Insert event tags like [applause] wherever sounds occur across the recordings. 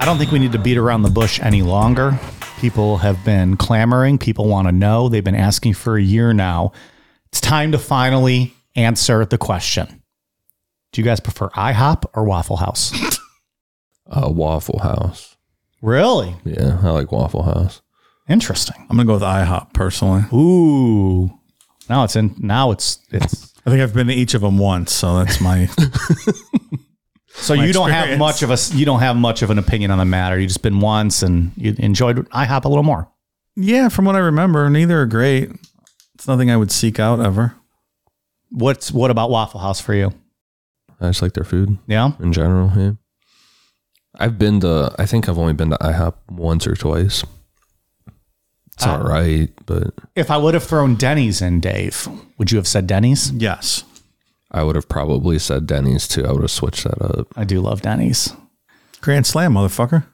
don't think we need to beat around the bush any longer. People have been clamoring. People want to know. They've been asking for a year now. It's time to finally answer the question Do you guys prefer IHOP or Waffle House? Uh, Waffle House. really? Yeah, I like Waffle House. Interesting. I'm gonna go with IHOP personally. Ooh. Now it's in. Now it's it's. I think I've been to each of them once, so that's [laughs] my. So you don't have experience. much of a s- you don't have much of an opinion on the matter. You just been once and you enjoyed IHOP a little more. yeah, from what I remember, neither are great. It's nothing I would seek out ever. What's what about Waffle House for you? I just like their food Yeah. in general. Yeah. I've been to, I think I've only been to IHOP once or twice. It's Ah. all right, but If I would have thrown Denny's in, Dave, would you have said Denny's? Yes, I would have probably said Denny's too. I would have switched that up. I do love Denny's. Grand Slam, motherfucker.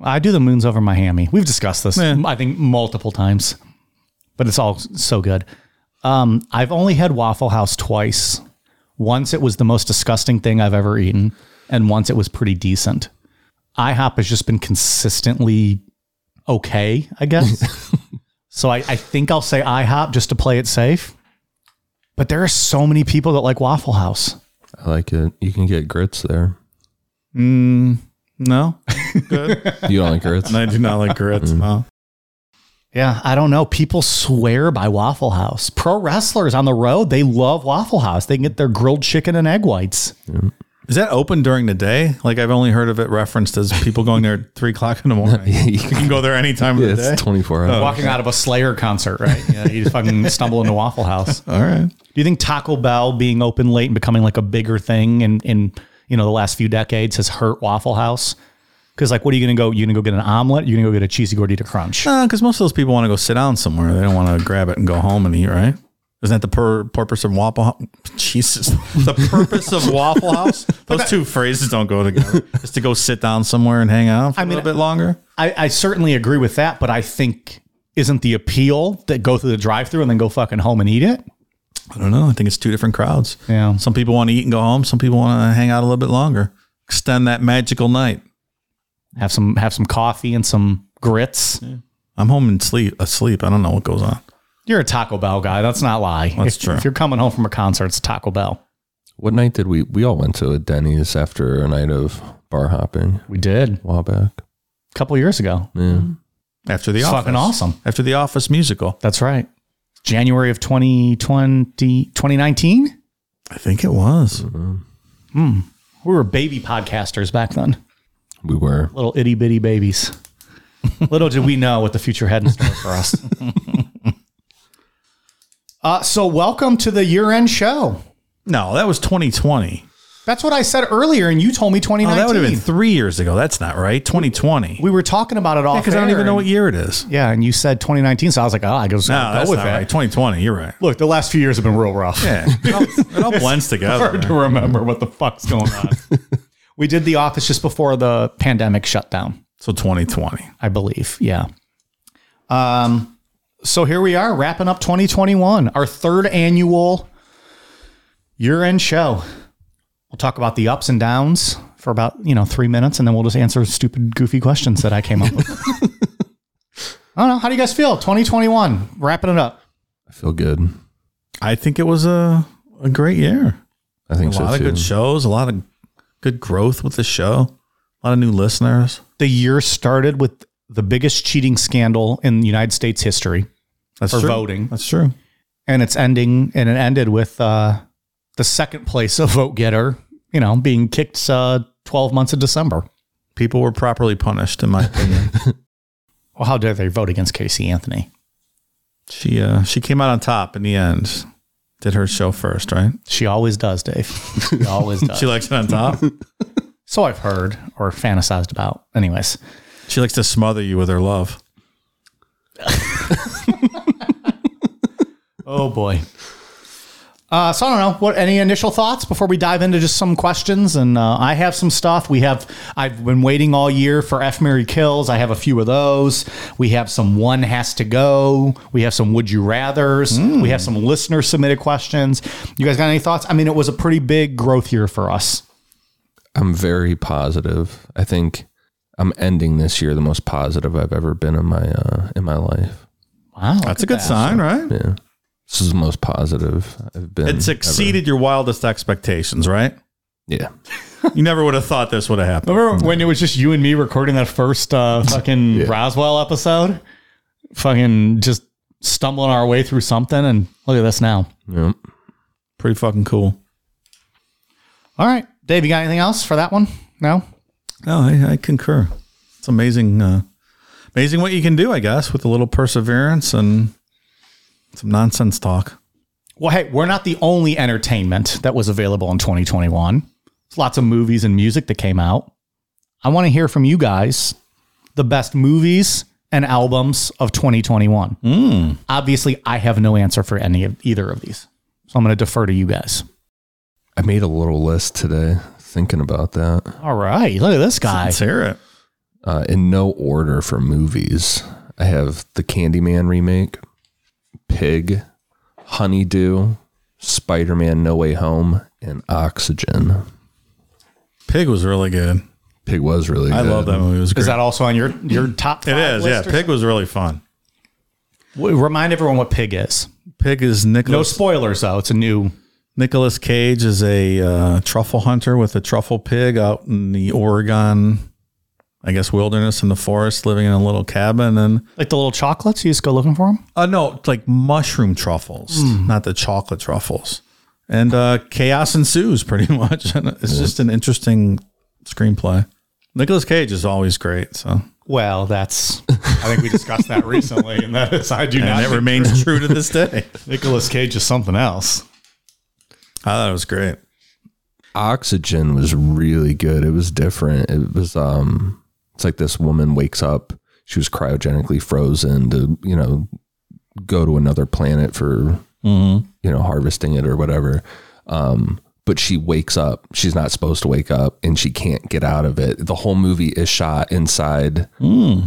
I do the moons over my hammy. We've discussed this, Yeah. I think, multiple times, but it's all so good. Um, I've only had Waffle House twice. Once it was the most disgusting thing I've ever eaten, and once it was pretty decent. IHOP has just been consistently okay, I [laughs] guess. so I, I think I'll say IHOP just to play it safe. But there are so many people that like Waffle House. I like it. You can get grits there. No, You don't like [laughs] grits? [laughs] I do not like grits. no. Yeah, I don't know. People swear by Waffle House. Pro wrestlers on the road, they love Waffle House. They can get their grilled chicken and egg whites. Is that open during the day? Like I've only heard of it referenced as people going there at three o'clock in the morning. [laughs] you can go there any time of Yeah, the day. it's 24 Oh. hours. Walking out of a Slayer concert, right? Yeah, you [laughs] fucking stumble into Waffle House. Do All right. you think Taco Bell being open late and becoming like a bigger thing in in you know the last few decades has hurt Waffle House? Because like, what are you gonna go? You gonna go get an omelet? You gonna go get a cheesy gordita crunch? because most of those people want to go sit down somewhere. They don't want to grab it and go home and eat, right? Isn't that the pur- purpose of Waffle House? [laughs] Jesus. The purpose of Waffle House? Those two phrases don't go together. Is to go sit down somewhere and hang out for mean, a little bit longer? I, I certainly agree with that, but I think isn't the appeal that go through the drive-through and then go fucking home and eat it? I don't know. I think it's two different crowds. Yeah. Some people want to eat and go home. Some people want to hang out a little bit longer. Extend that magical night. have some have some coffee and some grits. I'm home and sleep asleep. I don't know what goes on. You're a Taco Bell guy. That's not a lie. That's if, true. If you're coming home from a concert, it's Taco Bell. What night did we? We all went to a Denny's after a night of bar hopping. We did a while back. couple years ago. Yeah. After the It's office. fucking awesome. After the office musical. That's right. January of 2020, 2019. I think it was. Mm-hmm. We were baby podcasters back then. We were. Little itty bitty [laughs] babies. Little did we know what the future had in store for [laughs] us. uh, so, welcome to the year end show. No, that was 2020. That's what I said earlier, and you told me Oh, 2019. that would have been three years ago. That's not right. 2020. we were talking about it all because I don't even know what year it is. Yeah, and you said 2019, so I was like, oh, I guess No, I'll that's go with not that. right. 2020. You're right. Look, the last few years have been real rough. Yeah, it all, it all [laughs] blends [laughs] together. Hard to remember what the fuck's going [laughs] on. we did The Office just before the pandemic shutdown, So 2020. I believe. Yeah. Um, so here we are wrapping up 2021, our third annual year-end show. We'll talk about the ups and downs for about you know three minutes, and then we'll just answer stupid, goofy questions that I came up with. [laughs] I don't know. How do you guys feel? 2021, wrapping it up. I feel good. I think it was a a great year. I A think so lot of too. good shows. A lot of good growth with the show. A lot of new listeners. the year started with the biggest cheating scandal in United States history, That's For true. voting. That's true. and it's ending and it ended with uh, the second place [laughs] of vote getter, you know, being kicked uh, twelve months of December. People were properly punished, in my opinion. Well, how dare they vote against Casey Anthony? she uh, she came out on top in the end. Did her show first, right? She always does, Dave. [laughs] She always does. She likes it on top. so I've heard or fantasized about. Anyways, she likes to smother you with her love. oh boy. Uh, so I don't know what any initial thoughts before we dive into just some questions, and uh, I have some stuff. We have I've been waiting all year for F Mary Kills. I have a few of those. We have some One Has to Go. We have some Would You Rather's. We have some listener submitted questions. You guys got any thoughts? I mean, it was a pretty big growth year for us. I'm very positive. I think I'm ending this year the most positive I've ever been in my uh, in my life. Wow. look That's a at good that. sign, right? Yeah, this is the most positive I've been. It's ever. exceeded your wildest expectations, right? Yeah, You never would have thought this would have happened. Remember when it was just you and me recording that first [laughs] uh, fucking Roswell episode? Fucking just stumbling our way through something, and look at this now. yeah. Pretty fucking cool. All right, Dave, you got anything else for that one? No. No, I, I concur. It's amazing, uh, amazing what you can do, I guess, with a little perseverance and some nonsense talk. Well, hey, we're not the only entertainment that was available in 2021. There's lots of movies and music that came out. I want to hear from you guys the best movies and albums of 2021. Hmm. Obviously, I have no answer for any of either of these. So I'm going to defer to you guys. I made a little list today thinking about that. All right. Look at this guy. Let's hear it. uh, in no order for movies. I have the Candyman remake, Pig, Honeydew, Spider Man No Way Home, and Oxygen. Pig was really good. Pig was really I good. love that movie. It was great. Is that also on your, your top it five is, yeah. list or Pig was really fun. something? Remind everyone what Pig is. Pig is No Nicholas. spoilers, though. It's a new. Nicholas Cage is a uh, truffle hunter with a truffle pig out in the Oregon, I guess, wilderness in the forest, living in a little cabin. And Like the little chocolates, you just go looking for them? uh, no, it's like mushroom truffles, not the chocolate truffles. And uh, chaos ensues pretty [laughs] much. And it's just an interesting screenplay. Nicholas Cage is always great. So, Well, that's. I think we discussed that recently, and that is, I do and not. it remains true to this day. Nicholas Cage is something else. [laughs] I thought it was great. Oxygen was really good. It was different. It was um it's like this woman wakes up, she was cryogenically frozen to, you know, go to another planet for Mm-hmm. you know, harvesting it or whatever. Um but she wakes up. She's not supposed to wake up and she can't get out of it. The whole movie is shot inside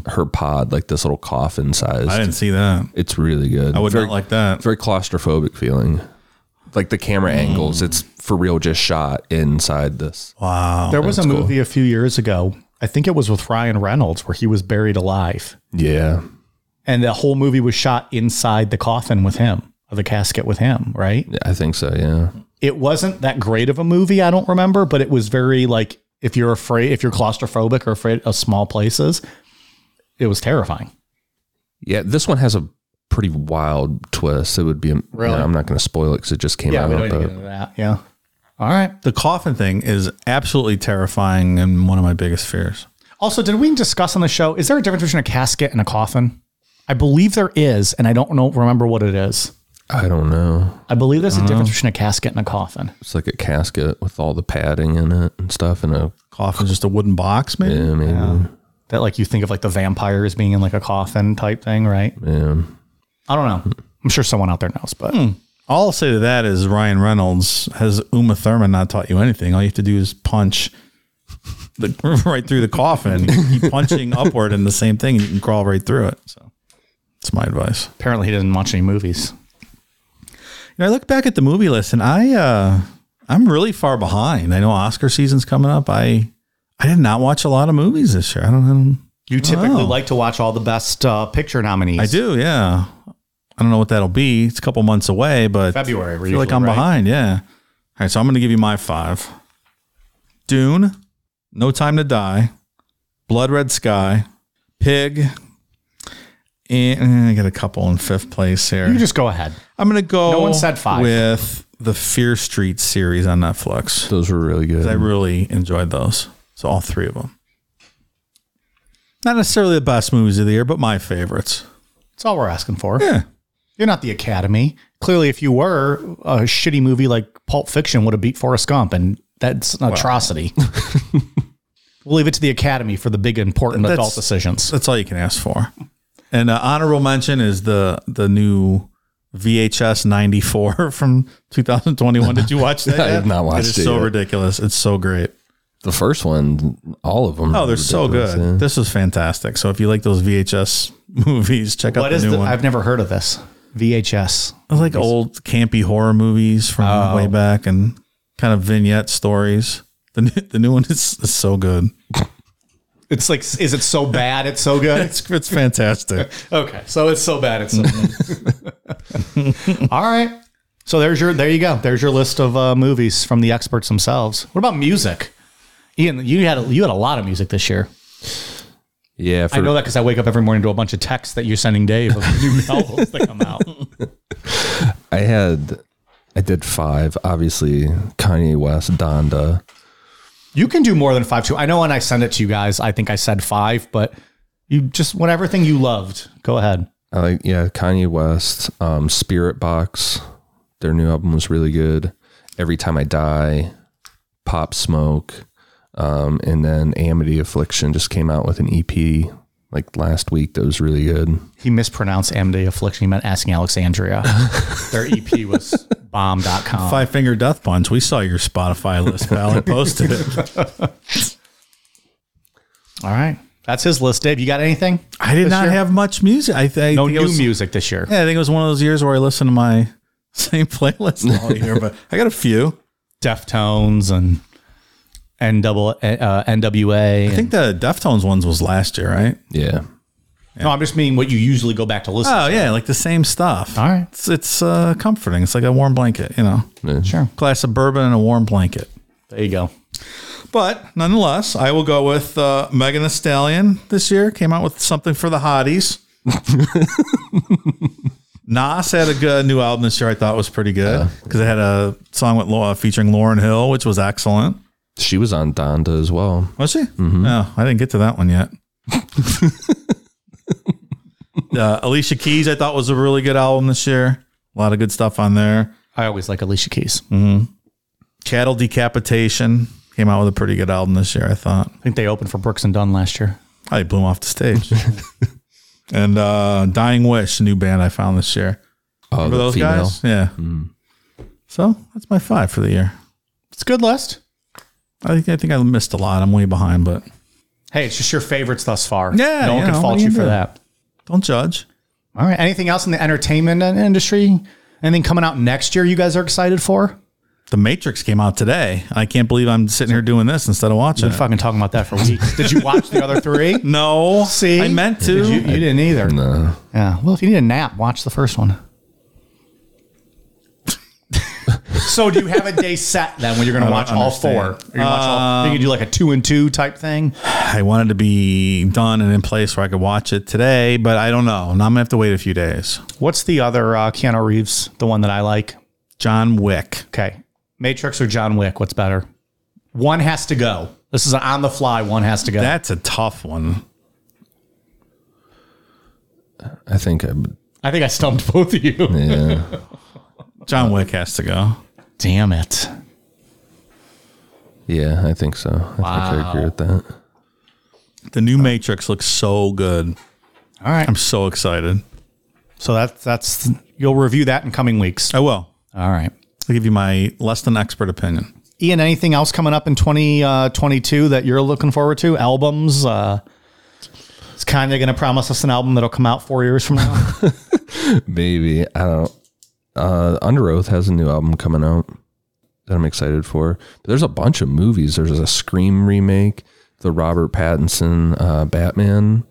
her pod, like this little coffin Mm. I size. didn't see that. It's really good. I would Very- not like that. very claustrophobic feeling. Like the camera angles, it's for real just shot inside this. Wow. There was a movie a few years ago. I think it was with Ryan Reynolds where he was buried alive, Yeah. and the whole movie was shot inside the coffin with him, or the casket with him. Right? Yeah, I think so, yeah. It wasn't that great of a movie. I don't remember, but it was very like if you're afraid, if you're claustrophobic or afraid of small places, it was terrifying. Yeah, this one has a pretty wild twist. It would be, Really? yeah, I'm not going to spoil it because it just came Yeah, we don't out. need to get But into that. Yeah. All right. The coffin thing is absolutely terrifying and one of my biggest fears. Also, did we discuss on the show? Is there a difference between a casket and a coffin? I believe there is, and I don't know remember what it is. I don't know. I believe there's a Mm-hmm. difference between a casket and a coffin. It's like a casket with all the padding in it and stuff, and a Coffin's just a wooden box, maybe? yeah, maybe. That like you think of like the vampires being in like a coffin type thing, right? yeah. I don't know. I'm sure someone out there knows, but Hmm. All I'll say to that is Ryan Reynolds has Uma Thurman not taught you anything. All you have to do is punch the, [laughs] right through the coffin. You keep punching upward in the same thing, and you can crawl right through it. So that's my advice. apparently he didn't watch any movies. You know, I look back at the movie list, and I uh, I'm really far behind. I know Oscar season's coming up. I I did not watch a lot of movies this year. I don't. I don't You typically like to watch all the best uh, picture nominees. Oh. I do, yeah. I don't know what that'll be. It's a couple months away, but February, I feel like usually, I'm right? behind. Yeah. All right, so I'm going to give you my five: Dune, No Time to Die, Blood Red Sky, Pig. And eh, I got a couple in fifth place here. You just go ahead. I'm going to go. No one said five. with the Fear Street series on Netflix. Those were really good. I really enjoyed those. So all three of them. Not necessarily the best movies of the year, but my favorites. That's all we're asking for. Yeah. You're not the Academy. Clearly, if you were, a shitty movie like Pulp Fiction would have beat Forrest Gump, and that's an [laughs] atrocity. we'll leave it to the Academy for the big, important That's- adult decisions. That's all you can ask for. And uh, honorable mention is the the new VHS 94 [laughs] from 2021. Did you [laughs] watch that? I have yet? not watched it It is so yet. ridiculous. It's so great. the first one, all of them. Oh, were they're so ridiculous, good. yeah. This is fantastic. So if you like those VHS [laughs] movies, check out What the is new the, one. I've never heard of this. VHS. I like old campy horror movies from Oh. way back and kind of vignette stories. The new, the new one is, is so good. It's like, is it so bad? It's so good. [laughs] It's, it's [laughs] fantastic. [laughs] Okay, so it's so bad. It's so [laughs] all right. So there's your there you go. There's your list of uh, movies from the experts themselves. What about music? Ian, you had a, you had a lot of music this year. Yeah, for, I know that because I wake up every morning to a bunch of texts that you're sending Dave of [laughs] new albums that come out. I had, I did five. Obviously, Kanye West, Donda. You can do more than five too. I know when I send it to you guys, I think I said five, but you just whatever thing you loved, go ahead. I like Uh, yeah, Kanye West, um, Spirit Box. Their new album was really good. Every Time I Die, Pop Smoke, um, and then Amity Affliction just came out with an EP like last week that was really good. He mispronounced Amity Affliction. He meant asking Alexandria. [laughs] Their EP was bomb.com. Five Finger Death Punch. We saw your Spotify list, pal. I posted it. All right. That's his list, Dave. You got anything? I did not have much music. I, th- I No think it new was- music this year. Yeah, I think it was one of those years where I listened to my [laughs] same playlist [laughs] all year, but I got a few. Deftones and NW, uh, NWA. I think the Deftones ones was last year, right? Yeah, no, I'm just meaning what you usually go back to listen Oh yeah, like the same stuff. All right. It's it's uh, comforting. It's like a warm blanket, you know. Sure. Glass of bourbon and a warm blanket. There you go. But nonetheless, I will go with uh, Megan Thee Stallion this year. Came out with something for the hotties. Nas had a good new album this year. I thought was pretty good because it had a song with Laura featuring Lauren Hill, which was excellent. she was on Donda as well. Was she? No, I didn't get to that one yet. uh, Alicia Keys, I thought was a really good album this year. A lot of good stuff on there. I always like Alicia Keys. Cattle Decapitation came out with a pretty good album this year. I thought. I think they opened for Brooks and Dunn last year. I blew him off the stage. [laughs] and uh, Dying Wish, a new band I found this year. Oh, For the those female. Mm-hmm. guys, yeah. So that's my five for the year. It's a good list. I think I think I missed a lot. I'm way behind, but Hey, it's just your favorites thus far. Yeah, No one you know, can what fault do you you for do? that. don't judge. All right. Anything else in the entertainment in- industry? Anything coming out next year you guys are excited for? The Matrix came out today. I can't believe I'm sitting here doing this instead of watching. Been it. fucking talking about that for weeks. [laughs] Did you watch the other three? No, [laughs] See? I meant to. You, you didn't either. No. Yeah. Well, if you need a nap, watch the first one. [laughs] so, do you have a day set then when you're going to don't watch all four? Uh, understand. You're gonna watch all, you can do like a two and two type thing. I wanted to be done and in place where I could watch it today, but I don't know. Now I'm gonna have to wait a few days. What's the other uh, Keanu Reeves, the one that I like? John Wick. Okay. Matrix or John Wick? What's better? One has to go. This is an on the fly one has to go. That's a tough one. I think I would- I think I stumped both of you. yeah. [laughs] John Wick has to go. Damn it. Yeah, I think so. I think I agree with that. The new Matrix looks so good. All right. I'm so excited. So that's that's you'll review that in coming weeks. I will. All right. I'll give you my less than expert opinion. Ian, anything else coming up in 2022 that you're looking forward to? Albums? Uh, is Kanye going to promise us an album that'll come out four years from [laughs] now? Maybe. I don't uh Under Oath has a new album coming out that I'm excited for. But there's a bunch of movies. There's a Scream remake, the Robert Pattinson uh Batman.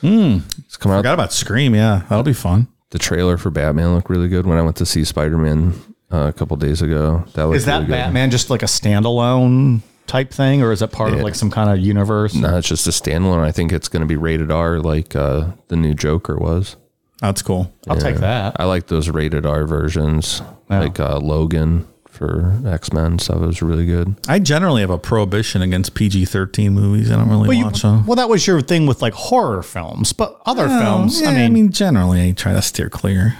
Hmm. It's come out. Forgot about Scream. Yeah, that'll be fun. The trailer for Batman looked really good when I went to see Spider Man uh, a couple days ago. That was is that really good. Batman just like a standalone type thing, or is it part of like some kind of universe? No, it's just a standalone. I think it's going to be rated R, like uh, the new Joker was. That's cool. I'll take that. I like those rated R versions, like uh, Logan for X Men. So it was really good. I generally have a prohibition against PG-13 movies. I don't really You- watch them. well, that was your thing with like horror films, but other films. Yeah, I mean, generally, I try to steer clear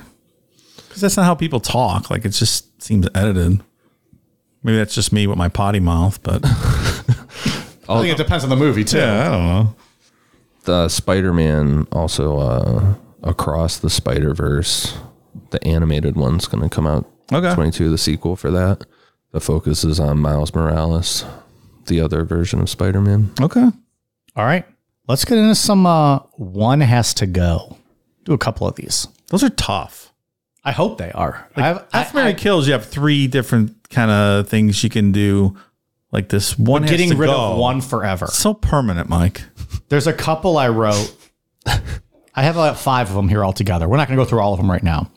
because that's not how people talk. Like, it just seems edited. Maybe that's just me with my potty mouth, but I think it depends on the movie too. [laughs] yeah, I don't know. The Spider Man also uh, across the Spider Verse, the animated one's going to come out. Okay. twenty two, the sequel for that. The focus is on Miles Morales, the other version of Spider Man. Okay. All right, let's get into some. Uh, one has to go. Do a couple of these. Those are tough. I hope they are. I have, I, Death Mary I- Kills, you have three different kind of things you can do. Like this one has getting to rid go. of one forever. So permanent, Mike. There's a couple I wrote. I have about five of them here altogether. We're not going to go through all of them right now,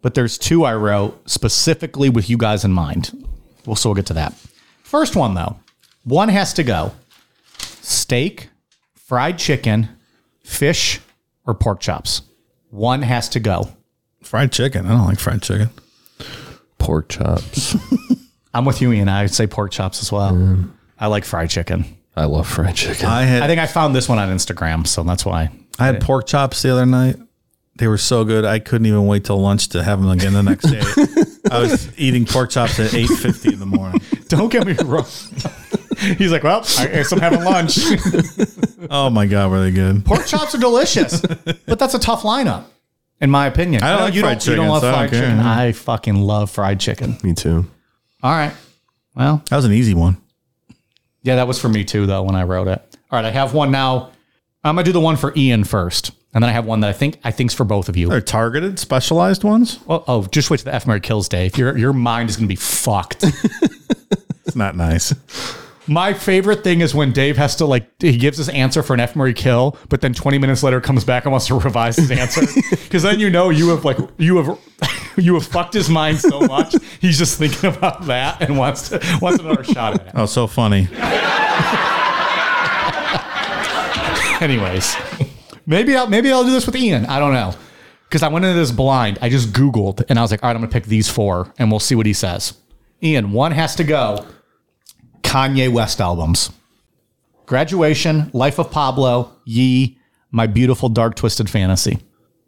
but there's two I wrote specifically with you guys in mind. We'll so we'll get to that. First one though, one has to go: steak, fried chicken, fish, or pork chops. One has to go. Fried chicken. I don't like fried chicken. Pork chops. I'm with you, Ian. I would say pork chops as well. I like fried chicken. I love fried chicken. I I had think I found this one on Instagram, so that's why. [laughs] I had pork chops the other night. They were so good. I couldn't even wait till lunch to have them again the next day. I was eating pork chops at eight fifty in the morning. Don't get me wrong. [laughs] He's like, well, I guess I'm having lunch. [laughs] Oh my god, were they good? pork chops are [laughs] delicious, but that's a tough lineup, in my opinion. I don't know like you fried don't, you chicken, don't love so I don't fried care. chicken. I fucking love fried chicken. Me too. All right. Well, That was an easy one. yeah, that was for me too, though, when I wrote it. All right, I have one now. I'm gonna do the one for Ian first, and then I have one that I think I think's for both of you. They're targeted, specialized ones. Oh, oh just wait till the F Mary Kills Day. If your your mind is gonna be fucked. It's not nice. My favorite thing is when Dave has to like he gives his answer for an F Murray kill, but then 20 minutes later comes back and wants to [laughs] revise his answer because then you know you have like you have [laughs] you have fucked his mind so much he's just thinking about that and wants to wants another shot at Oh, so funny. it. Anyways, maybe I'll maybe I'll do this with Ian. I don't know because I went into this blind. I just Googled and I was like, all right, I'm gonna pick these four and we'll see what he says. Ian, one has to go. Kanye West albums. Graduation, Life of Pablo, Ye, My Beautiful Dark Twisted Fantasy.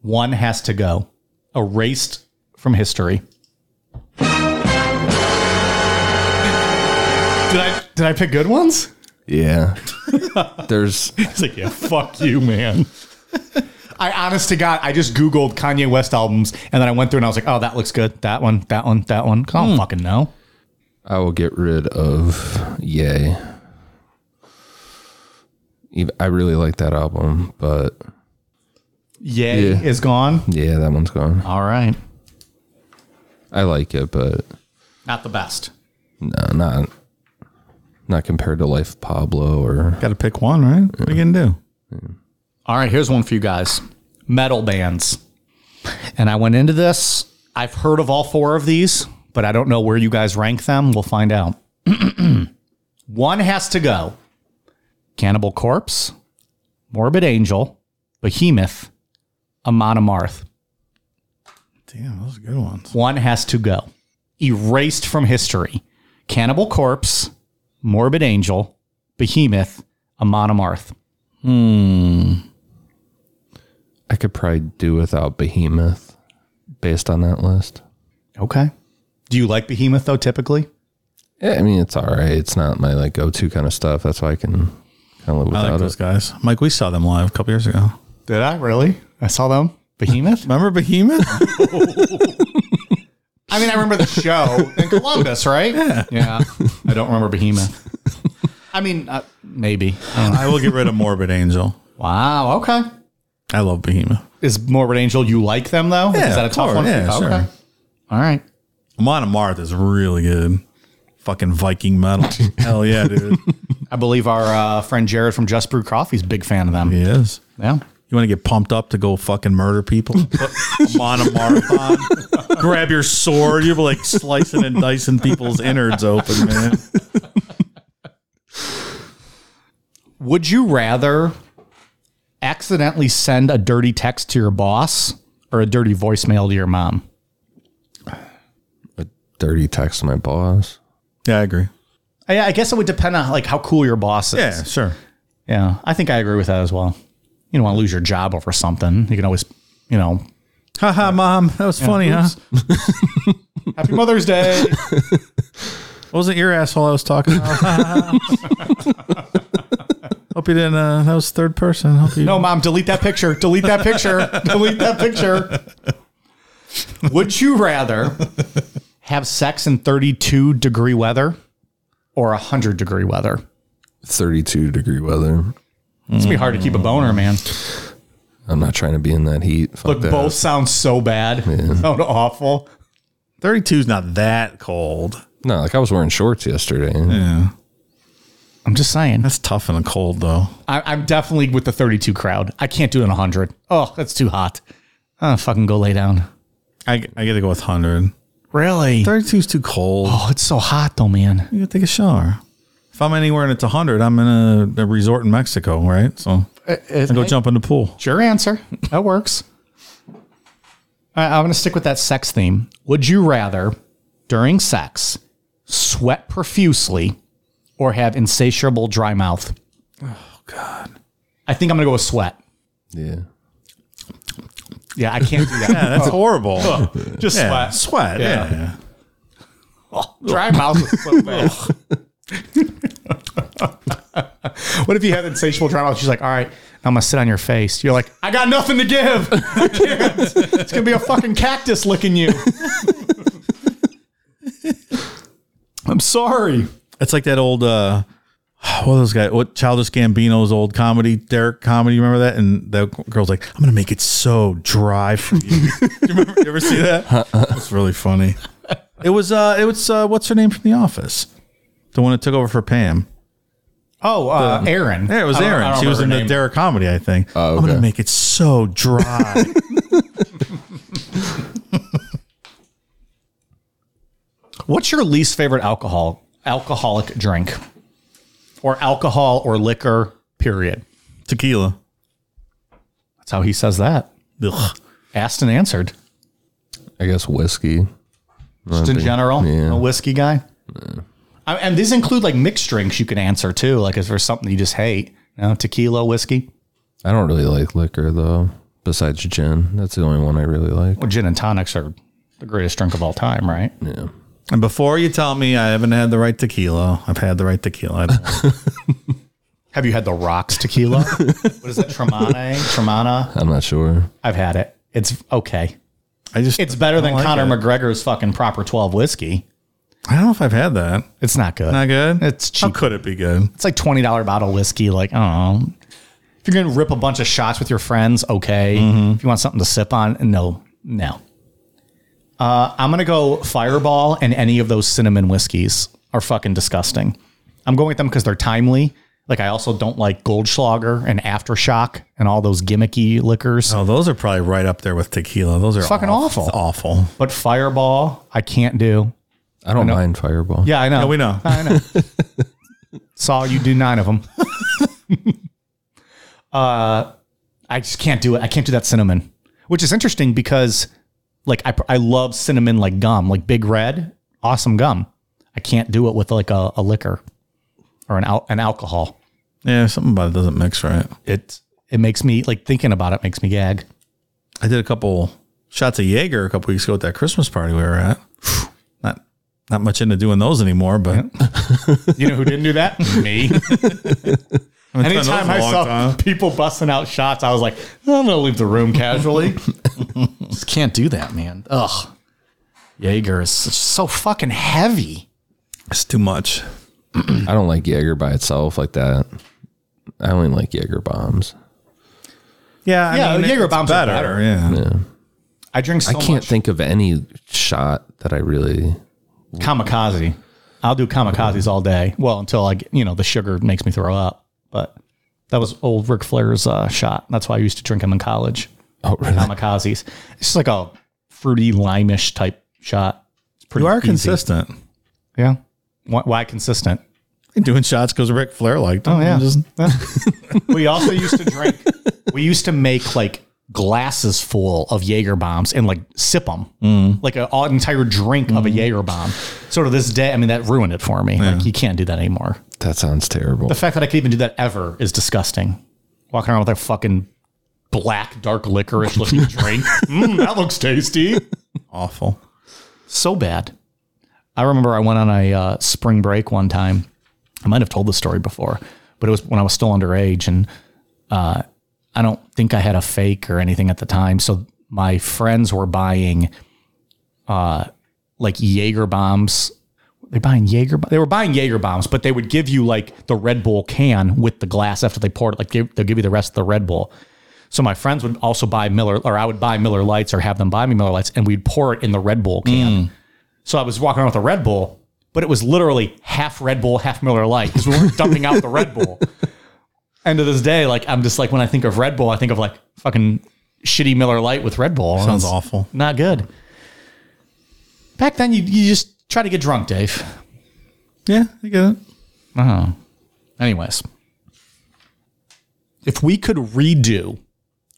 One has to go. Erased from history. Did I did I pick good ones? Yeah. There's It's like, yeah, fuck you, man. I honest to God, I just Googled Kanye West albums and then I went through and I was like, oh, that looks good. That one, that one, that one. 'Cause I don't fucking know. I will get rid of Yay. Ev- I really like that album, but Yay Yeah. is gone. yeah, that one's gone. All right. I like it, but Not the best. no, uh, not not compared to Life of Pablo or Got to pick one, right? What are you gonna do? All right, here's one for you guys metal bands. And I went into this. I've heard of all four of these, but I don't know where you guys rank them. We'll find out. [clears throat] one has to go Cannibal Corpse, Morbid Angel, Behemoth, Amon Amarth. Damn, those are good ones. One has to go. Erased from history Cannibal Corpse, Morbid Angel, Behemoth, Amon Amarth. I could probably do without Behemoth based on that list. Okay. Do you like Behemoth, though, typically? Yeah, I mean it's all right. It's not my like go to kind of stuff. That's why I can kind of live I like without those it. guys. Mike, we saw them live a couple years ago. Did I really? I saw them. Behemoth. Remember Behemoth? I mean, I remember the show in Columbus, right? Yeah. I don't remember Behemoth. I mean, uh, maybe. I don't know. [laughs] I will get rid of Morbid Angel. Wow. Okay. I love Behemoth. Is Morbid Angel? You like them though? Yeah, is that a of tough course. one? for you? Yeah, sure. All right. Amon Amarth is really good. Fucking Viking metal. [laughs] Hell yeah, dude. I believe our uh, friend Jared from Just Brew Coffee is a big fan of them. Yeah. He is. You want to get pumped up to go fucking murder [laughs] people? Amon Amarth on. Grab your sword. You're like slicing and dicing people's innards open, man. Would you rather accidentally send a dirty text to your boss or a dirty voicemail to your mom? A dirty text to my boss. Yeah, I agree. I, I guess it would depend on like how cool your boss is. Yeah, sure. Yeah, I think I agree with that as well. You don't want to lose your job over something. You can always, you know, Haha, mom. That was funny, huh? Happy Mother's Day. [laughs] Wasn't your asshole I was talking about? [laughs] Hope you didn't. Uh, that was third person. Hope you. no, mom, delete that picture. Delete that picture. [laughs] delete that picture. Would you rather have sex in 32 degree weather or 100 degree weather? Thirty two degree weather. It's gonna be hard to keep a boner, man. I'm not trying to be in that heat. Fuck Look, that. both sound so bad. Sound awful. 32 is not that cold. No, like I was wearing shorts yesterday. Yeah. I'm just saying. That's tough in the cold, though. I, I'm definitely with the 32 crowd. I can't do it in 100. Oh, that's too hot. Oh, fucking go lay down. I, I got to go with 100. Really? 32 is too cold. Oh, it's so hot though, man. You got to take a shower. If I'm anywhere and it's 100, I'm in a, a resort in Mexico, right? So I go jump in the pool. Sure answer. That works. I, I'm going to stick with that sex theme. Would you rather, during sex, sweat profusely or have insatiable dry mouth? Oh, God. I think I'm going to go with sweat. Yeah. Yeah, I can't do [laughs] that. Yeah, that's horrible. Just yeah, sweat. Oh. sweat. Yeah. Dry mouth is [laughs] so bad. [laughs] what if you had insatiable dry mouth? She's like, all right, I'm going to sit on your face. You're like, I got nothing to give. [laughs] I can't. It's going to be a fucking cactus licking you. [laughs] I'm sorry. It's like that old, uh, [sighs] what was those guys? What Childish Gambino's old comedy, Derek comedy? You remember that? And that girl's like, "I'm gonna make it so dry for you." [laughs] you, remember, you ever see that? It's really funny. It was, uh, it was, uh, what's her name from The Office? The one that took over for Pam. Oh, uh, Aaron. Yeah, it was I don't- I Aaron. don't She was in remember her the name. Derek comedy, I think. Oh, I'm gonna okay. make it so dry. What's your least favorite alcohol, alcoholic drink? Or alcohol or liquor, period. Tequila. That's how he says that. Ugh. Asked and answered. I guess whiskey. Just in general, yeah. a whiskey guy. I, and these include like mixed drinks you can answer too. Like if there's something you just hate, you know, tequila, whiskey, I don't really like liquor though. Besides gin, that's the only one I really like. well, gin and tonics are the greatest drink of all time, right? Yeah. And before you tell me I haven't had the right tequila, I've had the right tequila. I- Have you had the rocks [laughs] tequila? what is that? Tremana? Tremana? I'm not sure. I've had it. It's okay. I just It's better I don't than like Conor it. McGregor's fucking proper 12 whiskey. I don't know if I've had that. It's not good. Not good. It's How cheap. could it be good? It's like $20 bottle whiskey. Like, I don't know. If you're going to rip a bunch of shots with your friends, okay. Mm-hmm. If you want something to sip on, no, no. Uh, I'm going to go Fireball and any of those cinnamon whiskeys are fucking disgusting. I'm going with them because they're timely. Like, I also don't like Goldschlager and Aftershock and all those gimmicky liquors. Oh, those are probably right up there with tequila. Those are Fucking awful. It's awful. But Fireball, I can't do. I don't mind Fireball. Yeah, I know. Yeah, we know. I know. [laughs] Saw you do nine of [laughs] them. uh, I just can't do it. I can't do that cinnamon, which is interesting because, like, I I love cinnamon like gum, like Big Red, awesome gum. I can't do it with like a, a liquor or an al- an alcohol. Yeah, something about it doesn't mix right. It it makes me like thinking about it makes me gag. I did a couple shots of Jaeger a couple weeks ago at that Christmas party we were at. Not not much into doing those anymore, but You know who didn't do that? [laughs] me. I haven't done Anytime those in I a long saw time. people busting out shots, I was like, "Oh, I'm gonna leave the room casually. [laughs] Just can't do that, man. Ugh. Jaeger is s- so fucking heavy. it's too much. I don't like Jaeger by itself like that. I only like Jaeger bombs. Yeah, I Yeah, Jaeger it's bombs are better. better. Yeah. I drink so I can't much. think of any shot that I really. kamikaze. I'll do kamikazes all day. Well, until I, get, you know, the sugar makes me throw up. But that was old Ric Flair's uh, shot. That's why I used to drink them in college. Oh, really? Kamikazes. It's just like a fruity limeish type shot. It's pretty. You are easy. consistent. Yeah. Why, why consistent? Doing shots because Ric Flair liked them. Oh yeah. I'm just- [laughs] we also used to drink. We used to make like glasses full of Jaeger bombs and like sip them, like a- an entire drink of a Jaeger bomb. So to this day, I mean that ruined it for me. Like you can't do that anymore. That sounds terrible. The fact that I could even do that ever is disgusting. Walking around with a fucking black dark licorice looking drink. Mm, that looks tasty. awful. so bad. I remember I went on a uh, spring break one time. I might have told the story before, but it was when I was still underage, and uh, I don't think I had a fake or anything at the time. So my friends were buying, uh, like Jaeger bombs. They're buying Jaeger. They were buying Jaeger bombs, but they would give you like the Red Bull can with the glass after they poured it. Like they, they'll give you the rest of the Red Bull. So my friends would also buy Miller, or I would buy Miller Lights, or have them buy me Miller Lights, and we'd pour it in the Red Bull can. So I was walking around with a Red Bull, but it was literally half Red Bull, half Miller Lite because we weren't dumping out the Red Bull. And to this day, like I'm just like when I think of Red Bull, I think of like fucking shitty Miller Lite with Red Bull. Sounds It's awful. Not good. Back then, you, you just try to get drunk, Dave. Yeah, I get it. Oh. Anyways, if we could redo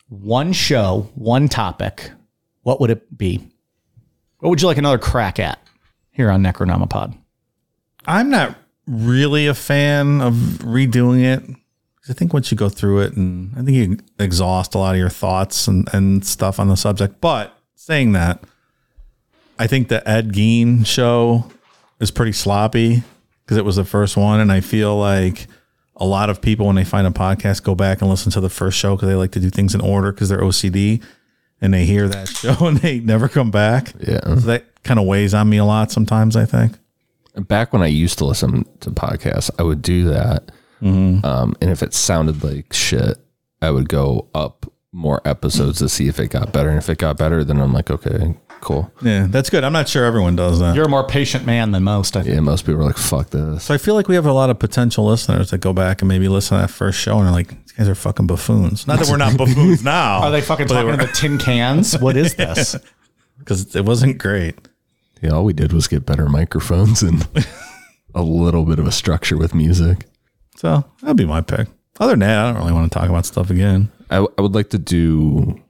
one show, one topic, what would it be? What would you like another crack at here on Necronomipod? I'm not really a fan of redoing it. 'Cause I think once you go through it, and I think you exhaust a lot of your thoughts and, and stuff on the subject. But saying that, I think the Ed Gein show is pretty sloppy because it was the first one. And I feel like a lot of people, when they find a podcast, go back and listen to the first show because they like to do things in order because they're OCD and they hear that [laughs] show and they never come back. Yeah. So that kind of weighs on me a lot sometimes, I think. back when I used to listen to podcasts, I would do that. Um, and if it sounded like shit, I would go up more episodes to see if it got better. And if it got better, then I'm like, okay, cool. Yeah, that's good. I'm not sure everyone does that. You're a more patient man than most. I think. Yeah, most people are like, fuck this. so I feel like we have a lot of potential listeners that go back and maybe listen to that first show and are like, these guys are fucking buffoons. Not that we're [laughs] not buffoons now. Are they fucking talking about tin cans? What is this? Because it wasn't great. Yeah, all we did was get better microphones and [laughs] a little bit of a structure with music. So that'd be my pick. Other than that, I don't really want to talk about stuff again. I, I would like to do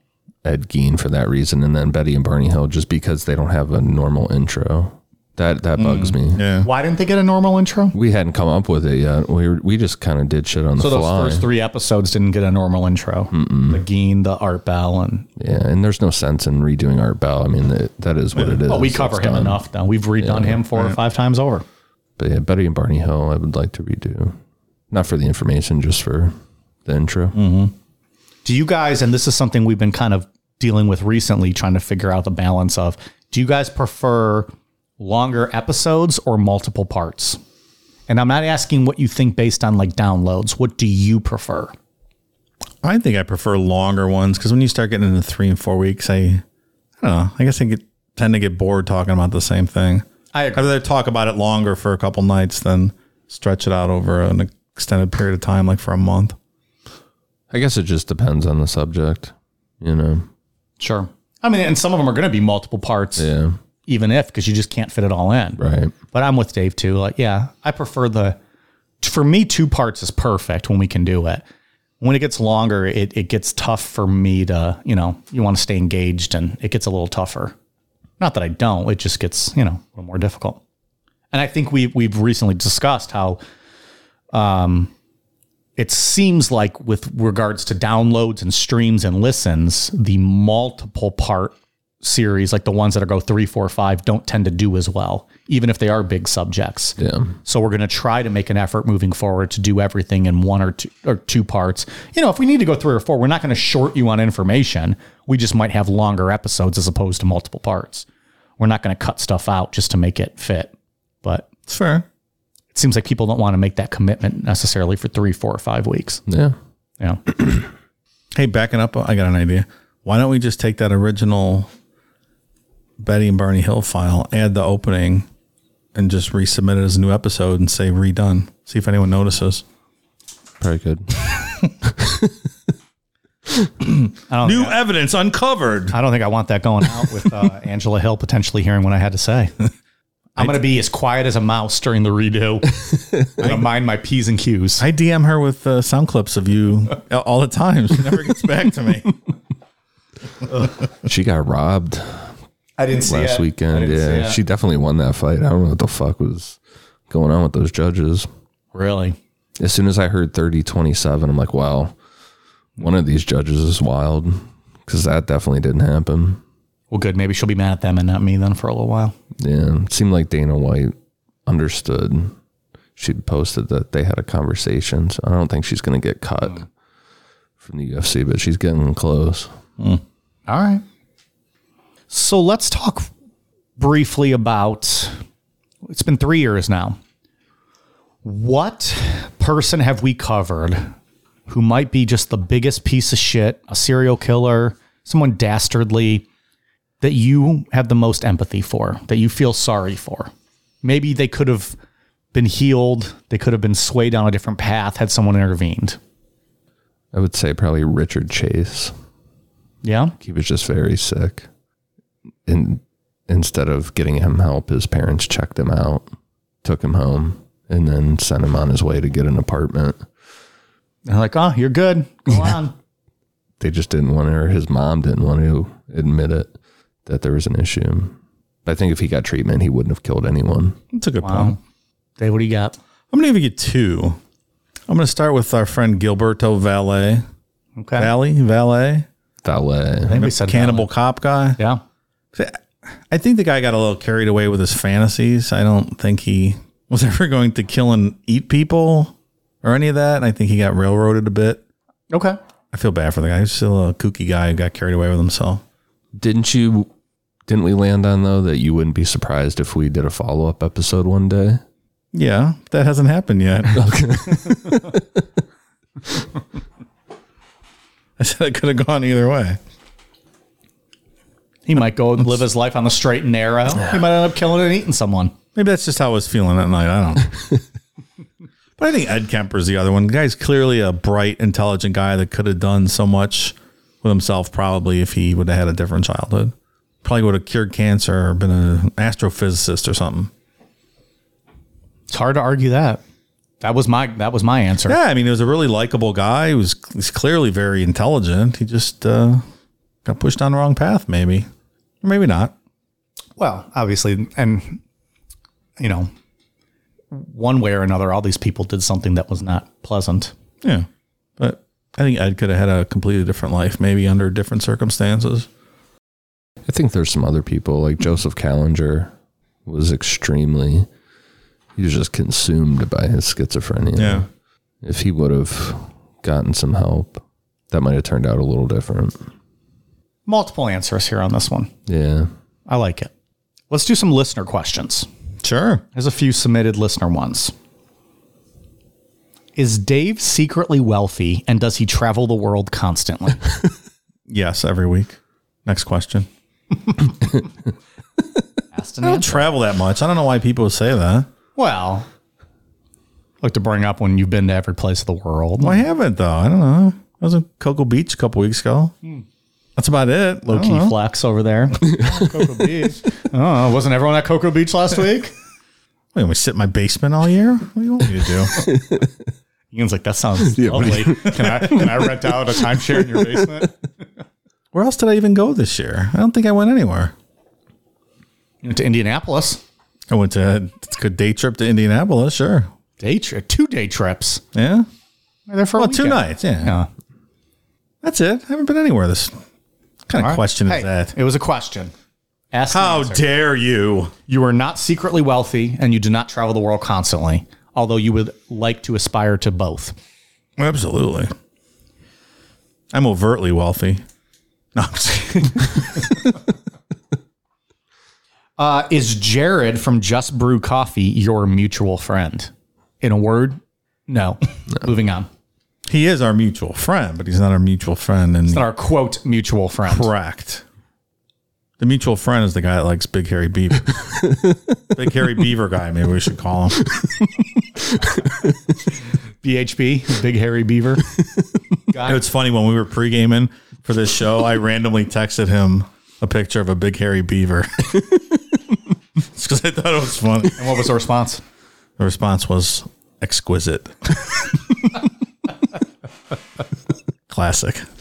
Ed Gein for that reason, and then Betty and Barney Hill just because they don't have a normal intro. That that Mm. bugs me. Yeah. Why didn't they get a normal intro? We hadn't come up with it yet. We were, we just kind of did shit on the So those fly. first three episodes didn't get a normal intro. The Gene, the Art Bell, and yeah, and there's no sense in redoing Art Bell. I mean, that, that is what it is. but we cover It's him done. enough now. We've redone him four or five times over. But yeah, Betty and Barney Hill, I would like to redo, not for the information, just for the intro. Mm-hmm. Do you guys, and this is something we've been kind of dealing with recently, trying to figure out the balance of, do you guys prefer longer episodes or multiple parts? And I'm not asking what you think based on like downloads. What do you prefer? I think I prefer longer ones because when you start getting into three and four weeks, I, I don't know. I guess I get, tend to get bored talking about the same thing. I I'd rather talk about it longer for a couple nights than stretch it out over an extended period of time, like for a month. I guess it just depends on the subject, you know. Sure. I mean, and some of them are going to be multiple parts, Yeah, even if, because you just can't fit it all in. right. But I'm with Dave too. Like, yeah, I prefer the. For me, two parts is perfect when we can do it. When it gets longer, it, it gets tough for me to, you know, you want to stay engaged and it gets a little tougher. Not that I don't, it just gets, you know, a little more difficult. And I think we we've recently discussed how um it seems like with regards to downloads and streams and listens, the multiple part series, like the ones that are go three, four, five, don't tend to do as well, even if they are big subjects. Yeah. So we're going to try to make an effort moving forward to do everything in one or two or two parts. You know, if we need to go three or four, we're not going to short you on information. We just might have longer episodes as opposed to multiple parts. We're not going to cut stuff out just to make it fit. But It's fair. it seems like people don't want to make that commitment necessarily for three, four, or five weeks. Yeah. You know, Hey, backing up, I got an idea. Why don't we just take that original Betty and Barney Hill file, add the opening, and just resubmit it as a new episode and say redone? See if anyone notices. Very good. [laughs] New evidence uncovered. I don't think I want that going out with [laughs] uh, Angela Hill potentially hearing what I had to [laughs] say. I'm going to be as quiet as a mouse during the redo. [laughs] I'm going to mind my P's and Q's. I DM her with uh, sound clips of [laughs] you all the time. She never gets back to me. she got robbed I didn't see last weekend. Yeah. She definitely won that fight. I don't know what the fuck was going on with those judges. Really? As soon as I heard 30 27, I'm like, wow, one of these judges is wild because that definitely didn't happen. Well, good. Maybe she'll be mad at them and not me then for a little while. Yeah. It seemed like Dana White understood. She posted that they had a conversation. So I don't think she's going to get cut Hmm. from the UFC, but she's getting close. All right. So let's talk briefly about it's been three years now. What person have we covered who might be just the biggest piece of shit, a serial killer, someone dastardly that you have the most empathy for, that you feel sorry for? maybe they could have been healed. They could have been swayed down a different path had someone intervened. I would say probably Richard Chase. Yeah. He was just very sick. And instead of getting him help, his parents checked him out, took him home, and then sent him on his way to get an apartment. They're like, oh, you're good. Go on. They just didn't want to, or his mom didn't want to admit it that there was an issue. But I think if he got treatment, he wouldn't have killed anyone. [laughs] That's a good point. Wow. Dave, what do you got? I'm going to give you two. I'm going to start with our friend Gilberto Valet. Okay. Valley? Valet? Valet. Maybe said Cannibal cop guy. Yeah. I think the guy got a little carried away with his fantasies. I don't think he [laughs] was ever going to kill and eat people or any of that. I think he got railroaded a bit. Okay. I feel bad for the guy. He's still a kooky guy who got carried away with himself. Didn't you? Didn't we land on though that you wouldn't be surprised if we did a follow up episode one day? Yeah, that hasn't happened yet. [laughs] I said it could have gone either way. He might go live his life on the straight and narrow. He might end up killing and eating someone. Maybe that's just how I was feeling that night. I don't know. but I think Ed Kemper's the other one. The guy's clearly a bright, intelligent guy that could have done so much with himself, probably, if he would have had a different childhood. Probably would have cured cancer or been an astrophysicist or something. It's hard to argue that. That was my that was my answer. Yeah, I mean, he was a really likable guy. He was he's clearly very intelligent. He just uh, got pushed down the wrong path, maybe. Or maybe not. Well, obviously, and you know, one way or another, all these people did something that was not pleasant. Yeah. But I think Ed could have had a completely different life, maybe under different circumstances. I think there's some other people like Joseph Callinger was extremely he was just consumed by his schizophrenia. If he would have gotten some help, that might have turned out a little different. Multiple answers here on this one. Yeah. I like it. Let's do some listener questions. Sure. There's a few submitted listener ones. Is Dave secretly wealthy and does he travel the world constantly? Yes, every week. Next question. Asked I and don't answered. travel that much. I don't know why people say that. well, like to bring up when you've been to every place of the world. Well, I haven't though. I don't know. I was in Cocoa Beach a couple weeks ago. That's about it. Low key flex over there. uh-huh. [laughs] Cocoa Beach. Oh, wasn't everyone at Cocoa Beach [laughs] last week? Wait, let me sit in my basement all year. What do you want me to do? [laughs] Ian's like, that sounds what lovely. [laughs] can I can I rent out a timeshare in your basement? Where else did I even go this year? I don't think I went anywhere. You went to Indianapolis. I went to a day trip to Indianapolis. Sure. Day trip, two day trips. Yeah. We're there for Well, a two weekend. nights. Yeah. Yeah. That's it. I haven't been anywhere. This kind of All right. question Hey, is that. It was a question. Ask and How answer. dare you? you are not secretly wealthy and you do not travel the world constantly, although you would like to aspire to both. Absolutely. I'm overtly wealthy. No, I'm just kidding. [laughs] Uh, is Jared from Just Brew Coffee your mutual friend? In a word, [laughs] no. Moving on. He is our mutual friend, but he's not our mutual friend. And Our quote mutual friend. correct. The mutual friend is the guy that likes Big Hairy Beaver. Big Hairy Beaver guy, maybe we should call him. BHB, Big Hairy Beaver. It's funny when we were pre gaming for this show, I randomly texted him a picture of a Big Hairy Beaver. [laughs] It's because I thought it was funny. And what was the response? The response was exquisite. [laughs] Classic. [laughs]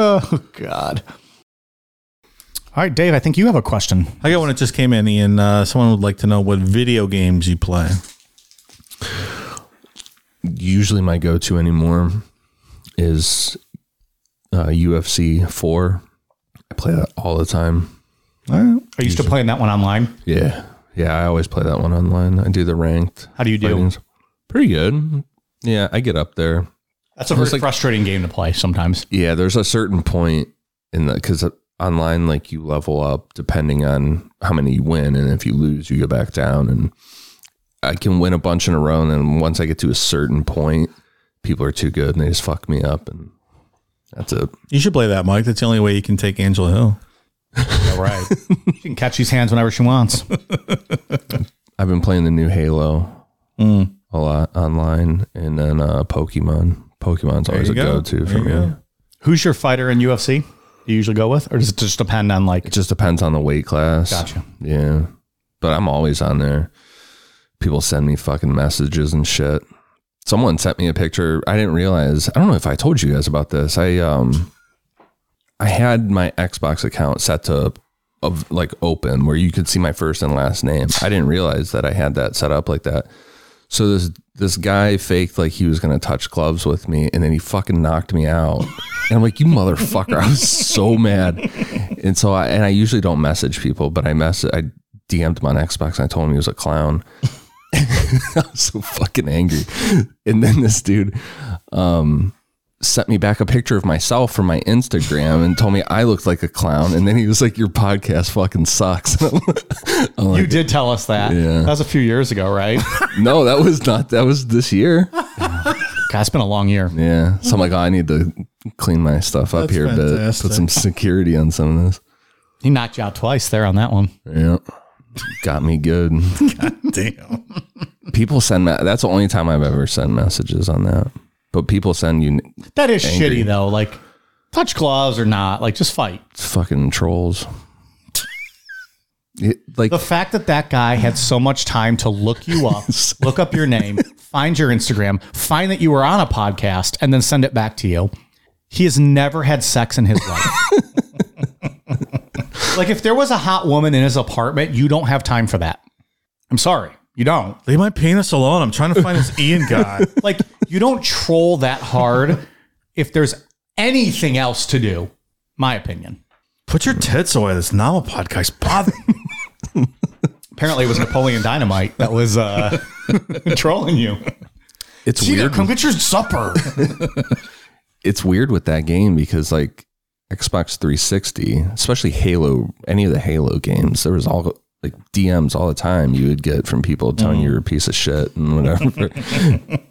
Oh, God. All right, Dave, I think you have a question. I got one that just came in, Ian. Uh, someone would like to know what video games you play. Usually my go to anymore is uh, UFC four. I play that all the time. All right. Are you still playing that one online? Yeah. Yeah, I always play that one online. I do the ranked. How do you do? fightings. Pretty good. Yeah, I get up there. That's a very It's like- frustrating game to play [laughs] sometimes. Yeah, there's a certain point in the because online, like you level up depending on how many you win, and if you lose, you go back down. And I can win a bunch in a row, and then once I get to a certain point, people are too good and they just fuck me up, and that's it. You should play that, Mike. That's the only way you can take Angela Hill. Yeah, right. she can catch these hands whenever she wants. I've been playing the new Halo Mm. a lot online, and then uh, Pokemon. Pokemon's always you a go. go to There for you me. go. Who's your fighter in UFC? You usually go with, or does it just depend on like? It just depends on the weight class. Gotcha. Yeah, but I'm always on there. People send me fucking messages and shit. Someone sent me a picture. I didn't realize. I don't know if I told you guys about this. I um, I had my Xbox account set to of like open where you could see my first and last name. I didn't realize that I had that set up like that. So this this guy faked like he was gonna touch gloves with me, and then he fucking knocked me out. And I'm like, you motherfucker! I was so mad. And so I and I usually don't message people, but I mess I DM'd him on Xbox and I told him he was a clown. [laughs] I was so fucking angry. And then this dude um, sent me back a picture of myself from my Instagram and told me I looked like a clown. And then he was like, "Your podcast fucking sucks." [laughs] you did tell us that. Yeah. That was a few years ago, right? no, that was not. That was this year. God, it's been a long year. Yeah. So I'm like, oh, I need to clean my stuff up That's here, but fantastic. put some security on some of this. He knocked you out twice there on that one. Yeah. Got me good. Damn. people send me- that's the only time I've ever sent messages on that. But people send you That is Angry. shitty though. Like, touch gloves or not, like just fight. fucking trolls. It, like The fact that that guy had so much time to look you up, [laughs] look up your name, find your Instagram, find that you were on a podcast, and then send it back to you. He has never had sex in his [laughs] life. like, if there was a hot woman in his apartment, you don't have time for that. I'm sorry. You don't. Leave my penis alone. I'm trying to find this Ian [laughs] guy. Like, you don't troll that hard if there's anything else to do, my opinion. Put your tits away. This novel podcast's bothering [laughs] me. Apparently, it was Napoleon Dynamite that was uh, [laughs] trolling you. it's Tina, weird. come get your supper. it's weird with that game because like Xbox 360, especially Halo, any of the Halo games, there was all like DMs all the time you would get from people telling you you're a piece of shit and whatever.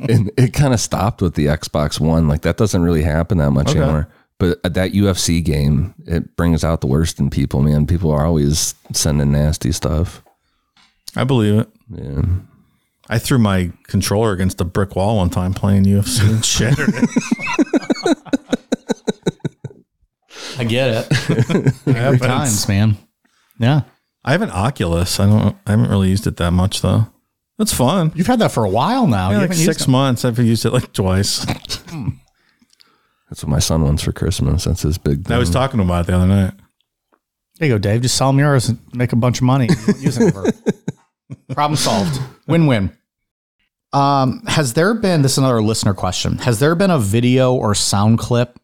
and it kind of stopped with the Xbox One. Like that doesn't really happen that much anymore. But at that UFC game, it brings out the worst in people, man. People are always sending nasty stuff. I believe it. Yeah. I threw my controller against a brick wall one time playing [laughs] UFC and shattered [laughs] it. I get it. Every Happens. times, man. Yeah. I have an Oculus. I don't. I haven't really used it that much though. That's fun. You've had that for a while now. Oh, Yeah, you like haven't used six it. months. I've used it like twice. That's what my son wants for Christmas. That's his big thing. I Mm-hmm. was talking about it the other night. There you go, Dave. Just sell them yours and make a bunch of money. Using it for [laughs] problem solved. Win win. Um, has there been this is another listener question? Has there been a video or sound clip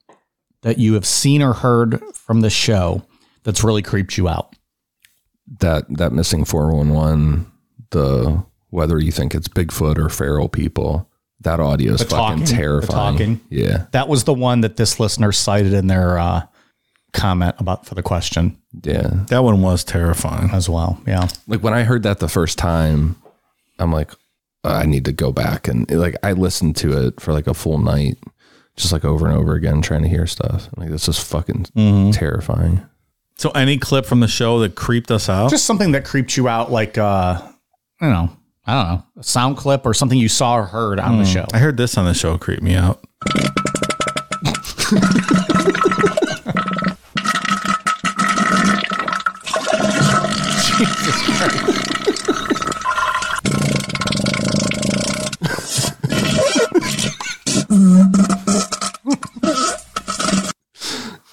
that you have seen or heard from the show that's really creeped you out? that that missing 411 the whether you think it's bigfoot or feral people that audio is The fucking talking- the terrifying talking. yeah That was the one that this listener cited in their uh, comment about for the question yeah That one was terrifying. as well. Yeah. like when i heard that the first time i'm like "Uh, i need to go back and like i listened to it for like a full night just like over and over again trying to hear stuff I'm like this is fucking Mm-hmm. terrifying So any clip from the show that creeped us out? just something that creeped you out, like uh, you know, I don't know, a sound clip or something you saw or heard on the show. I heard this on the show creep me out.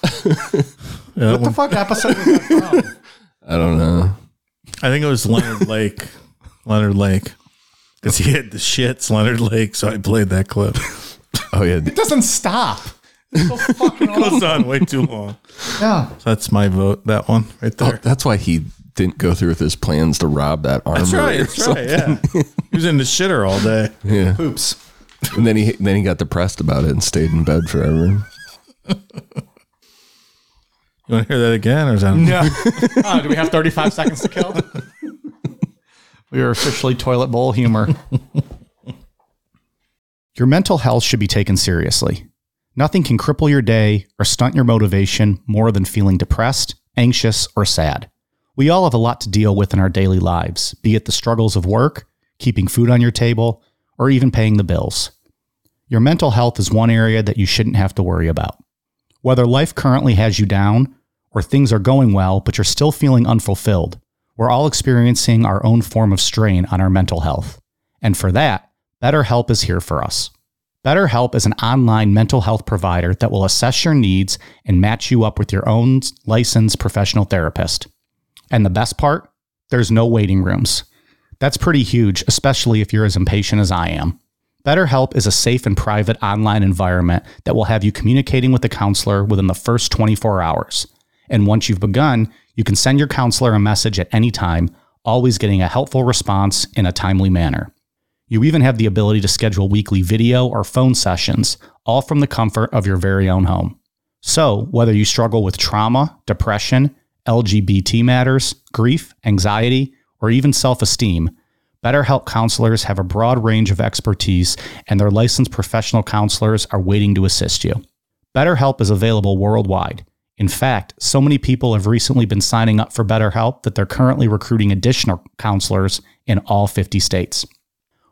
Yeah, that What the one- fuck episode was that from? i don't know I think it was [laughs] Leonard Lake. Leonard Lake. Because he hit the shits, Leonard Lake. So I played that [laughs] clip. oh yeah It doesn't stop. It's so fucking it awful. goes on way too long. Yeah. So that's my vote, that one right there. Oh, that's why he didn't go through with his plans to rob that armory That's right. or That's right. Yeah. He was in the shitter all day. [laughs] yeah Oops. And then he then he got depressed about it and stayed in bed forever. You want to hear that again? Or [laughs] is that Yeah. Oh, do we have 35 seconds to kill? we are officially toilet bowl humor. [laughs] your mental health should be taken seriously. Nothing can cripple your day or stunt your motivation more than feeling depressed, anxious, or sad. We all have a lot to deal with in our daily lives, be it the struggles of work, keeping food on your table, or even paying the bills. Your mental health is one area that you shouldn't have to worry about. Whether life currently has you down or things are going well, but you're still feeling unfulfilled, we're all experiencing our own form of strain on our mental health. And for that, BetterHelp is here for us. BetterHelp is an online mental health provider that will assess your needs and match you up with your own licensed professional therapist. And the best part, there's no waiting rooms. That's pretty huge, especially if you're as impatient as I am. BetterHelp is a safe and private online environment that will have you communicating with a counselor within the first 24 hours. And once you've begun, you can send your counselor a message at any time, always getting a helpful response in a timely manner. You even have the ability to schedule weekly video or phone sessions, all from the comfort of your very own home. So, whether you struggle with trauma, depression, LGBT matters, grief, anxiety, or even self esteem, BetterHelp counselors have a broad range of expertise, and their licensed professional counselors are waiting to assist you. BetterHelp is available worldwide. In fact, so many people have recently been signing up for BetterHelp that they're currently recruiting additional counselors in all 50 states.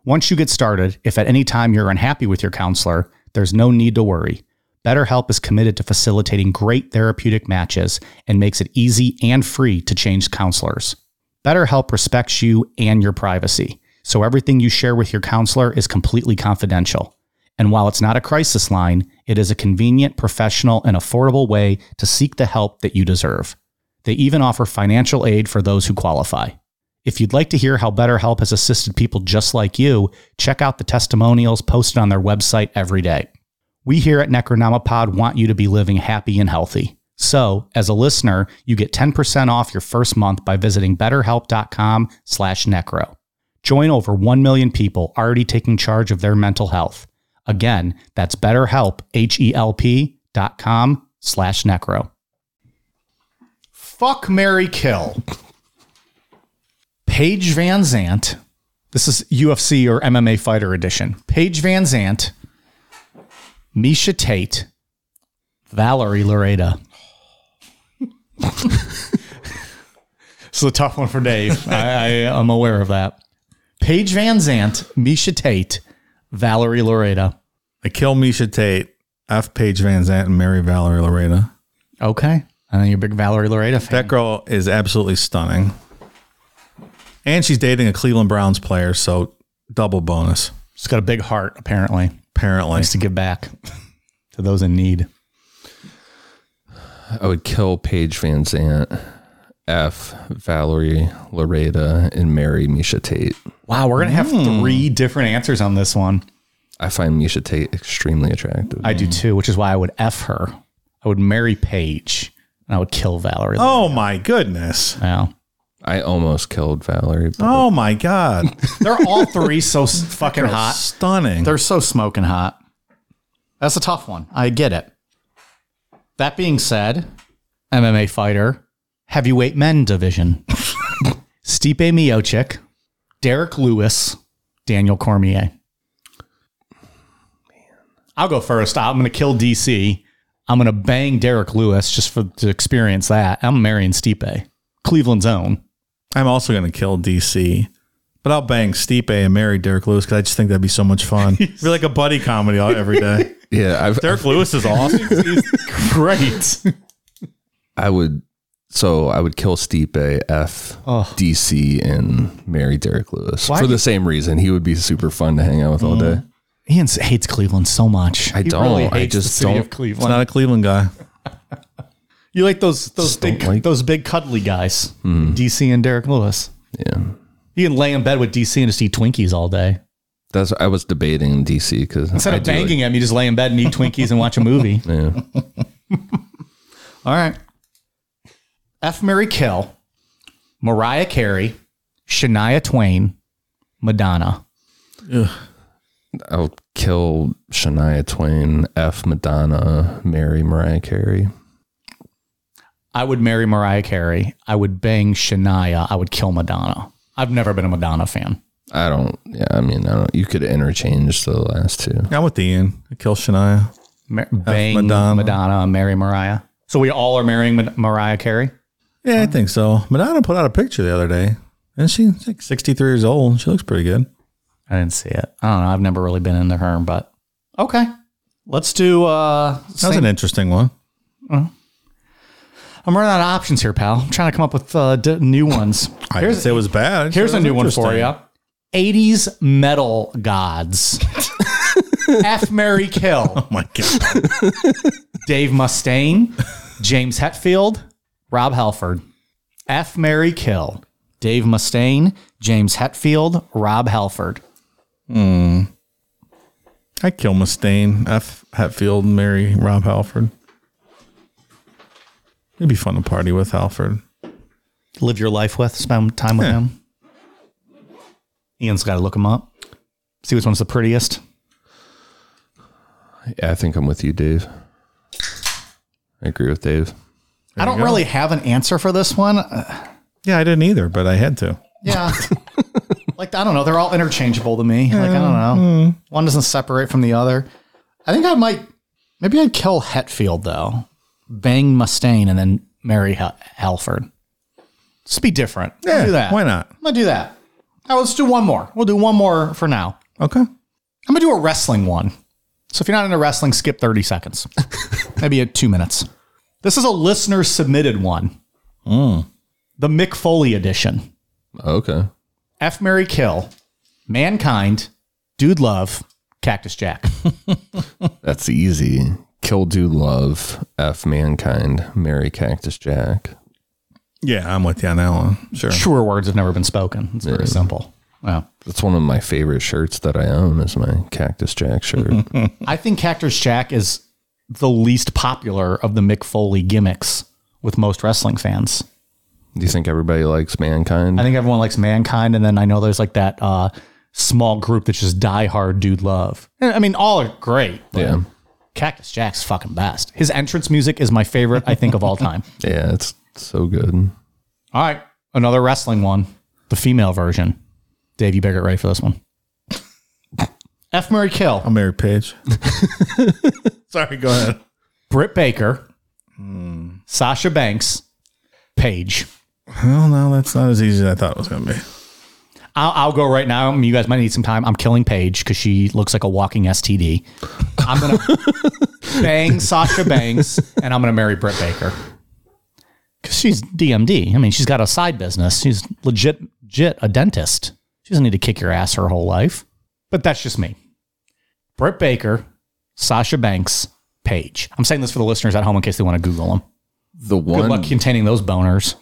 Once you get started, if at any time you're unhappy with your counselor, there's no need to worry. BetterHelp is committed to facilitating great therapeutic matches and makes it easy and free to change counselors. BetterHelp respects you and your privacy, so everything you share with your counselor is completely confidential. And while it's not a crisis line, it is a convenient, professional, and affordable way to seek the help that you deserve. They even offer financial aid for those who qualify. If you'd like to hear how BetterHelp has assisted people just like you, check out the testimonials posted on their website every day. We here at Necronomipod want you to be living happy and healthy. So, as a listener, you get 10% off your first month by visiting betterhelp.com slash necro. Join over 1 million people already taking charge of their mental health. Again, that's betterhelp, H-E-L-P dot com slash necro. Fuck, Mary kill. Paige Van Zant. This is UFC or MMA fighter edition. Paige Van Zant, Misha Tate, Valerie [laughs] Lareda. It's a tough one for Dave. [laughs] I, I am aware of that. Paige Van Zant, Misha Tate, Valerie Lareda. I kill Misha Tate, F. Paige Van Zant, and Mary Valerie Lorena. Okay. I know you're a big Valerie Lareda fan. That girl is absolutely stunning. And she's dating a Cleveland Browns player, so double bonus, She's got a big heart, apparently. apparently. Needs to give back [laughs] to those in need. I would kill Paige Van Zant, F, Valerie, Loretta, and Mary Misha Tate. Wow, we're gonna have three different answers on this one. I find Misha Tate extremely attractive. I do too, which is why I would f her. I would marry Paige, and I would kill Valerie. Oh my goodness. Now I almost killed Valerie. But Oh [laughs] my God. they're all three so s- fucking hot. Stunning. They're so smoking hot. That's a tough one. I get it. That being said, MMA fighter, heavyweight men division. [laughs] Stipe Miocic, Derek Lewis, Daniel Cormier. I'll go first. I'm going to kill DC. I'm going to bang Derek Lewis just for to experience that. I'm marrying Stipe, Cleveland's own. I'm also going to kill DC, but I'll bang Stipe and marry Derek Lewis because I just think that'd be so [laughs] much fun. It'd be like a buddy comedy all- every day. yeah, I've, Derek Lewis is [laughs] awesome. [laughs] Great. I would. So I would kill Stipe, F, DC, and Mary Derek Lewis for the same reason. He would be super fun to hang out with all day. Ian s- hates Cleveland so much. I don't. I just don't- He's Cleveland. not a Cleveland guy. You like those those big don't like- Mm-hmm. those big cuddly guys, DC and Derek Lewis. Yeah, You can lay in bed with DC and just eat Twinkies all day. that's. I was debating DC because Instead I of do like- banging him, you just lay in bed and eat Twinkies and watch a movie. [laughs] yeah. [laughs] All right. F. Mary Kill, Mariah Carey, Shania Twain, Madonna. I'll kill Shania Twain, F Madonna, Mary Mariah Carey. I would marry Mariah Carey. I would bang Shania. I would kill Madonna. I've never been a Madonna fan. I don't. Yeah, I mean, I don't. You could interchange the last two. I'm with Ian. I kill Shania. Mar- bang Madonna. Madonna. and marry Mariah. So we all are marrying Mad- Mariah Carey. Yeah, I think so. Madonna put out a picture the other day, and she's like 63 years old. She looks pretty good. I didn't see it. I don't know. I've never really been into her, but okay. Let's do. uh That's Saint- an interesting one. I'm running out of options here, pal. I'm trying to come up with uh, d- new [laughs] ones. I Here's- didn't say it was bad. I just Here's said a it was new one for interesting. you 80s metal [laughs] gods. F. Mary Kill. Oh my god! Dave Mustaine, James Hetfield, Rob Halford. F. Mary Kill. Dave Mustaine, James Hetfield, Rob Halford. I kill Mustaine, F. Hatfield, Mary, Rob Halford. It'd be fun to party with Halford. Live your life with, spend time with him. Ian's got to look him up. See which one's the prettiest. Yeah, I think I'm with you, Dave. I agree with Dave. I don't go. really have an answer for this one. Uh, Yeah, I didn't either, but I had to. [laughs] yeah. like, I don't know. They're all interchangeable to me. Like, I don't know. One doesn't separate from the other. I think I might, maybe I'd kill Hetfield, though. Bang Mustaine and then marry Hel- Halford. Just be different. We'll Yeah, do that. why not? I'm going to do that. All right, let's do one more. We'll do one more for now. Okay. I'm gonna do a wrestling one. So if you're not into wrestling, skip 30 seconds. Maybe at two minutes. This is a listener submitted one. The Mick Foley edition. Okay. F Mary Kill, Mankind, Dude Love, Cactus Jack. That's easy. Kill, do, love, F, mankind, Mary, Cactus Jack. Yeah, I'm with you on that one. [laughs] Sure. Truer words have never been spoken. It's very simple. Wow. That's one of my favorite shirts that I own is my Cactus [laughs] Jack shirt. I think Cactus Jack is the least popular of the Mick Foley gimmicks with most wrestling fans. Do you think everybody likes mankind? I think everyone likes mankind, and then I know there's like that uh, small group that's just diehard dude love. And, I mean, all are great. but yeah. Cactus Jack's fucking best. His entrance music is my favorite, I think, of all time. Yeah, it's so good. All right, another wrestling one, the female version. Dave, you better get ready for this one. F. Murray Kill, I'm Mary Page. [laughs] Sorry, go ahead. Britt Baker, Sasha Banks, Paige. Well, no, that's not as easy as I thought it was going to be. I'll, I'll go right now. I mean, You guys might need some time. I'm killing Paige because she looks like a walking STD. I'm gonna bang Sasha Banks, and I'm gonna marry Britt Baker because she's DMD. I mean, she's got a side business. She's legit, legit a dentist. She doesn't need to kick your ass her whole life. But that's just me. Britt Baker, Sasha Banks, Paige. I'm saying this for the listeners at home in case they want to Google them. The Good one luck containing those boners.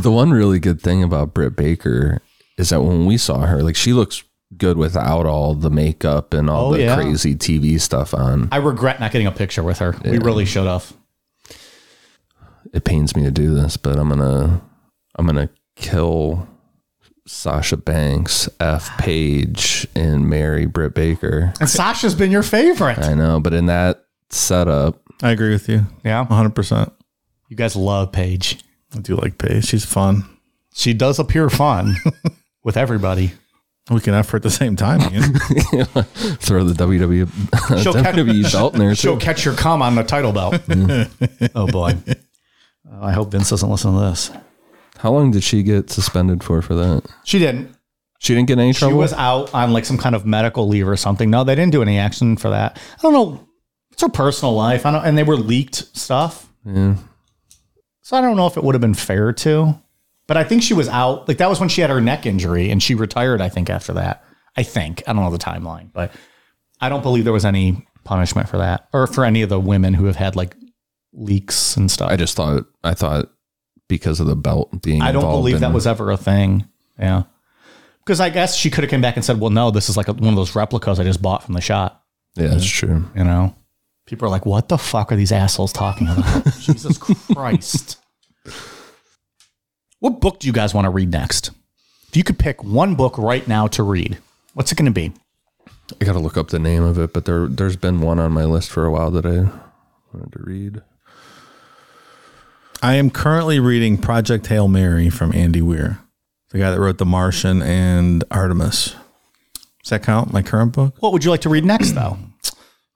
the one really good thing about Britt Baker is that when we saw her, like she looks good without all the makeup and all Oh, the yeah. crazy TV stuff on. I regret not getting a picture with her. We really should have. It pains me to do this, but I'm gonna I'm gonna kill Sasha Banks, F Page, and Mary Britt Baker. And Sasha's been your favorite. I know, but in that setup, I agree with you Yeah. 100%. You guys love Paige. I do like Paige. She's fun. She does appear fun [laughs] with everybody. We can effort at the same time. Ian. throw the E, WWE, [laughs] She'll catch- WWE belt in [laughs] there. She'll too. catch your cum on the title belt. [laughs] oh boy. Uh, I hope Vince doesn't listen to this. How long did she get suspended for for that? She didn't. She didn't get any She trouble. was out on like some kind of medical leave or something. No, they didn't do any action for that. I don't know. It's her personal life. I don't and they were leaked stuff. yeah. So I don't know if it would have been fair to. But I think she was out. Like that was when she had her neck injury and she retired, I think, after that. I think. I don't know the timeline, but I don't believe there was any punishment for that. Or for any of the women who have had like leaks and stuff. I I, just thought I thought because of the belt being. don't involved believe in- that was ever a thing. Yeah. Because I guess she could have came back and said, Well, no, this is like a, one of those replicas I just bought from the shop, Yeah, that's true. you know? People are like, What the fuck are these assholes talking [laughs] about? Jesus Christ. What book do you guys want to read next? If you could pick one book right now to read, what's it going to be? I got to look up the name of it, but there there's been one on my list for a while that I wanted to read. I am currently reading Project Hail Mary from Andy Weir, the guy that wrote The Martian and Artemis. Does that count? My current book? What would you like to read next, though?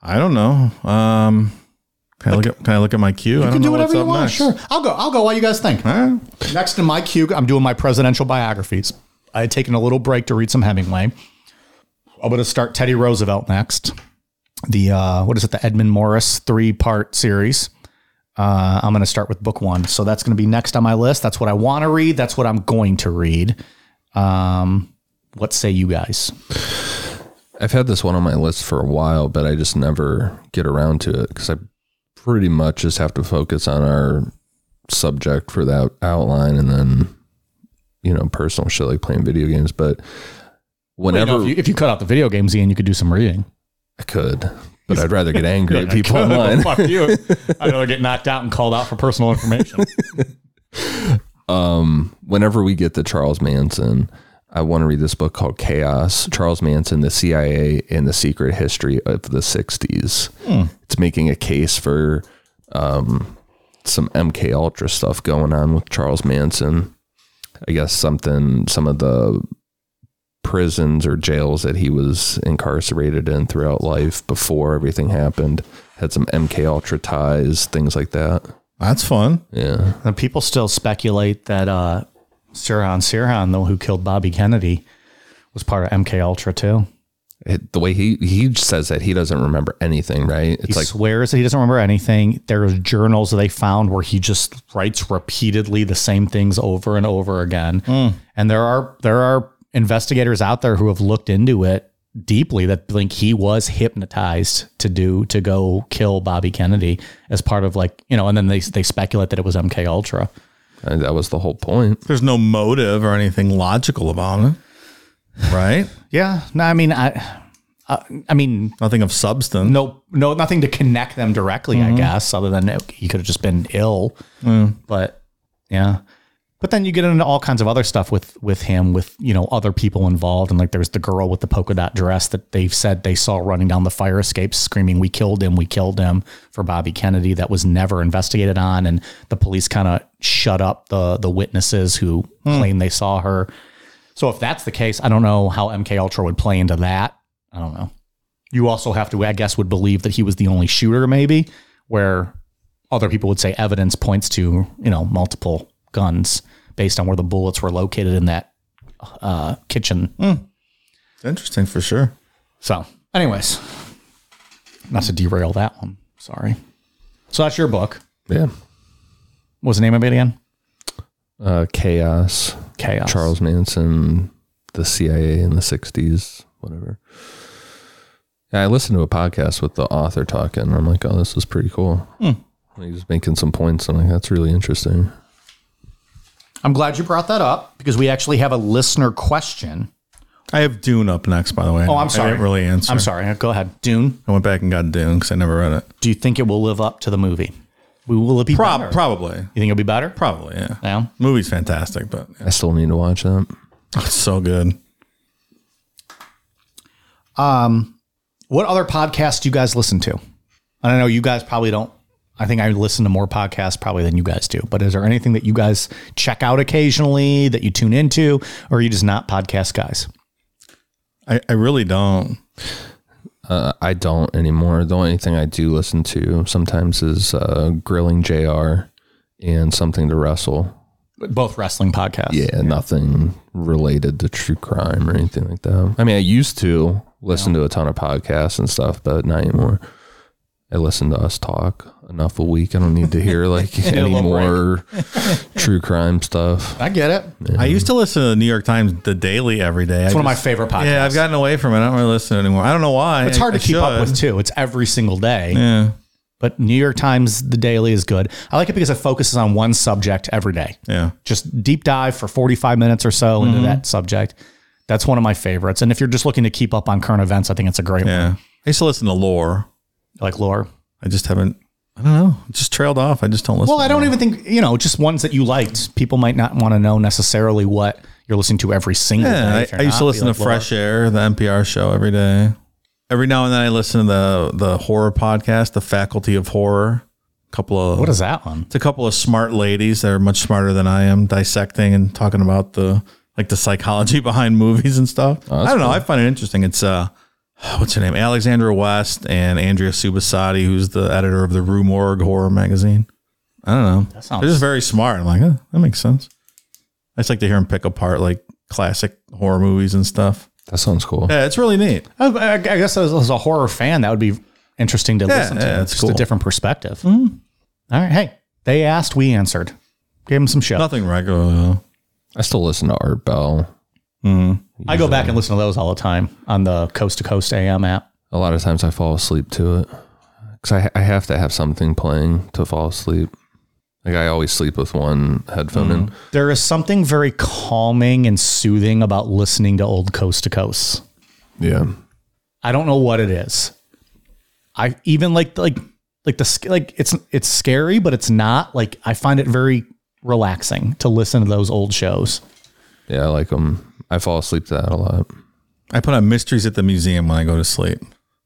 I don't know. Um, Can I look at Can I look at my queue? You I don't can know do whatever what's you up want. Sure. next. I'll go. I'll go while you guys think. All right. Next in my queue, I'm doing my presidential biographies. I had taken a little break to read some Hemingway. I'm going to start Teddy Roosevelt next. The uh, what is it? The Edmund Morris three part series. Uh, I'm going to start with book one, so that's going to be next on my list. That's what I want to read. That's what I'm going to read. Um, what say you guys? I've had this one on my list for a while, but I just never get around to it because I pretty much just have to focus on our subject for that outline and then, you know, personal shit like playing video games. But You know, whenever if, you, if you cut out the video games, Ian, you could do some reading. I could, but I'd rather get angry [laughs] at people online. Fuck [laughs] you! I'd rather get knocked out and called out for personal information. um, whenever we get to Charles Manson, I want to read this book called Chaos Charles Manson, the CIA, and the Secret History of the 60s. It's making a case for um, some MK Ultra stuff going on with Charles Manson. I guess something, some of the prisons or jails that he was incarcerated in throughout life before everything happened had some MK Ultra ties, things like that. That's fun. Yeah. And people still speculate that uh, Sirhan Sirhan, though, who killed Bobby Kennedy, was part of MK Ultra too. it, the way he he says that he doesn't remember anything, right? It's He like swears that he doesn't remember anything. There are journals that they found where he just writes repeatedly the same things over and over again. And there are there are investigators out there who have looked into it deeply that think he was hypnotized to do to go kill Bobby Kennedy as part of like you know. And then they they speculate that it was MK Ultra. uh, that was the whole point. There's no motive or anything logical about it, right? Yeah, no, I mean I. Uh, I mean, Nothing of substance. no, no, nothing to connect them directly, I guess, other than it- he could have just been ill. But yeah, but then you get into all kinds of other stuff with with him, with you know other people involved, and like there's the girl with the polka dot dress that they've said they saw running down the fire escape, screaming, "We killed him! We killed him!" for Bobby Kennedy. That was never investigated on, and the police kind of shut up the the witnesses who claim they saw her. So if that's the case, I don't know how MK Ultra would play into that. I don't know you also have to, I guess, would believe that he was the only shooter, maybe, where other people would say evidence points to, you know, multiple guns based on where the bullets were located in that uh, kitchen. Hmm. Interesting for sure. So, anyways, not to derail that one. Sorry. So that's your book. Yeah, What was the name of it again? uh, chaos. Chaos. Charles Manson, the CIA in the '60s, whatever. Yeah, I listened to a podcast with the author talking. And I'm like, oh, this is pretty cool. He was making some points. I'm like, that's really interesting. I'm glad you brought that up because we actually have a listener question. I have Dune up next, by the way. Oh, I'm I sorry. didn't really answer. I'm sorry. Go ahead. Dune, I went back and got Dune because I never read it. do you think it will live up to the movie? Will it be Prob- better? probably, you think it'll be better? probably, yeah. Yeah. Movie's fantastic, but I still need to watch that. it's so good. What other podcasts do you guys listen to? I don't know. You guys probably don't. I think I listen to more podcasts probably than you guys do. But is there anything that you guys check out occasionally that you tune into, or are you just not podcast guys? I, I really don't. Uh, I don't anymore. The only thing I do listen to sometimes is uh, grilling Jr. and something to wrestle. Both wrestling podcasts. Yeah, nothing related to true crime or anything like that. I mean, I used to listen to a ton of podcasts and stuff, but not anymore. I listen to us talk enough a week. I don't need to hear like any little more true crime stuff. I get it. It's I used to listen to the New York Times The Daily every day. It's one of my favorite podcasts. Yeah, I've gotten away from it. I don't really listen anymore. I don't know why. it's hard to keep up with too. It's every single day. Yeah. But New York Times The Daily is good. I like it because it focuses on one subject every day. Yeah. just deep dive for 45 minutes or so Mm-hmm. into that subject. That's one of my favorites. And if you're just looking to keep up on current events, I think it's a great one. Yeah. I used to listen to lore. Like lore. I just haven't, I don't know, It just trailed off. I just don't listen. Well, I don't even think, you know, just ones that you liked. People might not want to know necessarily what you're listening to every single Yeah, day. I, if you're I used to not, listen like, to Fresh Air, the NPR show, every day. Every now and then, I listen to the the horror podcast, the Faculty of Horror. A couple of What is that one? it's a couple of smart ladies that are much smarter than I am, dissecting and talking [laughs] about the like the psychology behind movies and stuff. I don't know. I find it interesting. It's uh, what's her name? Alexandra West and Andrea Subasati, who's the editor of the Rue Morgue horror magazine. I don't know. That sounds- They're just very smart. I'm like, huh, that makes sense. I just like to hear them pick apart like classic horror movies and stuff. That sounds cool. Yeah, it's really neat. I, I- I guess as, as a horror fan, that would be interesting to listen to. yeah, it's Just a cool. Hmm. different perspective. All right. Hey, they asked, we answered. Gave them some shit. Nothing regular though. I still listen to Art Bell. I go back and listen to those all the time on the Coast to Coast AM app. A lot of times I fall asleep to it because I, I have to have something playing to fall asleep. Like I always sleep with one headphone in. There is something very calming and soothing about listening to old Coast to Coast. Yeah. I don't know what it is. I even like like like the sc- like it's it's scary, but it's not. Like I find it very relaxing to listen to those old shows. Yeah, I like them. I fall asleep to that a lot. I put on Mysteries at the Museum when I go to sleep.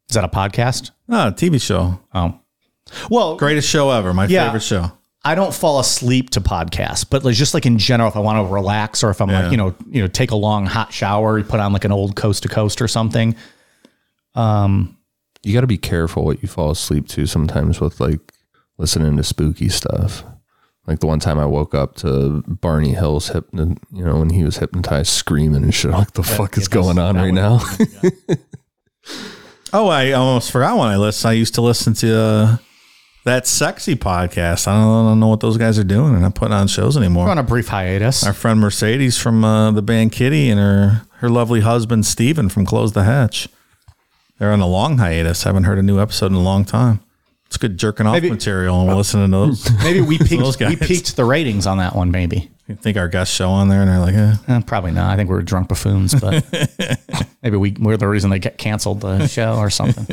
Is that a podcast? Ah, TV show. Oh, well, Greatest show ever. My Yeah. favorite show. I don't fall asleep to podcasts, but like, just like in general, if I want to relax or if I'm like, you know, you know, take a long hot shower, you put on like an old coast to coast or something. You got to be careful what you fall asleep to sometimes with like listening to spooky stuff. Like the one time I woke up to Barney Hill's hypno, you know, when he was hypnotized screaming and shit. Like the Oh, fuck is going on right now? [laughs] Oh, I almost forgot when I listen. I used to listen to uh, that sexy podcast. I don't, I don't know what those guys are doing. They're not putting on shows We're anymore. on a brief hiatus. Our friend Mercedes from uh, the band Kitty and her her lovely husband Steven from Close the Hatch. They're on a long hiatus. haven't heard a new episode in a long time. It's good jerking off Maybe- material, and we'll listen to those. [laughs] Maybe we Those peaked, guys. we peaked the ratings on that one. Maybe [laughs] you think our guest show on there, and they're like, eh. Eh, probably not. I think we were drunk buffoons, [laughs] but maybe we we're the reason they get canceled the show or something.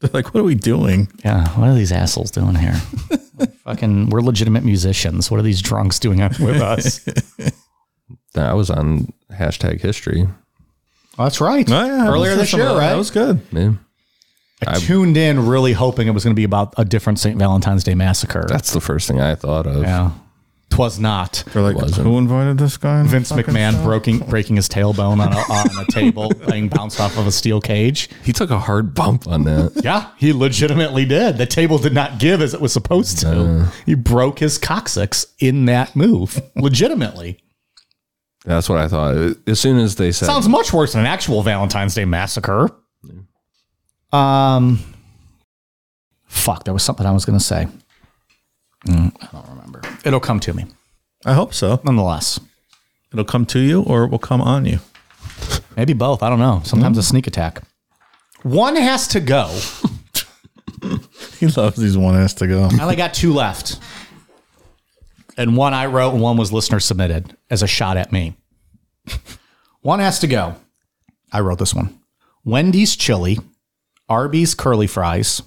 they're like, what are [laughs] we doing? Yeah, what are these assholes doing [laughs] here? Fucking, we're legitimate musicians. What are these drunks doing with us? Then I was on hashtag history. [laughs] that's right. Oh, yeah, I Earlier listened this to some year, of that. right? That was good. Man, I tuned in really hoping it was going to be about a different St. Valentine's Day massacre. that's the first thing I thought of. Yeah. Twas not. They're like, Wasn't. who invited this guy? Vince McMahon breaking breaking his tailbone on a, on a table, being bounced off of a steel cage. He took a hard bump [laughs] on that. Yeah, he legitimately did. The table did not give as it was supposed to. he broke his coccyx in that move, [laughs] legitimately. that's what I thought. As soon as they said, Sounds much worse than an actual Valentine's Day massacre. Um, fuck, there was something I was going to say. Mm, I don't remember. It'll come to me, I hope so. nonetheless. It'll come to you, or it will come on you. Maybe both. I don't know. Sometimes a sneak attack. One has to go. He loves these one ass to go. I only got two left. And one I wrote and one was listener submitted as a shot at me. [laughs] one has to go. I wrote this one Wendy's chili, Arby's curly fries,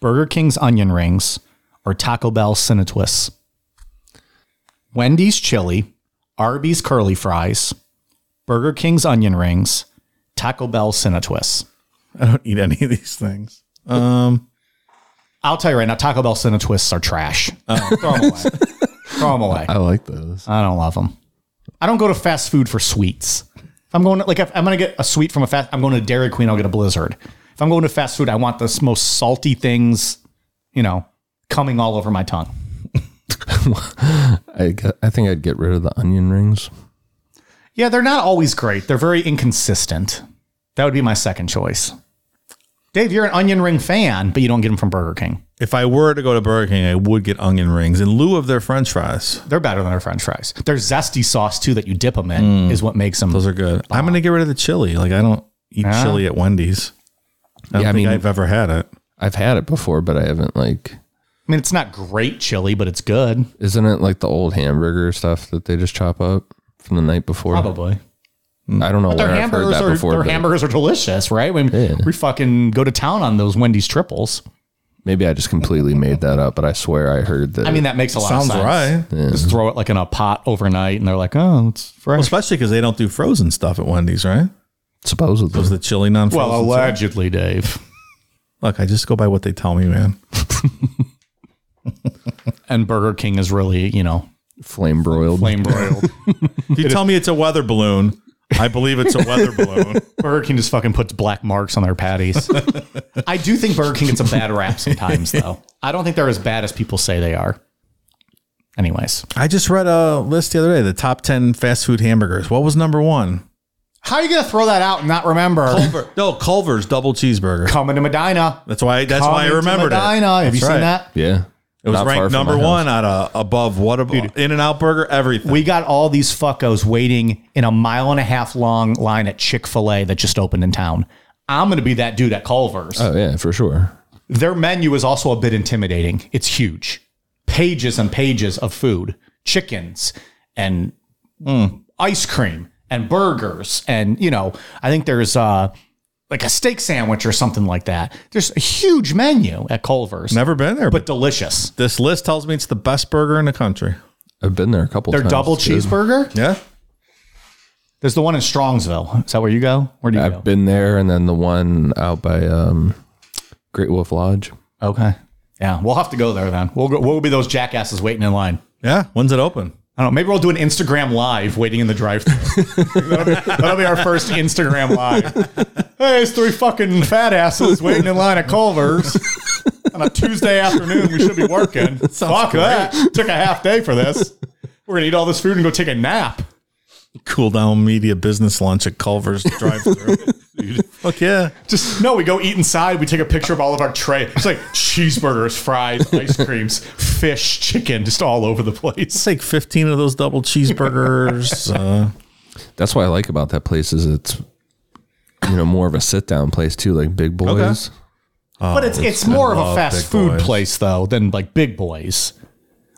Burger King's onion rings, or Taco Bell Cine Twists. Wendy's chili, Arby's curly fries, Burger King's onion rings, Taco Bell Cine Twists. I don't eat any of these things. Um, I'll tell you right now, Taco Bell Cine Twists are trash. Oh, Throw them away. [laughs] Throw them away. I like those. I don't love them. I don't go to fast food for sweets. If I'm going to, like if I'm going to get a sweet from a fast. I'm going to Dairy Queen. I'll get a Blizzard. If I'm going to fast food, I want the most salty things, you know, coming all over my tongue. I, got- I think I'd get rid of the onion rings. Yeah, they're not always great. They're very inconsistent. That would be my second choice. Dave, you're an onion ring fan, but you don't get them from Burger King. if I were to go to Burger King, I would get onion rings in lieu of their French fries. They're better than their French fries. Their zesty sauce too that you dip them in is what makes them. Mm. Those are good. I'm gonna get rid of the chili. Like I don't eat chili at Wendy's. I don't Yeah, I think I mean- have ever had it. I've had it before, but I haven't like I mean, it's not great chili, but it's good. Isn't it like the old hamburger stuff that they just chop up from the night before? Probably. I don't know where Their I've heard hamburgers that are before. their but hamburgers are delicious, right? When Yeah. we fucking go to town on those Wendy's triples, Maybe I just completely made that up, but I swear I heard that. I mean that makes a lot Sounds of sense. right. Just throw it like in a pot overnight, and they're like, oh, it's Well, fresh. especially because they don't do frozen stuff at Wendy's, right? supposedly. Was the chili non frozen? allegedly, Dave. Look, I just go by what they tell me, [laughs] man. And Burger King is really, you know, flame [laughs] broiled. flame broiled. If you tell me it's a weather balloon, I believe it's a weather balloon. Burger King just fucking puts black marks on their [laughs] patties. I do think Burger King gets a bad rap sometimes, though. I don't think they're as bad as people say they are. Anyways, [laughs] I just read a list the other day, the top 10 fast food hamburgers. What was number one? how are you gonna throw that out and not remember? No, Culver's double cheeseburger. Coming to Medina. That's why that's why I Coming to remembered it. Medina. Have That's you right. seen that? Yeah. It was Not far ranked from number my house. one out of above what about In and Out Burger, everything. We got all these fuckos waiting in a mile and a half long line at Chick fil A that just opened in town. I'm going to be that dude at Culver's. Oh yeah, for sure. Their menu is also a bit intimidating. It's huge pages and pages of food, chickens and mm, ice cream and burgers. And, you know, I think there's uh, like a steak sandwich or something like that. There's a huge menu at Culver's, Never been there, but but delicious. this list tells me it's the best burger in the country. I've been there a couple Their times. double too. cheeseburger. Yeah. There's the one in Strongsville. Is that where you go? Where do you go? I've been there and then the one out by um, Great Wolf Lodge. Okay. Yeah, we'll have to go there then. We'll go, we'll be those jackasses waiting in line. Yeah. When's it open? I don't know. Maybe we'll do an Instagram live waiting in the drive-thru. [laughs] that'll, that'll be our first Instagram live. Hey, it's three fucking fat asses waiting in line at Culver's on a Tuesday afternoon. We should be working. Fuck that. Took a half day for this. We're gonna eat all this food and go take a nap. Cool down media business lunch at Culver's drive through. Fuck yeah. Just no, we go eat inside. We take a picture of all of our tray. It's like cheeseburgers, fries, ice creams, fish, chicken, just all over the place. Let's take 15 of those double cheeseburgers. Uh, That's what I like about that place is it's you know more of a sit down place too, like Big Boys. But it's it's more of a Oh, love fast Big food Boys. place though than like Big Boys.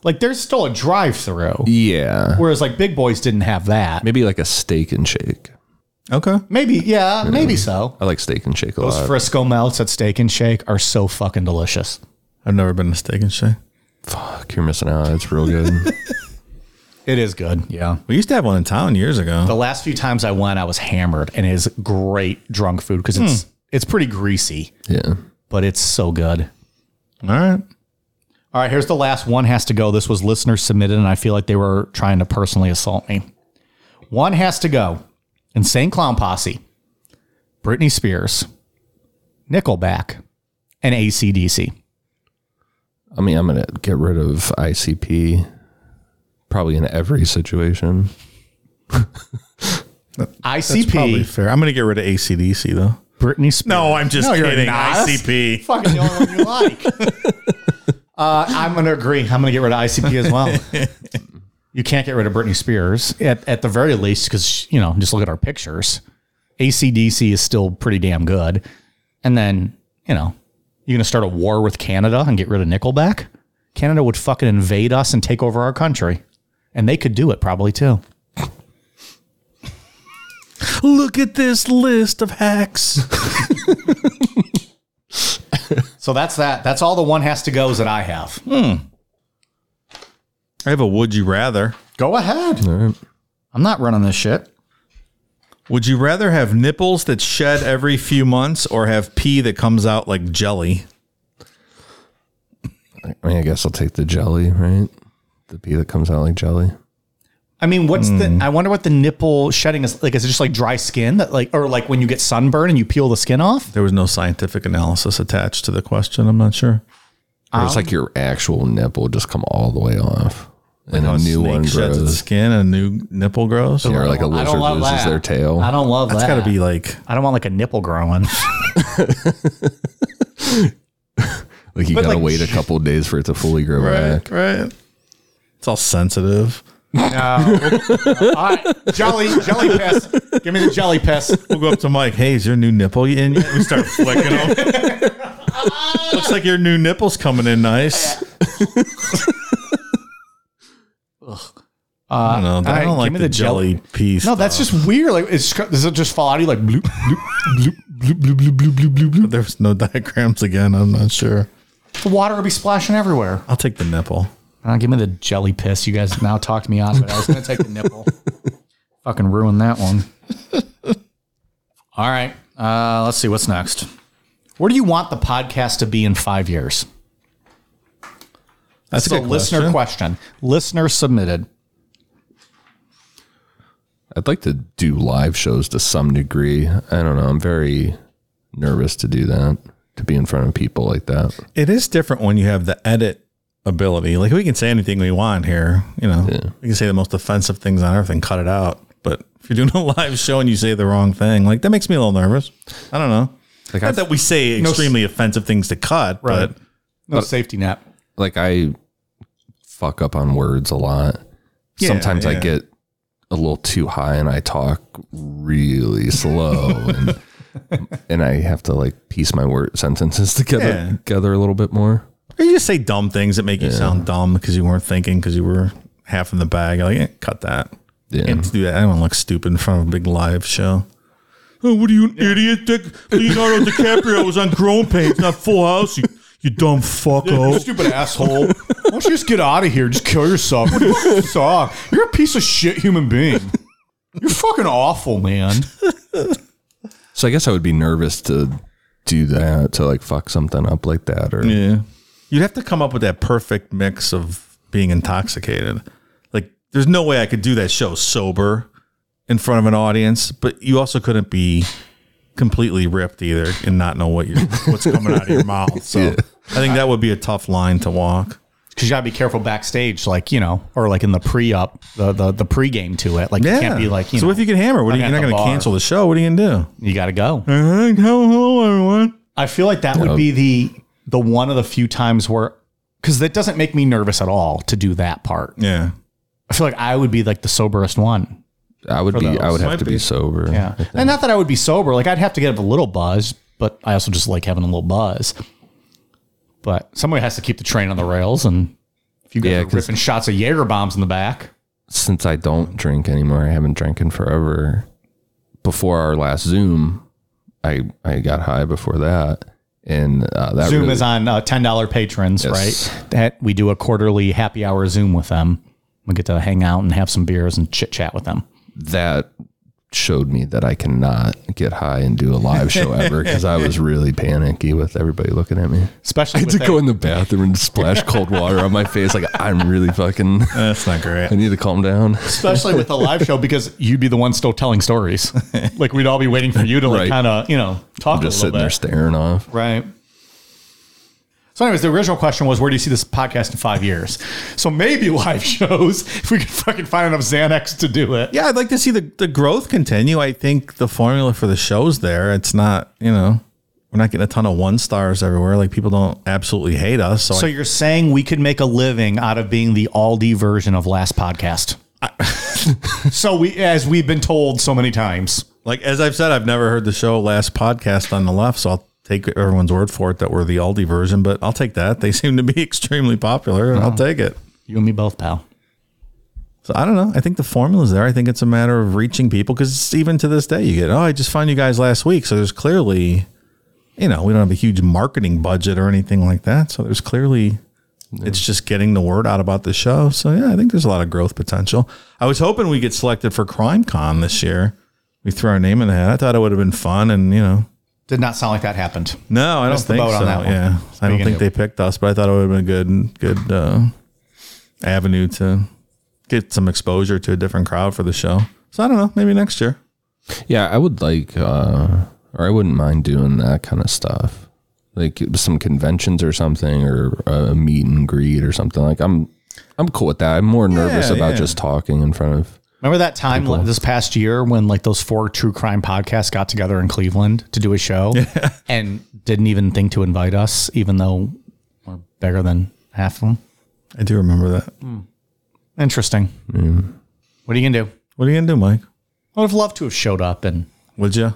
Like there's still a drive through, Yeah, whereas like Big Boys didn't have that. maybe like a steak and shake. okay. Maybe yeah, maybe so. I like steak and shake a Those lot. Frisco melts at Steak and Shake are so fucking delicious. I've never been to Steak and Shake. Fuck, you're missing out. It's [laughs] real good. It is good. Yeah. We used to have one in town years ago. The last few times I went, I was hammered, and it is great drunk food because Hmm. it's it's pretty greasy, yeah, but it's so good. All right. All right, here's the last one has to go. This was listener submitted, and I feel like they were trying to personally assault me. One has to go. Insane Clown Posse, Britney Spears, Nickelback, and ACDC. I mean, I'm gonna get rid of ICP. Probably in every situation. ICP, fair. I'm going to get rid of ACDC, though. Britney Spears. No, I'm just No, you're kidding. not. ICP. fucking the only one you like. uh, I'm going to agree. I'm going to get rid of ICP as well. you can't get rid of Britney Spears at, at the very least because, you know, just look at our pictures. ACDC is still pretty damn good. And then, you know, you're going to start a war with Canada and get rid of Nickelback? Canada would fucking invade us and take over our country. And they could do it probably too. Look at this list of hacks. So that's that. That's all the one has to goes that I have. I have a would you rather. Go ahead. All right. I'm not running this shit. Would you rather have nipples that shed every few months or have pee that comes out like jelly? I mean, I guess I'll take the jelly, right? The pea that comes out like jelly. I mean, what's Hmm. the? I wonder what the nipple shedding is like. Is it just like dry skin that like, or like when you get sunburn and you peel the skin off? There was no scientific analysis attached to the question. I'm not sure. Or Um, it's like your actual nipple just come all the way off, and How a new one sheds its grows, skin and a new nipple grows. or like a I don't lizard love loses that. their tail. I don't love That's that. got to be like I don't want like a nipple [laughs] growing. Like you But, gotta like, wait a couple days for it to [laughs] fully grow back. right. It's all sensitive. All right, Oh, jelly, jelly piss. Give me the jelly piss. We'll go up to Mike. Hey, is your new nipple in yet? We start flicking them. Looks like your new nipple's coming in [laughs] nice. I don't know. Uh, all I right, don't give like me the, the jell- jelly piece. No, that's just weird. Like, it's, does it just fall out of you like bloop, [laughs] bloop, bloop, bloop, bloop, bloop, bloop, bloop, bloop? There's no diagrams again. I'm not sure. The water will be splashing everywhere. I'll take the nipple. Uh, give me the jelly piss. You guys now talked me out of it. I was going to take the [laughs] nipple. Fucking ruin that one. All right. Uh, let's see what's next. Where do you want the podcast to be in five years? That's It's a listener question. Listener submitted. I'd like to do live shows to some degree. I don't know. I'm very nervous to do that, to be in front of people like that. It is different when you have the edit ability. Like we can say anything we want here. You know, we can say the most offensive things on earth and cut it out. But if you're doing a [laughs] live show and you say the wrong thing, like that makes me a little nervous. I don't know. Not that we say extremely offensive things to cut, but No safety net. Like I fuck up on words a lot. Yeah, Sometimes I yeah. get a little too high and I talk really slow and [laughs] and I have to like piece my word sentences [laughs] together Yeah. together a little bit more. Or you just say dumb things that make you sound dumb because you weren't thinking because you were half in the bag. Like, eh, cut that. Yeah. Can't do that. I don't want to look stupid in front of a big live show. Oh, what are you, an idiot? Dick? Leonardo DiCaprio was on Grown Pains, not Full House. You, you dumb fucko. Stupid asshole. Why don't you just get out of here? Just kill yourself. What do you suck? You're a piece of shit human being. You're fucking awful, man. So I guess I would be nervous to do that to like fuck something up like that or Yeah. You'd have to come up with that perfect mix of being intoxicated. Like, there's no way I could do that show sober in front of an audience, but you also couldn't be completely ripped either and not know what you what's coming out of your mouth. [laughs] So I think that would be a tough line to walk. Because you gotta be careful backstage, like you know, or like in the pre-up, the the, the pre-game to it. Like you can't be like you so know, if you can hammer, what are you, at you're not the going to bar. cancel the show? What are you going to you gotta go. do? Uh, Go home, everyone. I feel like that would be the the one of the few times where because that doesn't make me nervous at all to do that part. Yeah. I feel like I would be like the soberest one. I would be I would have Might to be, be. sober. Yeah, and not that I would be sober. Like I'd have to get a little buzz, but I also just like having a little buzz. But somebody has to keep the train on the rails, and if you guys Yeah, are 'cause- ripping shots of Jaeger bombs in the back, Since I don't drink anymore, I haven't drank in forever. Before our last Zoom, I I got high before that. And uh, that Zoom really, is on uh, ten dollar patrons, Yes. right? That we do a quarterly happy hour Zoom with them. We get to hang out and have some beers and chit chat with them. that showed me that I cannot get high and do a live show ever because I was really panicky with everybody looking [laughs] at me. Especially I with had to that- go in the bathroom and splash cold water on my face. Like I'm really fucking. That's not great. I need to calm [laughs] down. especially with the live [laughs] show because you'd be the one still telling stories. like we'd all be waiting for you to like Right. kind of you know talk Just a little bit. sitting there staring off. Right. So, anyways, the original question was, where do you see this podcast in five years? So maybe [laughs] live shows if we could fucking find enough Xanax to do it. Yeah, I'd like to see the, the growth continue. I think the formula for the show's there. It's not, you know, we're not getting a ton of one stars everywhere. Like people don't absolutely hate us. So, So I, you're saying we could make a living out of being the Aldi version of last podcast? [laughs] so we, as we've been told so many times, like as I've said, I've never heard the show last podcast on the left, so I'll take everyone's word for it that we're the Aldi version, but I'll take that. They [laughs] seem to be extremely popular and I'll take it. you and me both, pal. So I don't know. I think the formula's there. I think it's a matter of reaching people because even to this day, you get, oh, I just found you guys last week. So there's clearly, you know, we don't have a huge marketing budget or anything like that. So there's clearly, it's just getting the word out about the show. So yeah, I think there's a lot of growth potential. I was hoping we get selected for Crime Con this year. We threw our name in the hat. I thought it would have been fun and, you know, Did not sound like that happened. no, I don't Missed the think boat so. on that one. Yeah, I don't Speaking think of- they picked us, but I thought it would have been a good, good uh, avenue to get some exposure to a different crowd for the show. So I don't know, maybe next year. Yeah, I would like, uh, or I wouldn't mind doing that kind of stuff, like some conventions or something, or a meet and greet or something. Like I'm, I'm cool with that. I'm more nervous Yeah, about yeah. just talking in front of. Remember that time like, this past year when like those four true crime podcasts got together in Cleveland to do a show and didn't even think to invite us, even though we're bigger than half of them. I do remember that. Interesting. What are you gonna do? What are you gonna do, Mike? I would have loved to have showed up and Would you?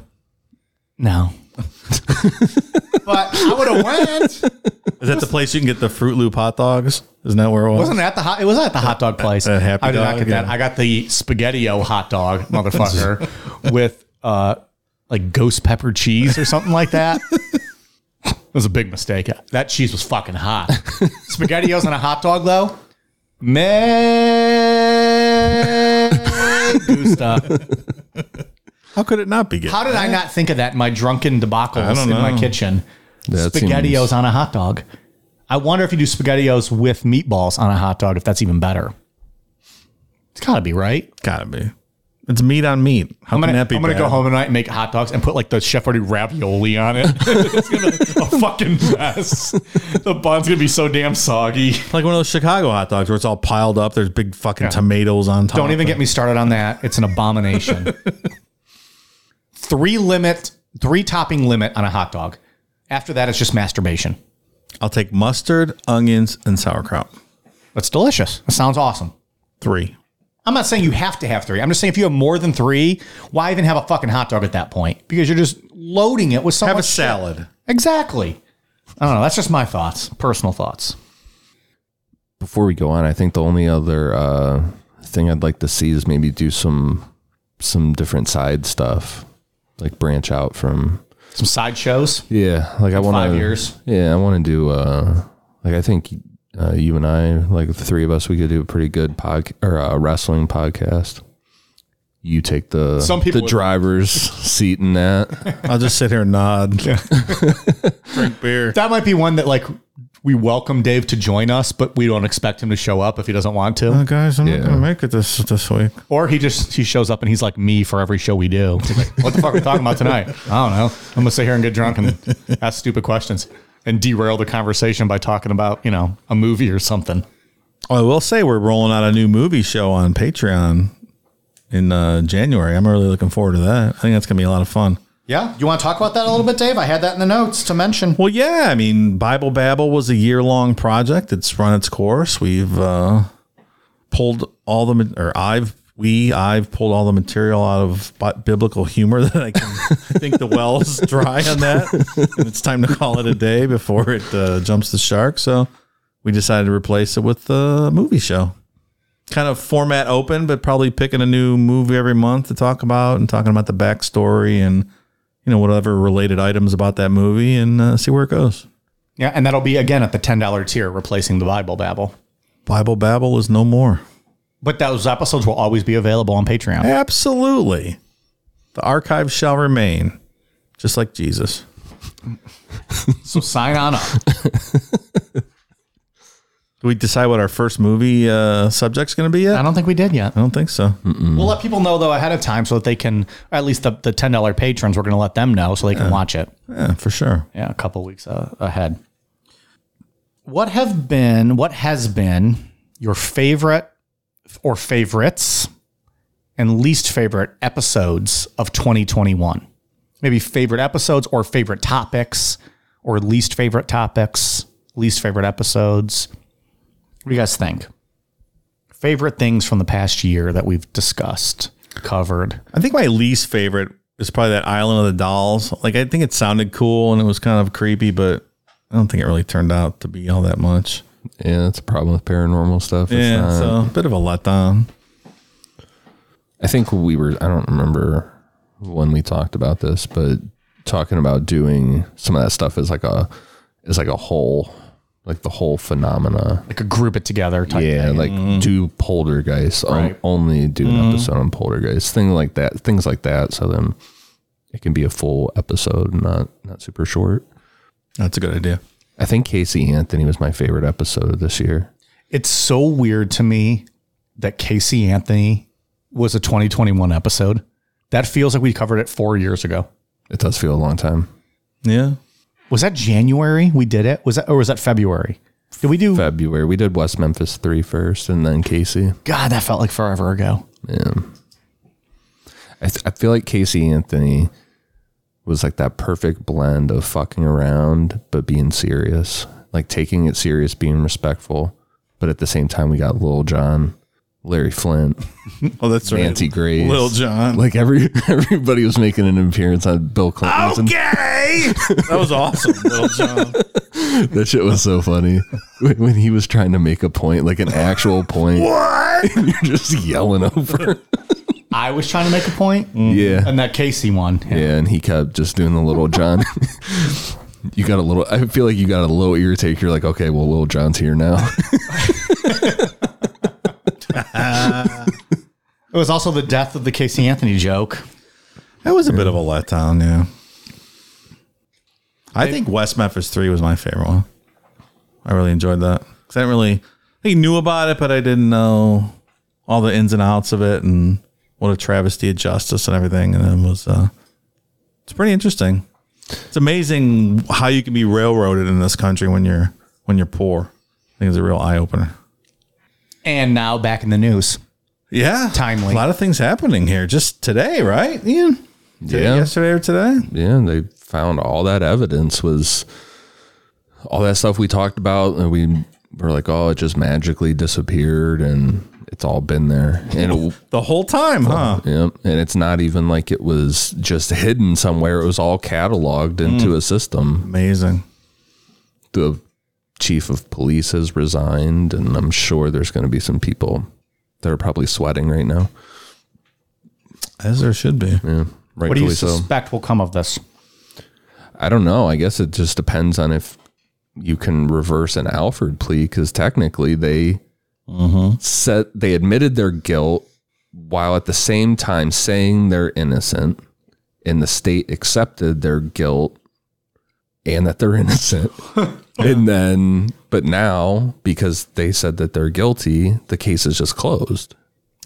no. [laughs] but I would have went. Is that the place you can get the Fruit Loop hot dogs? Isn't that where it was? Wasn't that the hot? It was at the hot dog place. That Happy I did not Dog, get that. yeah. I got the spaghettio hot [laughs] dog, motherfucker, with uh, like ghost pepper cheese or something like [laughs] that. it was a big mistake. That cheese was fucking [laughs] hot. spaghettios and a hot dog though, [laughs] man, gusta. How could it not be good? How did I not think of that in my drunken I debacles don't in my know. kitchen? That spaghettios seems- on a hot dog. I wonder if you do spaghettios with meatballs on a hot dog, if that's even better. It's got to be right. Gotta be. It's meat on meat. How I'm can gonna, that be? I'm gonna bad? go home tonight and make hot dogs and put like the chef already ravioli on it. [laughs] it's gonna be a fucking mess. The bun's gonna be so damn soggy. Like one of those Chicago hot dogs where it's all piled up. There's big fucking tomatoes on top. Don't even get me started on that. It's an abomination. three limit, three topping limit on a hot dog. After that, it's just masturbation. I'll take mustard, onions, and sauerkraut. That's delicious. That sounds awesome. Three. I'm not saying you have to have three. I'm just saying if you have more than three, why even have a fucking hot dog at that point? Because you're just loading it with so Have a much shit. salad. Exactly. I don't know. That's just my thoughts, personal thoughts. before we go on, I think the only other uh, thing I'd like to see is maybe do some some different side stuff, like branch out from Some sideshows. yeah. Like I want Five years. Yeah, I want to do uh, like I think uh, you and I, like the three of us, we could do a pretty good pod or uh, wrestling podcast. You take the Some people the would- driver's [laughs] seat in that. I'll just sit here and nod. [laughs] Drink beer. That might be one that like we welcome Dave to join us, but we don't expect him to show up if he doesn't want to. Uh, guys, I'm Yeah. not gonna make it this this week. Or he just he shows up and he's like me for every show we do. He's like, what the fuck are we talking about tonight? I don't know. I'm gonna sit here and get drunk and ask stupid questions and derail the conversation by talking about you know a movie or something. Oh, I will say we're rolling out a new movie show on Patreon in uh, January. I'm really looking forward to that. I think that's gonna be a lot of fun. Yeah, you want to talk about that a little bit, Dave? I had that in the notes to mention. Well, yeah, I mean, Bible Babel was a year long project. It's run its course. We've uh, pulled all the, ma- or I've, we, I've pulled all the material out of bi- biblical humor [laughs] that I can I think the well's [laughs] dry on that. And it's time to call it a day before it uh, jumps the shark. So we decided to replace it with a movie show. Kind of format open, but probably picking a new movie every month to talk about and talking about the backstory and you know, whatever related items about that movie and uh, see where it goes. Yeah, and that'll be again at the ten dollar tier, replacing the Bible Babble. Bible Babel is no more. But those episodes will always be available on Patreon. Absolutely. The archive shall remain, just like Jesus. So sign on up. Do we decide what our first movie uh, subject's going to be yet? I don't think we did yet. I don't think so. We'll let people know though ahead of time so that they can, at least the, the ten dollar patrons, we're going to let them know so they can watch it. Yeah, for sure. Yeah, a couple weeks uh, ahead. What have been, what has been your favorite or favorites and least favorite episodes of 2021? Maybe favorite episodes or favorite topics or least favorite topics, least favorite episodes. What do you guys think? Favorite things from the past year that we've discussed, covered. I think my least favorite is probably that Island of the Dolls. Like, I think it sounded cool and it was kind of creepy, but I don't think it really turned out to be all that much. yeah, that's a problem with paranormal stuff. It's Yeah, not- so a bit of a letdown. I think we were, I don't remember when we talked about this, but talking about doing some of that stuff is like a, is like a whole, like the whole phenomena. Like a group it together type Yeah. Like do poltergeist, on- only do an episode on poltergeist, thing like that, things like that. So then it can be a full episode, not, not super short. That's a good idea. I think Casey Anthony was my favorite episode of this year. It's so weird to me that Casey Anthony was a 2021 episode. That feels like we covered it four years ago. It does feel a long time. Yeah. Was that January we did it? Was that or was that February? Did we do? February. We did West Memphis 3 first and then Casey. God, that felt like forever ago. I, th- I feel like Casey Anthony was like that perfect blend of fucking around but being serious, like taking it serious, being respectful, but at the same time we got Lil John, Larry Flint, Oh, that's right. Nancy Grace, Lil John. Like every [laughs] everybody was making an appearance on Bill Clinton. Okay. that was awesome, Little John. That shit was so funny when when he was trying to make a point, like an actual [laughs] point. What? You're just yelling over. [laughs] I was trying to make a point, Yeah. and that Casey one. Yeah, and he kept just doing the little John. [laughs] you got a little. I feel like you got a little irritated. You're like, okay, well, little John's here now. [laughs] It was also the death of the Casey Anthony joke. That was a bit of a letdown, yeah. I think West Memphis 3 was my favorite one. I really enjoyed that. 'Cause I didn't really, I knew about it, but I didn't know all the ins and outs of it. And what a travesty of justice and everything. And it was, uh, it's pretty interesting. It's amazing how you can be railroaded in this country when you're when you're poor. I think it's a real eye opener. And now back in the news. Yeah, Timely. A lot of things happening here just today, right, Ian? Today, Yeah. yesterday or today? Yeah, and they found all that evidence was all that stuff we talked about, and we were like, "Oh, it just magically disappeared," and it's all been there, and it, The whole time, huh? yep, and it's not even like it was just hidden somewhere; it was all cataloged Hmm. into a system. Amazing. The chief of police has resigned, and I'm sure there's going to be some people that are probably sweating right now. As there should be. Yeah, What do rightfully you so. suspect will come of this? I don't know. I guess it just depends on if you can reverse an Alford plea because technically they said they admitted their guilt while at the same time saying they're innocent, and the state accepted their guilt and that they're [laughs] innocent. and then, but now because they said that they're guilty, the case is just closed.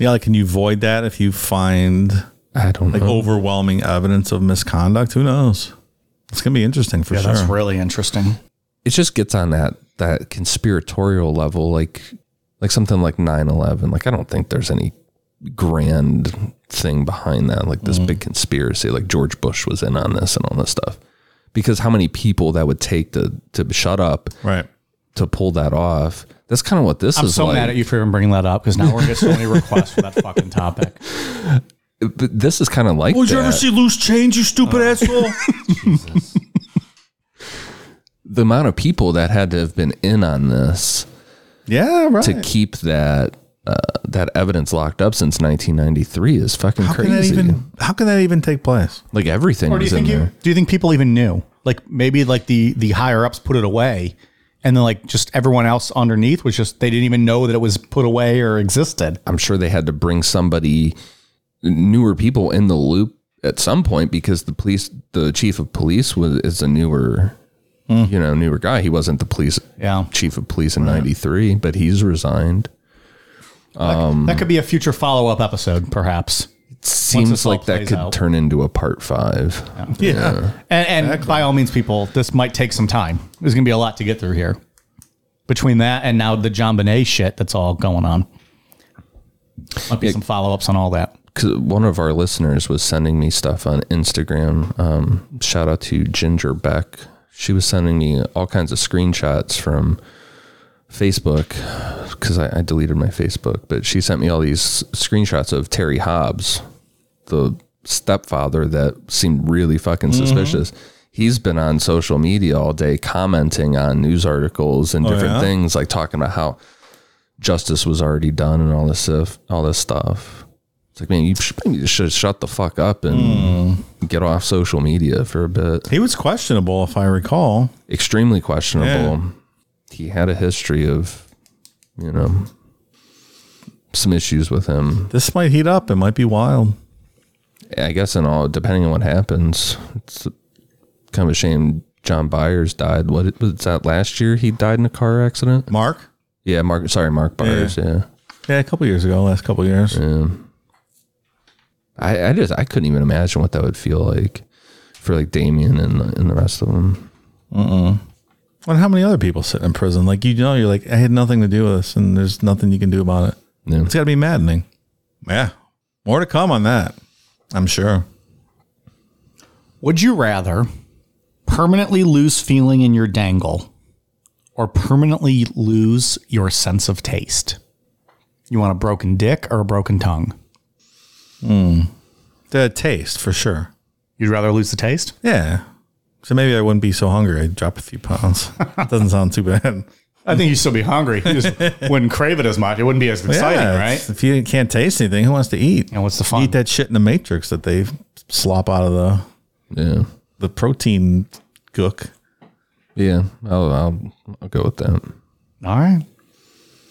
Yeah, like can you void that if you find I don't like know. overwhelming evidence of misconduct? Who knows? It's gonna be interesting for sure. That's really interesting. it just gets on that that conspiratorial level like like something like 9-11 like i don't think there's any grand thing behind that like Mm. this big conspiracy like george bush was in on this and all this stuff because how many people that would take to to shut up Right. to pull that off that's kind of what this I'm is so like mad at you for even bringing that up because now we're gonna get [laughs] so many requests for that fucking topic. But this is kind of like Would you ever that. see loose change, you stupid asshole? the amount of people that had to have been in on this yeah, right. to keep that uh, that evidence locked up since 1993 is fucking how can that crazy even how can that even take place? like everything Or do you was in think there you, do you think people even knew? Like maybe like the the higher ups put it away, and then like just everyone else underneath was just they didn't even know that it was put away or existed. I'm sure they had to bring somebody newer people in the loop at some point because the police the chief of police was is a newer you know newer guy he wasn't the police Hmm. Yeah, chief of police in 93 but he's resigned Mm. that could be a future follow up episode, perhaps. seems this all like that plays could out. turn into a part 5 Yeah. And, and by all means, people, this might take some time. There's going to be a lot to get through here between that and now the John Bonet shit that's all going on. Might be some follow ups on all that. 'Cause one of our listeners was sending me stuff on Instagram um, shout out to Ginger Beck she was sending me all kinds of screenshots from Facebook because I, I deleted my Facebook, but she sent me all these screenshots of Terry Hobbs, the stepfather that seemed really fucking suspicious. He's been on social media all day commenting on news articles and different yeah? things, like talking about how justice was already done and all this stuff. All this stuff. It's like, man, you should, you should shut the fuck up and get off social media for a bit. He was questionable if I recall. Extremely questionable. He had a history of, you know, some issues with him. This might heat up. It might be wild. I guess in all, depending on what happens, it's kind of a shame. John Byers died. What was that last year? He died in a car accident. Mark? Yeah, Mark. Sorry, Mark Byers. Yeah, Yeah, a couple years ago, last couple years. I, I just I couldn't even imagine what that would feel like for like Damien and the, and the rest of them. And how many other people sit in prison? Like you know, you're like, I had nothing to do with this, and there's nothing you can do about it. Yeah. It's got to be maddening. Yeah, more to come on that. I'm sure. Would you rather permanently lose feeling in your dangle or permanently lose your sense of taste? You want a broken dick or a broken tongue? The taste for sure. You'd rather lose the taste? Yeah. So maybe I wouldn't be so hungry. I'd drop a [laughs] few pounds. Doesn't sound too bad. I think you'd still be hungry. You [laughs] just wouldn't crave it as much. It wouldn't be as exciting, Yeah, right? If you can't taste anything, who wants to eat? And what's the fun? Eat that shit in the Matrix that they slop out of the Yeah, the protein gook. yeah. I'll I'll, I'll go with that. All right.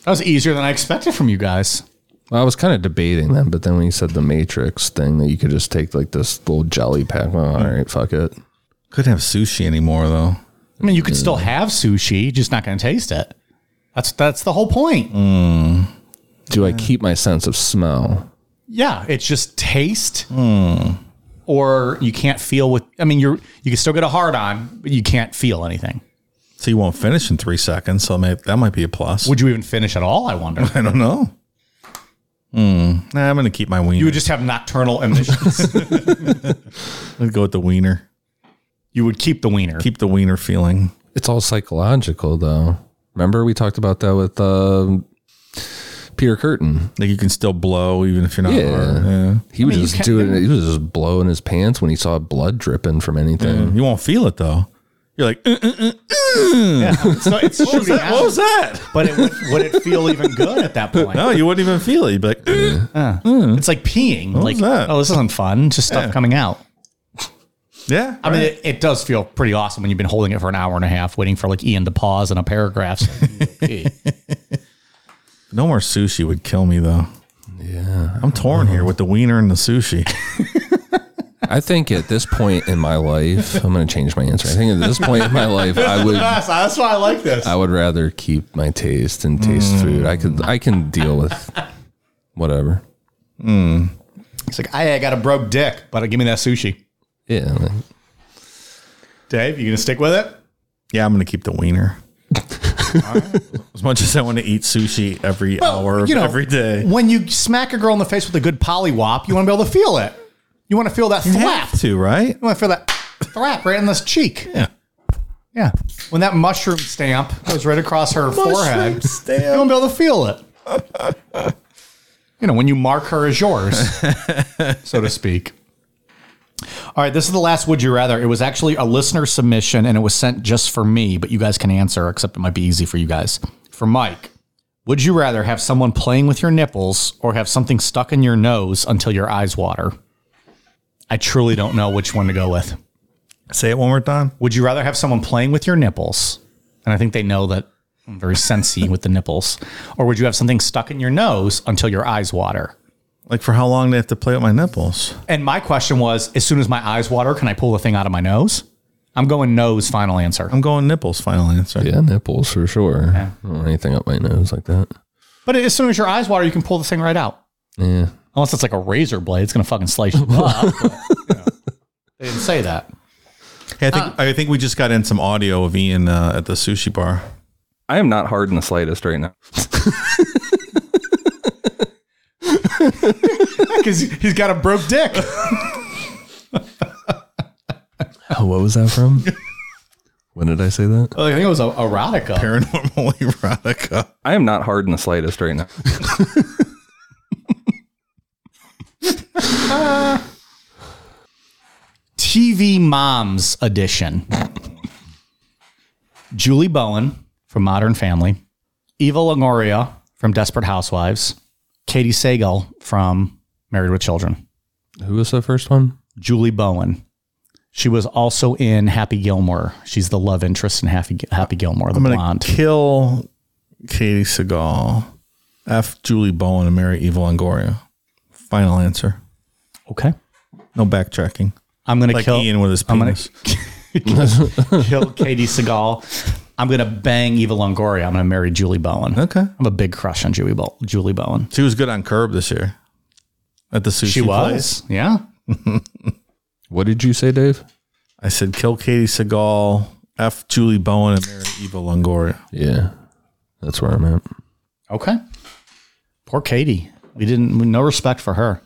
That was easier than I expected from you guys. Well, I was kind of debating that, but then when you said the Matrix thing that you could just take like this little jelly pack, well, all right, fuck it. Couldn't have sushi anymore though. I mean, you could still have sushi, just not going to taste it. That's that's the whole point. Do I keep my sense of smell? Yeah, it's just taste, or you can't feel with. I mean, you're you can still get a hard on, but you can't feel anything. So you won't finish in three seconds. So may, that might be a plus. Would you even finish at all? I wonder. [laughs] [laughs] I don't know. Mm. Nah, I'm gonna keep my wiener. You would just have nocturnal emissions. [laughs] Let's go with the wiener. you would keep the wiener. Keep the wiener feeling. It's all psychological, though. Remember we talked about that with um, Peter Curtin. Like you can still blow even if you're not. Yeah. hard. yeah. He was just doing. He was just blowing his pants when he saw blood dripping from anything. You won't feel it though. You're like, "Uh, uh, uh, so [laughs] it's shooting out. what was that? But it would, would it feel even good at that point? No, you wouldn't even feel it. You'd be like, "Uh." It's like peeing. like, was that? oh, this isn't fun. Just stuff coming out. yeah. I mean, it, it does feel pretty awesome when you've been holding it for an hour and a half, waiting for like Ian to pause in a paragraph. so you can pee. no more sushi would kill me though. Yeah, I'm torn here with the wiener and [laughs] the sushi. I think at this point in my life, I'm going to change my answer. I think at this point in my life, I [laughs] would That's why I like this. I would rather keep my taste and taste food. I could I can deal with whatever. It's like, I, I got a broke dick, but give me that sushi. Yeah, like, Dave, you gonna stick with it? Yeah, I'm gonna keep [laughs] the wiener. As much as I want to eat sushi every hour, of you know, every day, When you smack a girl in the face with a good polywop, you want to be able to feel it. You want to feel that have thwap. You to right? want to feel that thwap right in this cheek. Yeah. Yeah. When that mushroom stamp goes right across her forehead, you want to be able to feel it. [laughs] you know, when you mark her as [laughs] yours, so to speak. All right, this is the last Would You Rather. It was actually a listener submission and it was sent just for me, but you guys can answer, except it might be easy for you guys. For Mike, would you rather have someone playing with your nipples or have something stuck in your nose until your eyes water? I truly don't know which one to go with. Say it one more time. Would you rather have someone playing with your nipples? And I think they know that I'm very sensy with the nipples. Or would you have something stuck in your nose until your eyes water? Like for how long do I have to play with my nipples? And my question was, as soon as my eyes water, can I pull the thing out of my nose? I'm going nose, final answer. I'm going nipples. Final answer. yeah, nipples for sure. I don't want anything up my nose like that. But as soon as your eyes water, you can pull the thing right out. Yeah, Unless it's like a razor blade, it's going to fucking slice you up. but, you know, they didn't say that. [laughs] Hey, I think I think we just got in some audio of Ian uh, at the sushi bar. [laughs] I am not hard in the slightest right now. Because he's got a broke dick. [laughs] [laughs] Oh, what was that from? when did I say that? I think it was a erotica. Paranormal erotica. I am not hard in the slightest right now. TV Moms Edition. Julie Bowen from Modern Family, Eva Longoria from Desperate Housewives, Katie Sagal from Married with Children, Who was the first one? Julie Bowen. She was also in Happy Gilmore. She's the love interest in Happy, Happy Gilmore, the I'm gonna blonde. kill Katie Seagal, F Julie Bowen, and marry Eva Longoria. Final answer. okay. No backtracking. I'm going to Like kill Ian with his I'm gonna- penis. [laughs] kill Katie Seagal. I'm going to bang Eva Longoria. I'm going to marry Julie Bowen. okay. I'm a big crush on Julie, Bo- Julie Bowen. She was good on Curb this year. At the sushi She place. was. Yeah. What did you say, Dave? I said kill Katie Seagal, F Julie Bowen, and marry Eva Longoria. Yeah, that's where I'm at. Okay. Poor Katie. We didn't we- no respect for her.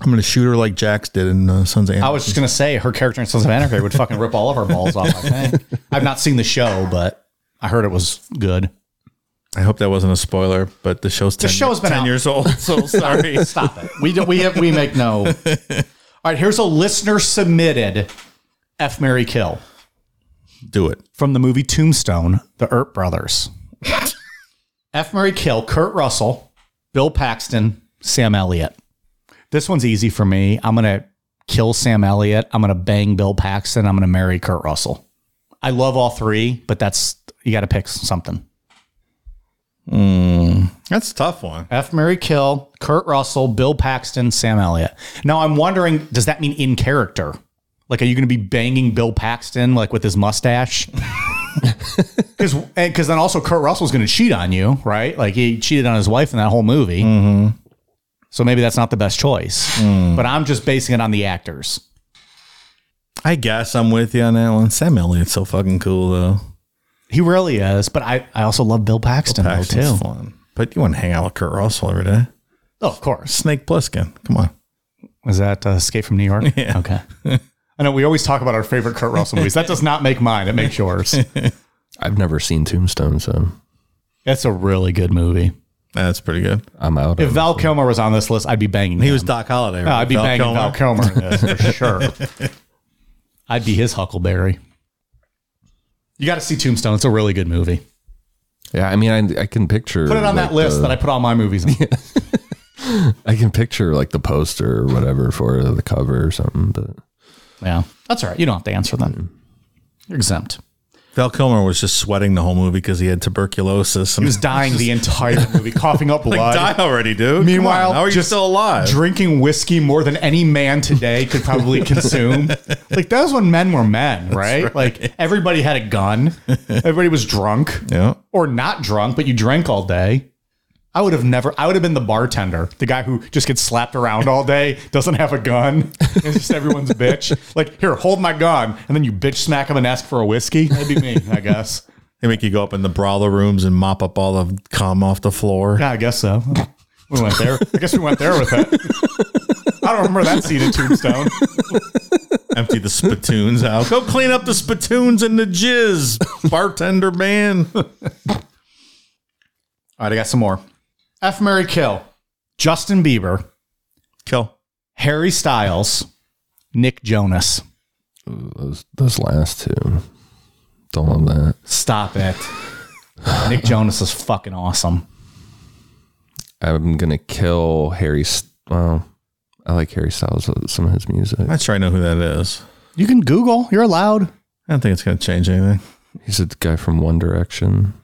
I'm gonna shoot her like Jax did in uh, Sons of I Anarchy. was just gonna say her character in Sons of Anarchy would fucking rip all of her balls off. I think. I've not seen the show, but I heard it was good. I hope that wasn't a spoiler, but the show's 10, show's been 10 out. years [laughs] old. So [laughs] sorry. Stop it. We don't. We have, we make no. All right. Here's a listener submitted. F Mary Kill Do it. from the movie Tombstone, the Earp Brothers. [laughs] F Mary Kill, Kurt Russell, Bill Paxton, Sam Elliott. This one's easy for me. I'm going to kill Sam Elliott. I'm going to bang Bill Paxton. I'm going to marry Kurt Russell. I love all three, but that's, you got to pick something. That's a tough one. F Mary Kill, Kurt Russell, Bill Paxton, Sam Elliott. Now I'm wondering, does that mean in character? Like, are you going to be banging Bill Paxton like with his mustache? [laughs] Because then Mm-hmm. also Kurt Russell's going to cheat on you, right? Like he cheated on his wife in that whole movie. So maybe that's not the best choice. But I'm just basing it on the actors. I guess I'm with you on that one. Sam Elliott's so fucking cool though. He really is. But I, I also love Bill Paxton, though, Paxton's too. fun. But you want to hang out with Kurt Russell every day. Oh, of course. Snake Plissken. Come on. Was that uh, Escape from New [laughs] York? Yeah. Okay. I know we always talk about our favorite Kurt Russell movies. That does not make mine. It makes yours. I've never seen Tombstone, so [laughs] That's a really good movie. That's pretty good. I'm out. If of it. Val Kilmer was on this list, I'd be banging. He him. was Doc Holliday. Oh, right? I'd be Val banging Kilmer? Val Kilmer in this [laughs] for sure. I'd be his Huckleberry. You got to see Tombstone. It's a really good movie. Yeah, I mean, I, I can picture. Put it on that list that I put all my movies [laughs] on. I can picture like the poster or whatever for the cover or something. But Yeah, that's all right. You don't have to answer then. You're exempt. Val Kilmer was just sweating the whole movie because he had tuberculosis. He was [laughs] dying the entire movie, coughing [laughs] up blood. die already, dude. Meanwhile, Come on, how are you just still alive? Drinking whiskey more than any man today could probably consume. Like that was when men were men, right? Like everybody had a gun. Everybody was drunk. yeah. or not drunk, but you drank all day. I would have never. I would have been the bartender, the guy who just gets slapped around all day, doesn't have a gun, [laughs] and is just everyone's bitch. Like, here, hold my gun, and then you bitch smack him and ask for a whiskey. That'd be me, I guess. They make you go up in the brawler rooms and mop up all the cum off the floor. Yeah, I guess so. We went there. I guess we went there with it. I don't remember that scene in Tombstone. empty the spittoons out. Go clean up the spittoons and the jizz, bartender man. [laughs] All right, I got some more. F. Mary Kill, Justin Bieber, Kill. Harry Styles, Nick Jonas. those those last two, don't love that. Stop it. Nick Jonas is fucking awesome. I'm gonna kill Harry. S- Well, I like Harry Styles. uh, Some of his music. I'm not sure I know who that is. You can Google. You're allowed. I don't think it's going to change anything. He's a guy from One Direction.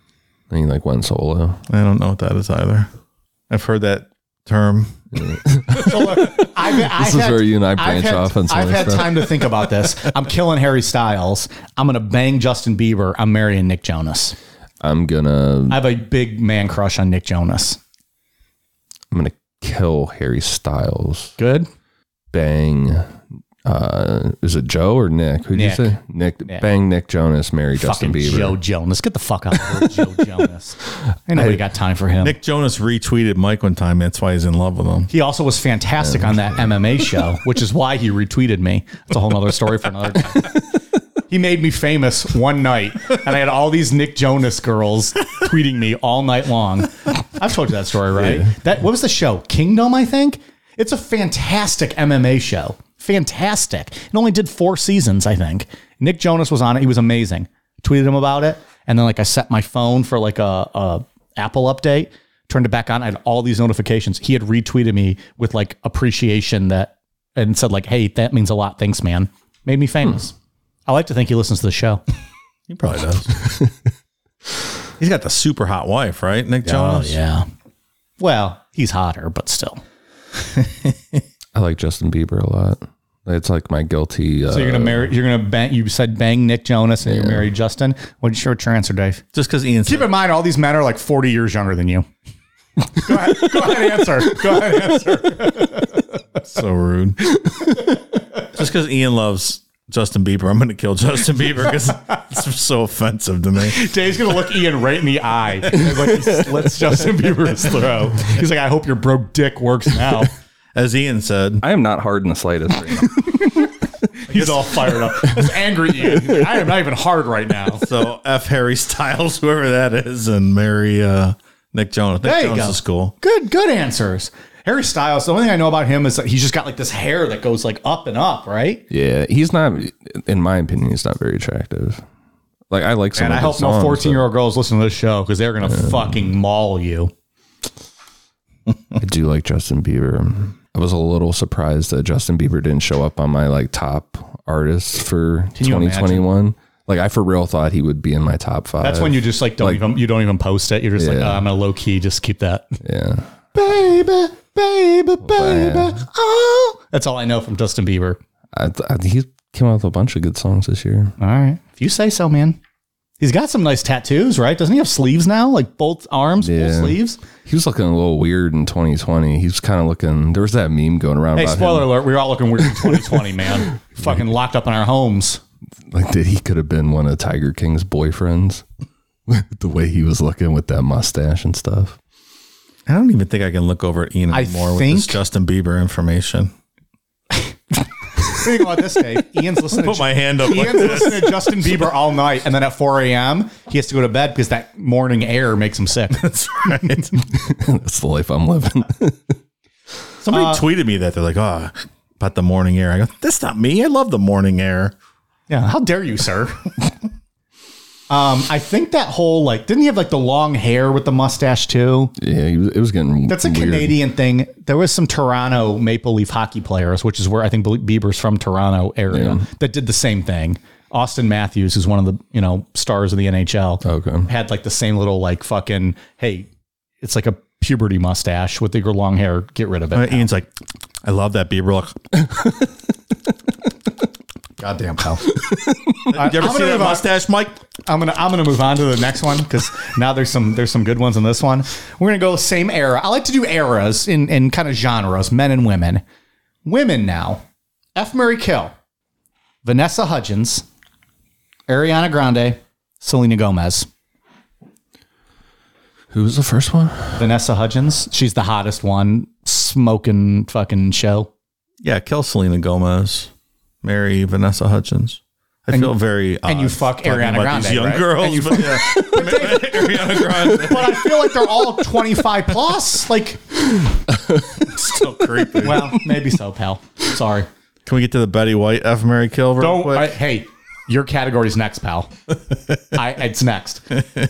And he like went solo. I don't know what that is either. I've heard that term. I've, I've This is where you and I I've branch had, off on some I've other had stuff. time to think about this. I'm killing Harry Styles. I'm gonna bang Justin Bieber. I'm marrying Nick Jonas. I'm gonna I have a big man crush on Nick Jonas. I'm gonna kill Harry Styles. Good. Bang. Uh, is it Joe or Nick? Who did you Nick. say? Nick. Bang. Nick Jonas. Marry Justin Fucking Bieber. Joe Jonas. Get the fuck out of here, [laughs] Joe Jonas. Ain't nobody got time for him. Nick Jonas retweeted Mike one time. That's why he's in love with him. he also was fantastic on that MMA show, which is why he retweeted me. That's a whole nother story for another time. He made me famous one night, and I had all these Nick Jonas girls tweeting me all night long. I've told you that story, right? That what was the show? Kingdom, I think. It's a fantastic MMA show. Fantastic. It only did four seasons, I think. Nick Jonas was on it. He was amazing. Tweeted him about it, and then like I set my phone for like a, a Apple update. Turned it back on. I had all these notifications. He had retweeted me with like appreciation that and said like, "Hey, that means a lot. Thanks, man." Made me famous. I like to think he listens to the show. He probably does. [laughs] he's got the super hot wife, right? Nick Jonas? Oh, yeah. Well, he's hotter, but still. I like Justin Bieber a lot. It's like my guilty. Uh, So you're gonna marry? You're gonna bang? You said bang Nick Jonas, and you marry Justin. What's your answer, Dave? Just because Ian said Keep in mind, all these men are like 40 years younger than you. go, ahead, go ahead, answer. Go ahead, answer. [laughs] so rude. Just because Ian loves Justin Bieber, I'm going to kill Justin Bieber because [laughs] it's so offensive to me. Dave's gonna look Ian right in the eye. He's like, he slits Justin Bieber's throat. He's like, I hope your broke dick works now. As Ian said, I am not hard in the slightest right now. He's all fired up. That's angry Ian. He's like, I am not even hard right now. So F Harry Styles, [laughs] whoever that is, and marry uh, Nick Jonas. Nick There you Jonas go. is cool. Good, good answers. Harry Styles. The only thing I know about him is that he's just got like this hair that goes like up and up, right? [laughs] yeah, he's not. In my opinion, he's not very attractive. Like I like. Some And of I hope no his songs, uh, but- fourteen-year-old girls listen to this show because they're gonna fucking maul you. I do like Justin Bieber. I was a little surprised that Justin Bieber didn't show up on my like top artists for you 2021. Like I for real thought he would be in my top five. That's when you just like don't even you don't even post it. You're just like, Yeah. oh, I'm gonna low key just keep that, yeah. [laughs] baby, baby, baby. Man. Oh, that's all I know from Justin Bieber. I, th- I, he came out with a bunch of good songs this year. All right, if you say so, man. He's got some nice tattoos, right? Doesn't he have sleeves now? Like both arms, Yeah. full sleeves. He was looking a little weird in 2020. He was kind of looking. There was that meme going around Hey, about spoiler him. alert, we were all looking weird in 2020, [laughs] man. Fucking locked up in our homes. Like that he could have been one of Tiger King's boyfriends. [laughs] the way he was looking with that mustache and stuff. I don't even think I can look over at Ian I anymore with this think- Justin Bieber information. Think about this, Dave. Ian's listening. Put to, my hand up. Like Ian's listening to Justin [laughs] Bieber all night, and then at 4 a.m. he has to go to bed because that morning air makes him sick. [laughs] that's right. That's the life I'm living. [laughs] Somebody tweeted me that they're like, "Ah, about the morning air." I go, "That's not me. I love the morning air." [laughs] Yeah, how dare you, sir? [laughs] um, I think that whole like didn't he have like the long hair with the mustache too? yeah, he was, it was getting. That's a weird. Canadian thing. There was some Toronto Maple Leaf hockey players, which is where I think Bieber's from Toronto area, that did the same thing. Austin Matthews is one of the you know stars of the NHL. Okay. had like the same little like fucking hey, it's like a puberty mustache with your long hair. Get rid of it. Uh, Ian's like, "I love that Bieber look." [laughs] Goddamn pal. you ever I'm gonna see that move on. mustache, Mike? I'm gonna I'm gonna move on to the next one because now there's some there's some good ones in this one. We're gonna go same era. I like to do eras in in kind of genres, men and women. Women now. F. Murray Kill, Vanessa Hudgens, Ariana Grande, Selena Gomez. Who was the first one? Vanessa Hudgens, she's the hottest one, smoking fucking show. Yeah, kill Selena Gomez, marry Vanessa Hudgens. I feel very and you odd fuck talking Ariana about Grande, these young right? girls. And you but yeah. [laughs] [laughs] Ariana Grande, But I feel like they're all 25 plus. Like, so creepy. well, maybe so, pal. Sorry. Can we get to the Betty White F Mary Kill real Don't. quick? I- hey, your category's next, pal. I, it's next.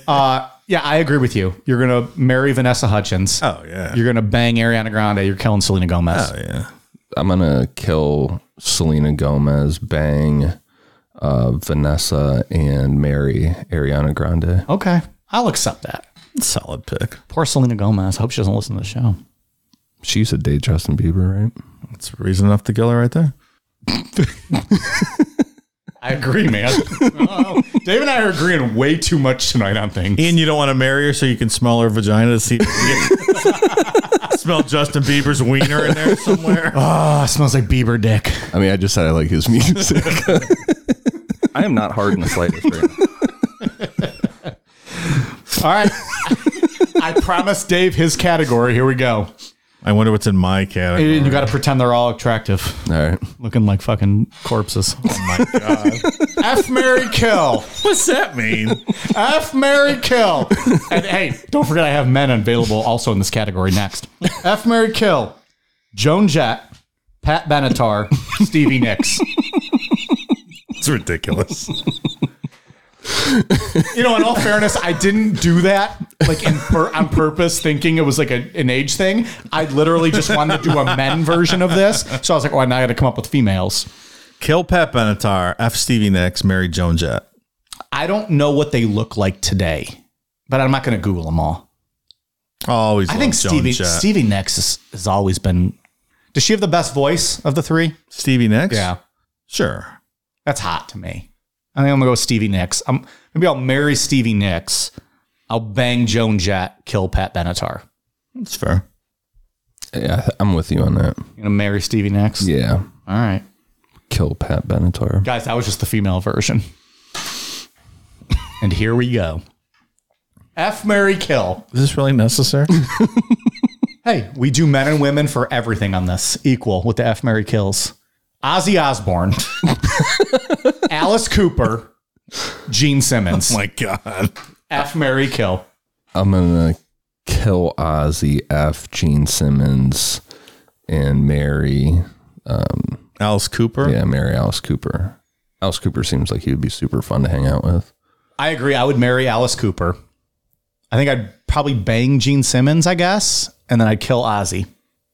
Uh, yeah, I agree with you. You're gonna marry Vanessa Hutchins. oh yeah. You're gonna bang Ariana Grande. You're killing Selena Gomez. oh yeah. I'm gonna kill Selena Gomez, bang uh, Vanessa, and marry Ariana Grande. Okay, I'll accept that. Solid pick. Poor Selena Gomez. Hope she doesn't listen to the show. She used to date Justin Bieber, right? That's reason enough to kill her right there. I agree, [laughs] man. Oh, Dave and I are agreeing way too much tonight on things. Ian, you don't want to marry her so you can smell her vagina to see. [laughs] smell Justin Bieber's wiener in there somewhere. [laughs] oh, it smells like Bieber dick. I mean, I just said I like his music. [laughs] I am not hard in the slightest right now. All right. I promised Dave his category. Here we go. I wonder what's in my category. You got to pretend they're all attractive, All right, looking like fucking [laughs] corpses. Oh my god, F Mary Kill. what's that mean? F Mary Kill. And hey, don't forget I have men available also in this category next. F Mary Kill. Joan Jett, Pat Benatar, Stevie Nicks. [laughs] It's ridiculous. You know, in all fairness, I didn't do that like in pur- on purpose, thinking it was like a, an age thing. I literally just wanted to do a men version of this, so I was like, "Oh, now I got to come up with females." Kill Pat Benatar, F Stevie Nicks, marry Joan Jett. I don't know what they look like today, but I'm not going to Google them all. Always, I think Joan Stevie Jett. Stevie Nicks has, has always been. Does she have the best voice of the three? Stevie Nicks. sure. that's hot to me. I think I'm gonna go with Stevie Nicks. I'm maybe I'll marry Stevie Nicks. I'll bang Joan Jett, kill Pat Benatar. That's fair. yeah, I'm with you on that. You gonna marry Stevie Nicks? Yeah, All right, kill Pat Benatar. guys. That was just the female version. [laughs] And here we go. F Mary kill. Is this really [laughs] necessary? Hey, we do men and women for everything on this, equal with the F Mary kills. Ozzy [laughs] Osbourne, Alice Cooper, Gene Simmons. Oh my god. F Mary kill. I'm gonna kill Ozzy F. Gene Simmons and marry Alice Cooper. yeah marry Alice Cooper. Alice Cooper seems like he would be super fun to hang out with. I agree. I would marry Alice Cooper. I think I'd probably bang Gene Simmons, I guess, and then I'd kill Ozzy.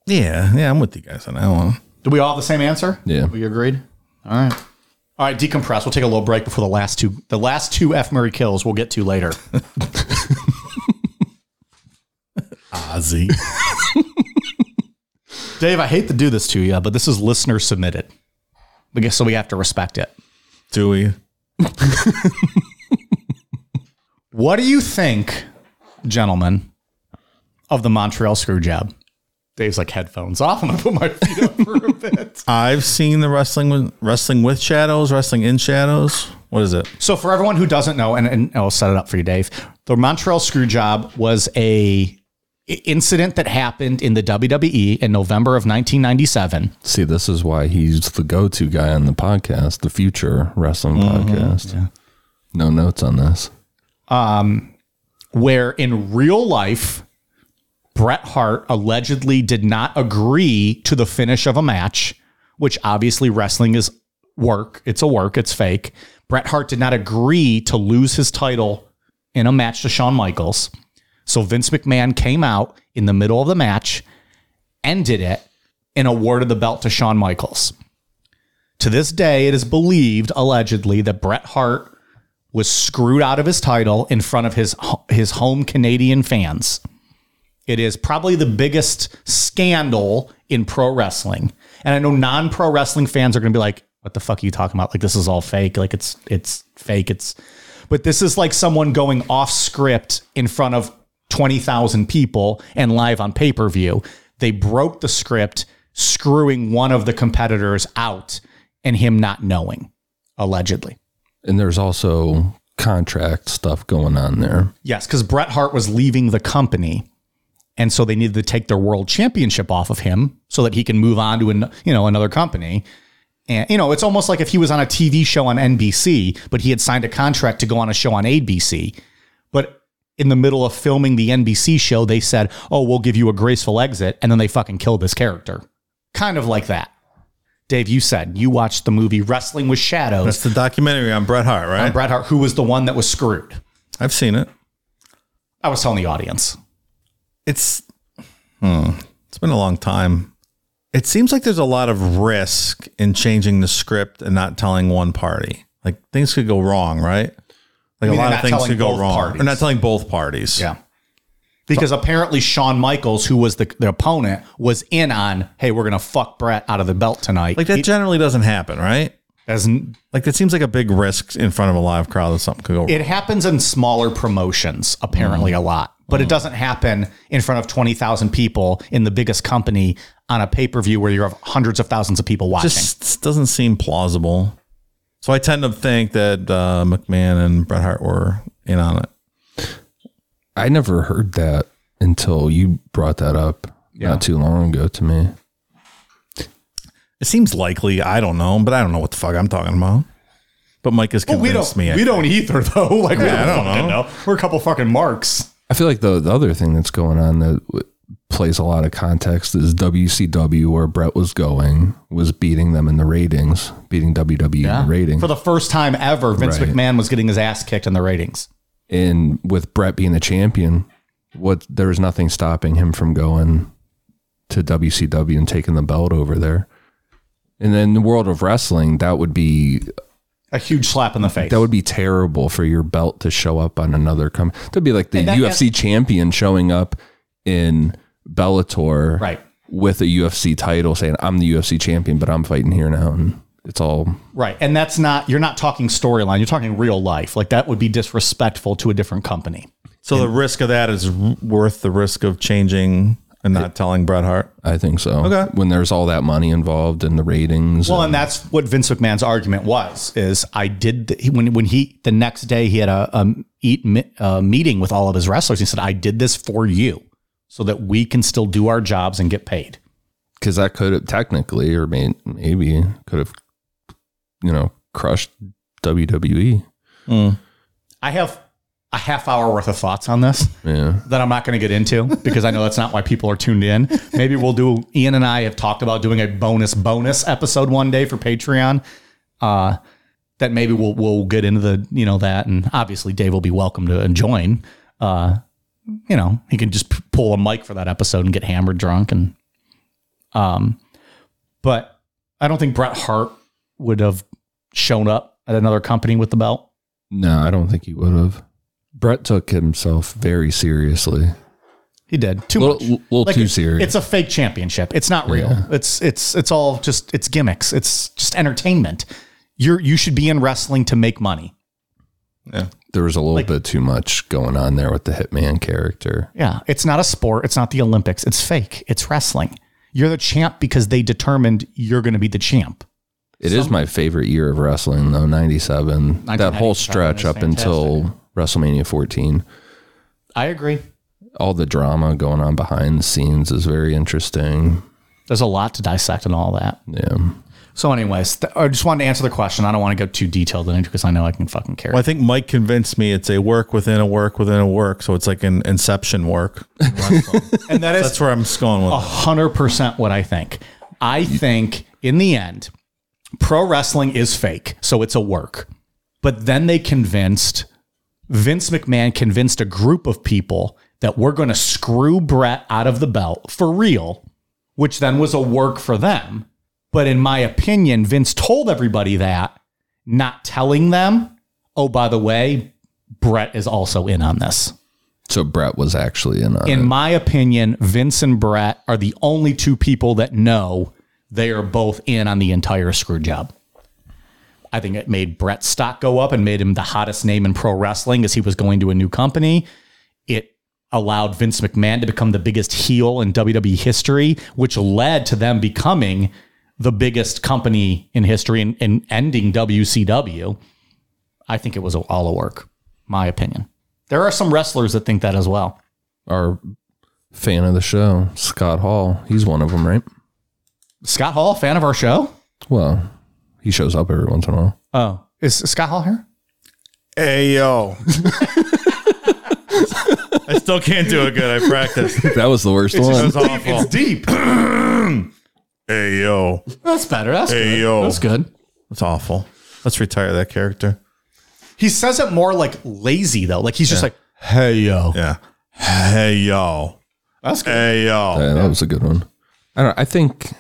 yeah, yeah, I'm with you guys on that one. Do we all have the same answer? Yeah. We agreed? All right. All right, decompress. We'll take a little break before the last two the last two F Murray kills we'll get to [laughs] later. [laughs] Ozzy. Dave, I hate to do this to you, but this is listener submitted. We guess so we have to respect it. Do we? What do you think, gentlemen, of the Montreal screw job? Dave's like headphones off. I'm gonna put my feet up for a bit. I've seen the wrestling with wrestling with shadows, wrestling in shadows. What is it? [laughs] So, for everyone who doesn't know, and, and I'll set it up for you, Dave. The Montreal screw job was a i- incident that happened in the WWE in November of 1997. See, this is why he's the go to guy on the podcast, the future wrestling podcast. No notes on this. where in real life, Bret Hart allegedly did not agree to the finish of a match, which obviously wrestling is work. It's a work, it's fake. Bret Hart did not agree to lose his title in a match to Shawn Michaels. So Vince McMahon came out in the middle of the match, ended it, and awarded the belt to Shawn Michaels. To this day, it is believed, allegedly, that Bret Hart was screwed out of his title in front of his his home Canadian fans. It is probably the biggest scandal in pro wrestling. And I know non-pro wrestling fans are going to be like, "What the fuck are you talking about? Like this is all fake. Like it's it's fake. It's But this is like someone going off script in front of 20,000 people and live on pay-per-view. They broke the script screwing one of the competitors out and him not knowing allegedly. And there's also contract stuff going on there. Yes, because Bret Hart was leaving the company, and so they needed to take their world championship off of him so that he can move on to an, you know another company. And you know, it's almost like if he was on a TV show on NBC, but he had signed a contract to go on a show on ABC, but in the middle of filming the NBC show, they said, "Oh, we'll give you a graceful exit," and then they fucking killed his character, kind of like that. Dave, you said you watched the movie Wrestling with Shadows. That's the documentary on Bret Hart, right? on Bret Hart, who was the one that was screwed. I've seen it. I was telling the audience. It's hmm, it's been a long time. It seems like there's a lot of risk in changing the script and not telling one party. Like things could go wrong, right? Like a mean lot of not things telling could go both wrong, parties? or not telling both parties. Yeah. Because apparently Shawn Michaels, who was the, the opponent, was in on, hey, we're gonna fuck Brett out of the belt tonight. like that generally doesn't happen, right? doesn't Like that seems like a big risk in front of a live crowd that something could go wrong. it happens in smaller promotions, apparently a lot. But it doesn't happen in front of twenty thousand people in the biggest company on a pay per view where you have hundreds of thousands of people watching. just doesn't seem plausible. So I tend to think that uh, McMahon and Bret Hart were in on it. I never heard that until you brought that up not too long ago to me. It seems likely. I don't know, but I don't know what the fuck I'm talking about. But Mike has Oh, we convinced don't me. we don't either though. [laughs] Like we Yeah, I don't, don't fucking know. know. We're a couple fucking marks. I feel like the, the other thing that's going on that w- plays a lot of context is WCW, where Brett was going, was beating them in the ratings, beating WWE in the ratings. For the first time ever, Vince Right. McMahon was getting his ass kicked in the ratings. and with Brett being the champion, what there was nothing stopping him from going to WCW and taking the belt over there. And then the world of wrestling, that would be A huge slap in the face. that would be terrible for your belt to show up on another company. That'd be like the that- UFC champion showing up in Bellator, Right. with a UFC title, saying I'm the UFC champion, but I'm fighting here now, and it's all Right. And that's not, you're not talking storyline, you're talking real life. Like that would be disrespectful to a different company. so the risk of that is r- worth the risk of changing and not telling Bret Hart. I think so. Okay. When there's all that money involved in the ratings, Well, and that's what Vince McMahon's argument was is I did, the, he- when, when he, the next day he had a, a eat mi- a meeting with all of his wrestlers. He said, I did this for you so that we can still do our jobs and get paid. because that could have technically or may, maybe could have you know crushed E. WWE. I have a half hour worth of thoughts on this. Yeah, that I'm not going to get into because I know that's not why people are tuned in. Maybe we'll do. Ian and I have talked about doing a bonus bonus episode one day for Patreon. Uh, that maybe we'll we'll get into the you know that, and obviously Dave will be welcome to join. Uh, you know, he can just p- pull a mic for that episode and get hammered drunk and um, but I don't think Bret Hart would have shown up at another company with the belt. no, I don't think he would have. Brett took himself very seriously, He did too little, much. little Like, too it- serious. It's a fake championship. It's not real. It's it's it's all just it's gimmicks. It's just entertainment. You're you should be in wrestling to make money. Yeah. There was a little bit too much going on there with the Hitman character. Yeah, it's not a sport. It's not the Olympics. It's fake. It's wrestling. You're the champ because they determined you're going to be the champ. It is my favorite year of wrestling though, 97. That 1997 whole stretch is up until WrestleMania 14. I agree. All the drama going on behind the scenes is very interesting. There's a lot to dissect and all that. Yeah. So, anyways, th- I just wanted to answer the question. I don't want to go too detailed in it because I know I can fucking care. Well, I think Mike convinced me it's a work within a work within a work. So it's like an [laughs] inception work. And that That's where I'm just going with it. hundred percent what I think. I think in the end, pro wrestling is fake, so it's a work. But then they convinced Vince McMahon convinced a group of people that we're going to screw Brett out of the belt for real, which then was a work for them. But in my opinion, Vince told everybody that, not telling them, oh, by the way, Brett is also in on this. So Brett was actually in on In it. my opinion, Vince and Brett are the only two people that know they are both in on the entire screw job. I think it made Brett's stock go up and made him the hottest name in pro wrestling as he was going to a new company. It allowed Vince McMahon to become the biggest heel in WWE history, which led to them becoming the biggest company in history and, and ending WCW. I think it was all a work, my opinion. There are some wrestlers that think that as well. Our fan of the show, Scott Hall, he's one of them, right? Scott Hall, fan of our show? Well, he shows up every once in a while. Oh, is Scott Hall here? Hey yo. [laughs] I still can't do it good. I practiced. [laughs] It That was the worst one. was awful. deep. Hey yo. [clears throat] That's better. That's Hey, good. yo. That's good. That's awful. Let's retire that character. He says it more like lazy though. Like he's just like, hey yo. Yeah. Hey yo. That's good. Hey yo. Yeah, that was a good one. I don't. I think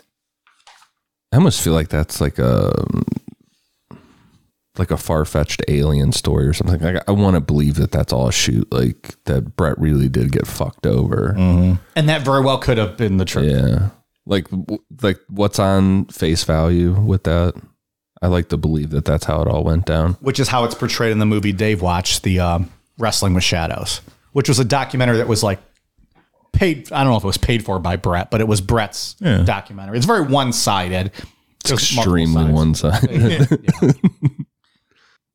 I almost feel like that's like a like a far fetched alien story or something. Like I want to believe that that's all a shoot. Like that Brett really did get fucked over. And that very well could have been the truth. Yeah. Like w- like what's on face value with that? I like to believe that that's how it all went down. Which is how it's portrayed in the movie Dave watched, the um, Wrestling with Shadows, which was a documentary that was like paid. I don't know if it was paid for by Brett, but it was Brett's documentary. It's very one sided. It's Extremely one side.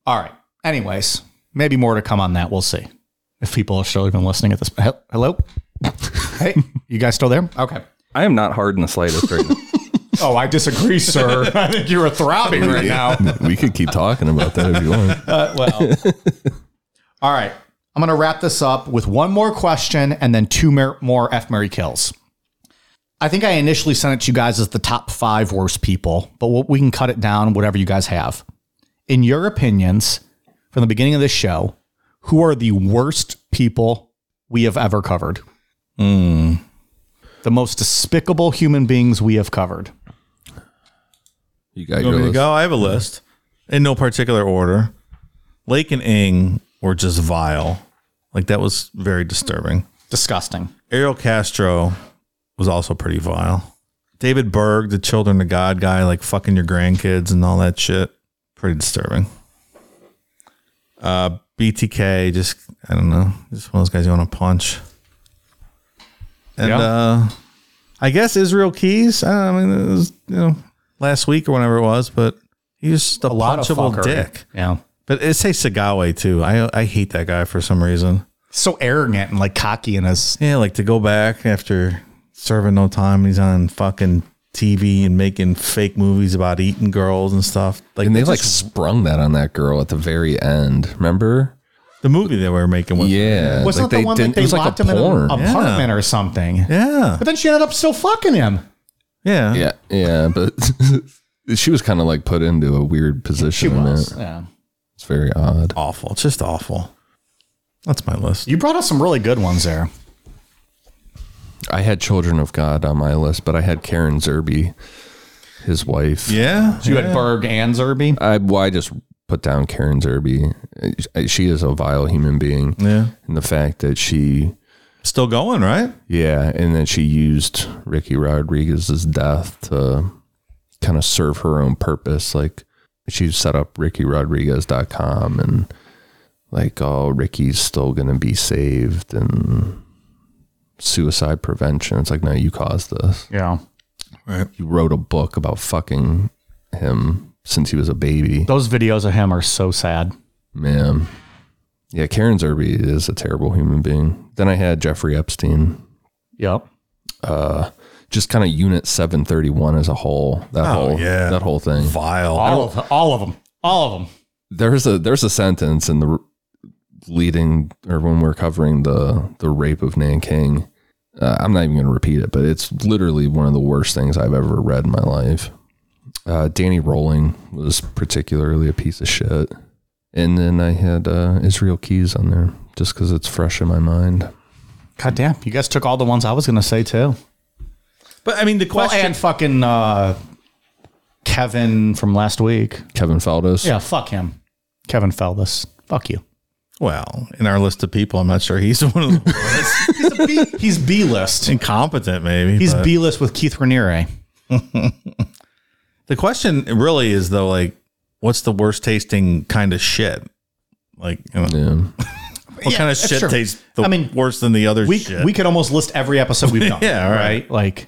All right. Anyways, maybe more to come on that. We'll see if people are still even listening at this. he- Hello. hey, you guys still there? Okay. I am not hard in the slightest right now. Oh, I disagree, sir. I think you were throbbing right now. [laughs] we could keep talking about that if you want. Uh, Well, [laughs] all right. I'm going to wrap this up with one more question and then two mer- more F. Murray kills. I think I initially sent it to you guys as the top five worst people, but we'll, we can cut it down, whatever you guys have. In your opinions, from the beginning of this show, who are the worst people we have ever covered? Hmm. The most despicable human beings we have covered. You got You your want me to list. go? I have a list in no particular order. Lake and Ing were just vile. Like that was very disturbing. Disgusting. Ariel Castro was also pretty vile. David Berg, the Children of God guy, like fucking your grandkids and all that shit. Pretty disturbing. Uh, BTK, just, I don't know. Just one of those guys you want to punch. And Yeah. uh, I guess Israel Keys. I, don't know, I mean, it was, you know, last week or whenever it was, but he's just a, punchable dick. Yeah. But it say Sagawa too. I, I hate that guy for some reason. So arrogant and like cocky in his Yeah, like to go back after serving no time. He's on fucking TV and making fake movies about eating girls and stuff. Like, And they like just- sprung that on that girl at the very end. Remember? the movie they were making. Was, Yeah. Wasn't like that the one that didn't- they it was locked like a him in an porn. apartment or something? yeah, But then she ended up still fucking him. yeah, yeah, yeah, but [laughs] she was kind of like put into a weird position. in it. Yeah. It's very odd. Awful, just awful. That's my list. You brought up some really good ones there. I had Children of God on my list, but I had Karen Zerbe, his wife. Yeah, You had Berg and Zerby. I well, I just put down Karen Zerbe. Uh, She is a vile human being. yeah. And the fact that she, Still going, right? yeah, and that she used Ricky Rodriguez's death to kind of serve her own purpose. Like she set up RickyRodriguez.com and like oh Ricky's still gonna be saved and suicide prevention. It's like no, you caused this. Yeah. You wrote a book about fucking him since he was a baby. Those videos of him are so sad. Man. Yeah, Karen Zerbe is a terrible human being. Then I had Jeffrey Epstein. Yep. Just kind of unit seven thirty one as a whole. That Oh, whole yeah. that whole thing. Vile. All of all of them. All of them. there's a there's a sentence in the r- leading or when we're covering the the rape of Nanking. Uh, I'm not even going to repeat it, but it's literally one of the worst things I've ever read in my life. Uh, Danny Rowling was particularly a piece of shit, and then I had uh, Israel Keys on there just because it's fresh in my mind. God damn, you guys took all the ones I was gonna say too. But I mean, the Well, question. and fucking uh, Kevin from last week. Kevin Faldos, Yeah, fuck him. Kevin Feldus. Fuck you. well, in our list of people, I'm not sure he's [laughs] one of the He's B list. incompetent. Maybe He's but- B list with Keith Raniere. The question really is though, like, what's the worst tasting kind of shit? Like, you know, yeah. what kind of shit true. tastes? The I mean, worse than the other We shit. we could almost list every episode [laughs] we've done. Yeah, all right. Like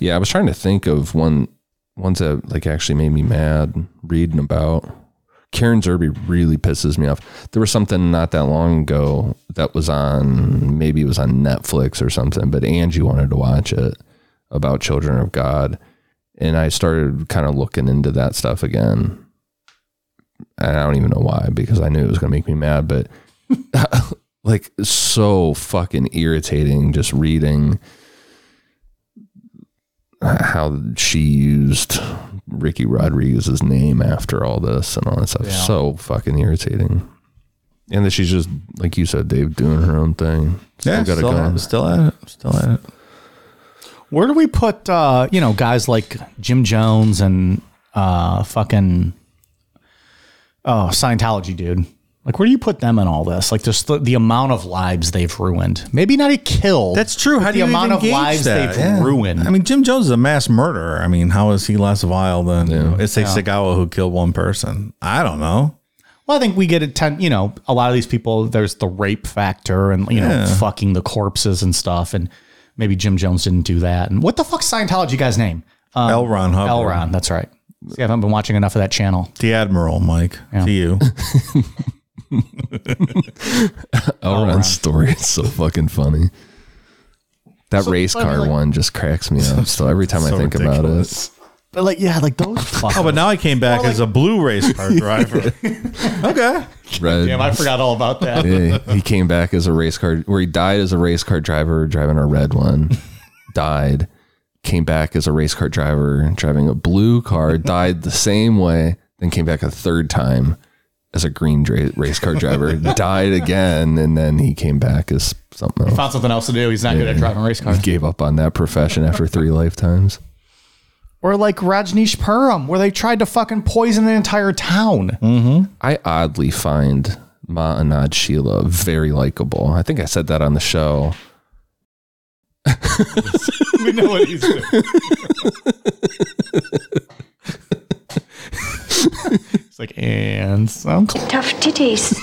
Yeah, I was trying to think of one ones that like actually made me mad reading about. Karen Zerbe really pisses me off. There was something not that long ago that was on maybe it was on Netflix or something, but Angie wanted to watch it about Children of God. And I started kind of looking into that stuff again. And I don't even know why, because I knew it was gonna make me mad, but [laughs] like so fucking irritating just reading how she used Ricky Rodriguez's name after all this and all that stuff. So fucking irritating. And that she's just like you said, Dave, doing her own thing. Still yeah, got still, a gun. at, still at it. Still at it. where do we put uh, you know, guys like Jim Jones and uh fucking oh Scientology dude? Like where do you put them in all this? Like just the, the amount of lives they've ruined. Maybe not a kill. That's true. How but do the you amount even of gauge lives that? they've Yeah. ruined? I mean, Jim Jones is a mass murderer. I mean, how is he less vile than you know, Issei Sagawa who killed one person? I don't know. Well, I think we get a ten. You know, a lot of these people. There's the rape factor, and you know, fucking the corpses and stuff, and maybe Jim Jones didn't do that. And what the fuck's Scientology guy's name? Um, L. Ron Hubbard, L. Ron. That's right. See, I haven't been watching enough of that channel. the Admiral, Mike, to you. Elron's [laughs] story is so fucking funny. That race car one just cracks me [laughs] up. So every time I think But like, yeah, like those. [laughs] fuck- Oh, but now I came back as a blue [laughs] race car driver. okay. about it, Red, Damn, I [laughs] forgot all about that. Yeah, he came back as a race car, or he died as a race car driver driving a [laughs] red one. died, came back as a race car driver driving a blue car. Died the same way, then came back a third time as a green dra- race car driver. [laughs] died again, and then he came back as something else. Found something else to do. He's not good at driving race cars. He gave up on that profession [laughs] after three lifetimes. Or like Rajneesh Purim, where they tried to fucking poison an entire town. I oddly find Ma Anad Sheila very likable. I think I said that on the show. [laughs] we know what he's [laughs] doing. it's like, and some. tough titties.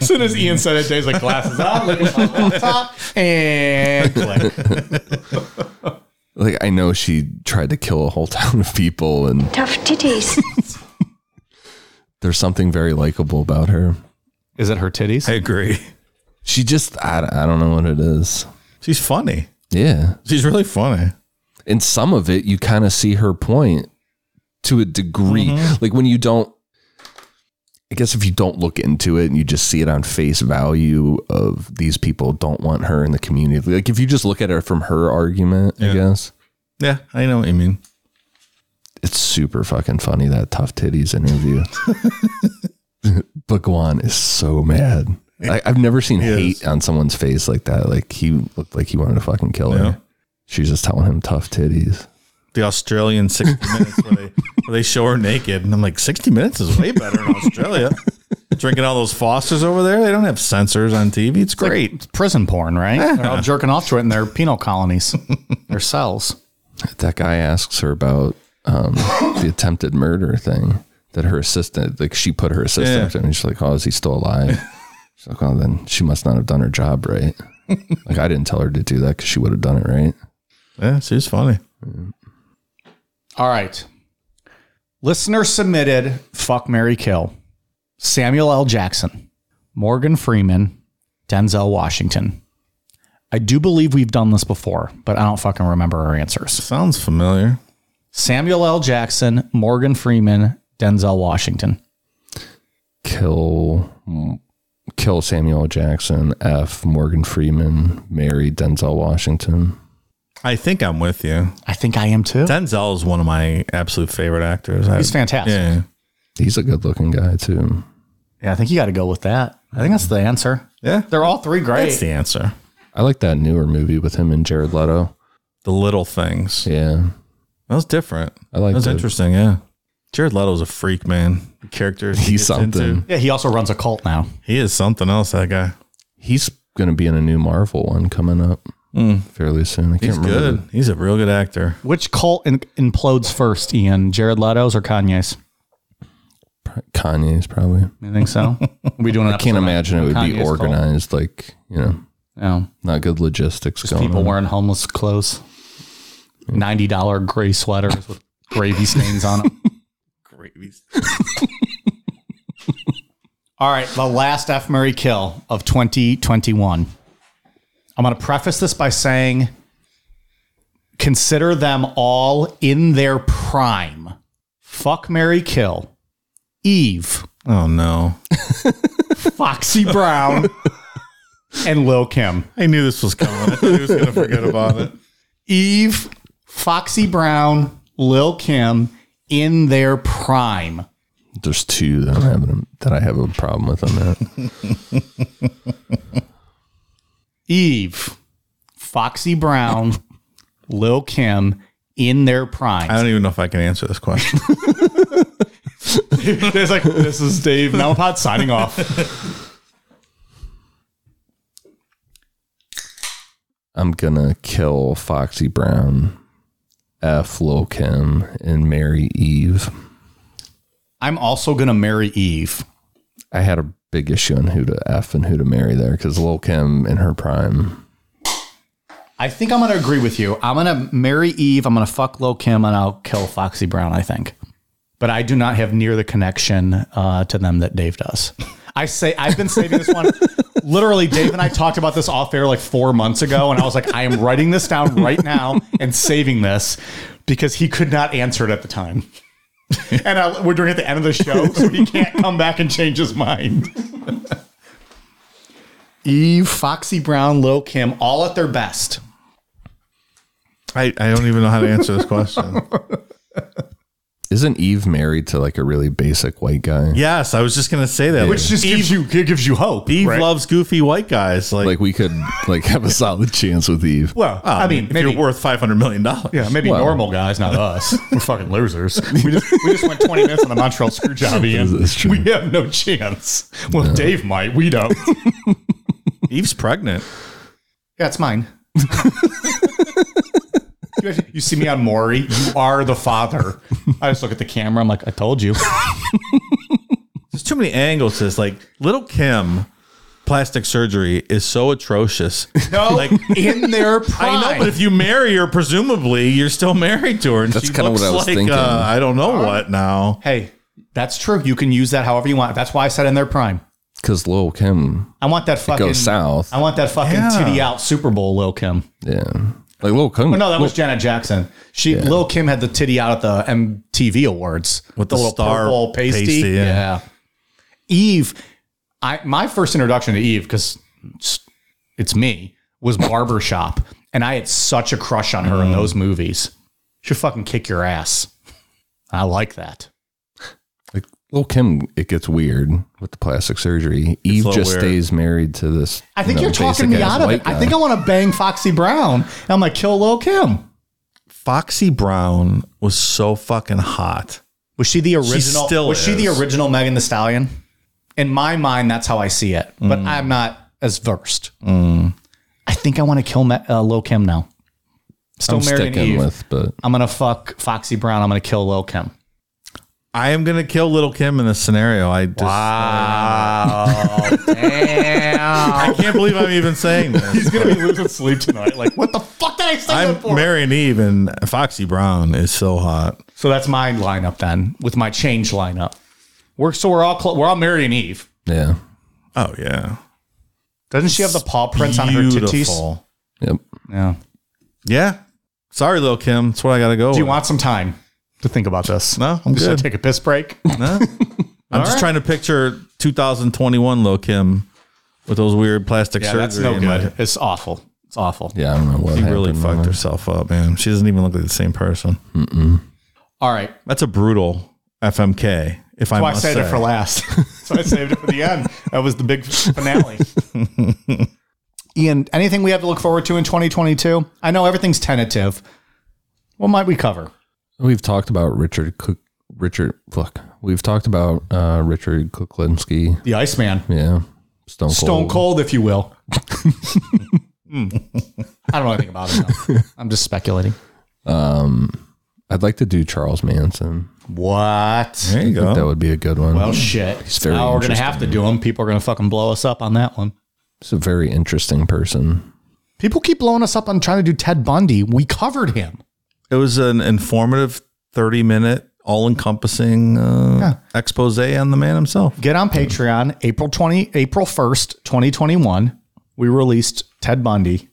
As soon as Ian said it, Jay's like glasses on, looking at my laptop, [laughs] and click. Like I know she tried to kill a whole [laughs] town of people and Tough titties. there's something very likable about her. Is it her titties? I agree. She just, I, I don't know what it is. She's funny. Yeah. She's really funny. And some of it, you kind of see her point to a degree. Like when you don't, I guess if you don't look into it and you just see it on face value of these people don't want her in the community. Like if you just look at it from her argument, I guess Yeah, I know what you mean. it's super fucking funny that tough titties [laughs] interview. Bhagwan is so mad. I, I've never seen He is. hate on someone's face like that. Like he looked like he wanted to fucking kill Yeah. her. She's just telling him tough titties. The Australian 60 [laughs] Minutes where they, where they show her naked. And I'm like, 60 Minutes is way better in Australia. Drinking all those Fosters over there. They don't have censors on TV. It's great. It's prison porn, right? They're all jerking off to it in their penal [laughs] colonies, their cells. That guy asks her about um, the attempted murder thing. that her assistant, like she put her assistant Yeah. up to him. And she's like, oh, is he still [laughs] alive? she's like, oh, then she must not have done her job right. like I didn't tell her to do that because she would have done it right. Yeah, she's funny. All right. Listener submitted Fuck Mary Kill. Samuel L. Jackson, Morgan Freeman, Denzel Washington. I do believe we've done this before, but I don't fucking remember our answers. Sounds familiar. Samuel L. Jackson, Morgan Freeman, Denzel Washington. Kill, kill Samuel Jackson, F. Morgan Freeman, Mary Denzel Washington. I think I'm with you. I think I am too. Denzel is one of my absolute favorite actors. I- He's fantastic. Yeah, Yeah. He's a good looking guy too. I think you got to go with that. I think that's the answer. Yeah. They're all three great. That's the answer. I like that newer movie with him and Jared Leto. The little things. Yeah. That was different. I like that was the- interesting. Yeah. Jared Leto's a freak, man. The characters he He's gets into. something. yeah, he also runs a cult now. He is something else. That guy. He's going to be in a new Marvel one coming up Hmm. fairly soon. I can't He's remember. good. He's a real good actor. Which cult in- implodes first, Ian? Jared Leto's or Kanye's? the- Kanye's probably. You think so? Are [laughs] we doing? An I Can't imagine it would be Kanye's fault. organized. Like you know, No, not good logistics going. people on. wearing homeless clothes, ninety dollar gray sweaters with gravy stains on them. All right, the last F. Murray kill of twenty twenty one. I'm going to preface this by saying, consider them all in their prime. Fuck Mary Kill, Eve, Oh no! Foxy Brown, and Lil Kim. I knew this was coming. I thought he was going to forget about it. Eve, Foxy Brown, Lil Kim in their prime. There's two that I'm having that I have a problem with on that. Eve, Foxy Brown, Lil Kim in their [laughs] I prime. don't even know if I can answer this question. [laughs] It's like this is Dave Malpot signing off. I'm gonna kill Foxy Brown, F. Lil Kim, and marry Eve. I'm also gonna marry Eve. I had a big issue on who to F and who to marry there because Lil Kim in her prime. I think I'm gonna agree with you. I'm gonna marry Eve. I'm gonna fuck Lil Kim, and I'll kill Foxy Brown. I think, but I do not have near the connection uh, to them that Dave does. I say I've been saving this [laughs] one. Literally, Dave and I talked about this off air like four months ago, and I was like, I am writing this down right now and saving this because he could not answer it at the time. [laughs] And I, we're doing it at the end of the show, so he can't come back and change his mind. [laughs] Eve, Foxy Brown, Lil Kim, all at their best. I, I don't even know how to answer this question. Isn't Eve married to like a really basic white guy? [laughs] yes, I was just going to say that. which just gives you it gives you hope. Eve right? loves goofy white guys. Like, Like we could like have a solid chance with Eve. Well, oh, I mean, if maybe you're worth five hundred million dollars. yeah, maybe Well. normal guys, not [laughs] us. We're fucking losers. We just, we just went 20 minutes on a Montreal screw job, Ian. That's true. We have no chance. Well, Dave might. We [laughs] don't. Eve's pregnant. Yeah, it's mine. you, actually- you see me on Maury. You are the father. I just look at the camera. I'm like, I told [laughs] you. There's too many angles to this. Like little Kim, plastic surgery is so atrocious. No, [laughs] like in their prime. I know, but if you marry her, presumably you're still married to her, and That's she kinda looks what I was like thinking. Uh, I don't know what now. hey, that's true. You can use that however you want. That's why I said in their prime. Because Lil Kim I want that fucking goes south. I want that fucking Yeah. titty out Super Bowl, Lil Kim. yeah. Like Lil Kim. Oh, no, that was Janet Jackson. She Lil Kim had the titty out at the MTV Awards With the little star purple pasty. pasty, yeah. yeah. Eve, I my first introduction to Eve because it's, it's me was Barbershop, and I had such a crush on her in those movies. She'd fucking kick your ass. I like that. like Lil Kim, it gets weird with the plastic surgery. Eve little just weird. stays married to this. I think you you know, are talking me basic-ass out of it. white I guy. think I want to bang Foxy Brown. And I'm like, kill Lil Kim. Foxy Brown was so fucking hot. Was she the original? still was she the is. original Megan the Stallion? In my mind, that's how I see it, but Mm. I'm not as versed. I think I want to kill Me- uh, Lil Kim now. Still I'm married to sticking Eve. with, but [laughs] I'm gonna fuck Foxy Brown. I'm gonna kill Lil Kim. I am gonna kill Little Kim in this scenario. I just, [laughs] Wow. damn. I can't believe I'm [laughs] even saying this. He's gonna be losing sleep tonight. Like, what the fuck did I say I'm that for? Mary and Eve, and Foxy Brown is so hot. So that's my lineup then with my change lineup. We're so we're all cl- we're all Mary and Eve. Yeah. Oh yeah, Doesn't she have the paw prints on her titties? Beautiful. Yep. Yeah. Yeah. Sorry, Little Kim. That's what I gotta go. Do you with. want some time to think about this? No, I'm Should I good. take a piss break? No. I'm just trying to picture 2021 Lil Kim with those weird plastic Yeah, surgery. that's no in my- good. It's awful. It's awful. Yeah. I don't know what She happened. really fucked herself up, man. She doesn't even look like the same person. All right. That's a brutal FMK. If I Well, I must saved say. it for last. [laughs] so I saved it for the end. That was the big finale. [laughs] Ian, anything we have to look forward to in 2022? I know everything's tentative. What might we cover? We've talked about Richard Cook. Richard, fuck. We've talked about uh, Richard Kuklinski. The Iceman. Yeah. Stone Cold. Stone cold, if you [laughs] will. I don't know anything about it. though. I'm just speculating. I'd like to do Charles Manson. What? There you go. That would be a good one. Well, Oh, shit. very now we're going to have to do them. People are going to fucking blow us up on that one. He's a very interesting person. People keep blowing us up on trying to do Ted Bundy. We covered him. It was an informative 30 minute, all encompassing uh, expose on the man himself. get on Patreon April 20 April 1st, 2021. We released Ted Bundy.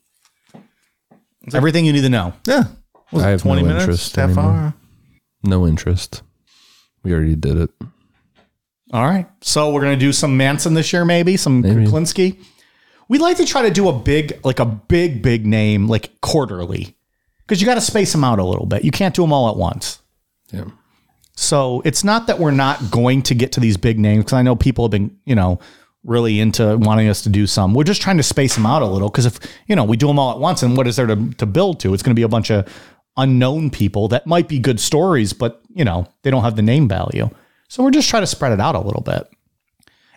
Everything you need to know. Yeah. Was I it have 20 no minutes? interest half anymore. hour? No interest. We already did it. All right. So we're going to do some Manson this year maybe, some Kuklinski. We'd like to try to do a big like a big big name like quarterly. Cuz you got to space them out a little bit. You can't do them all at once. Yeah. So it's not that we're not going to get to these big names because I know people have been, you know, really into wanting us to do some. We're just trying to space them out a little because if, you know, we do them all at once and what is there to, to build to? It's going to be a bunch of unknown people that might be good stories, but, you know, they don't have the name value. So we're just trying to spread it out a little bit.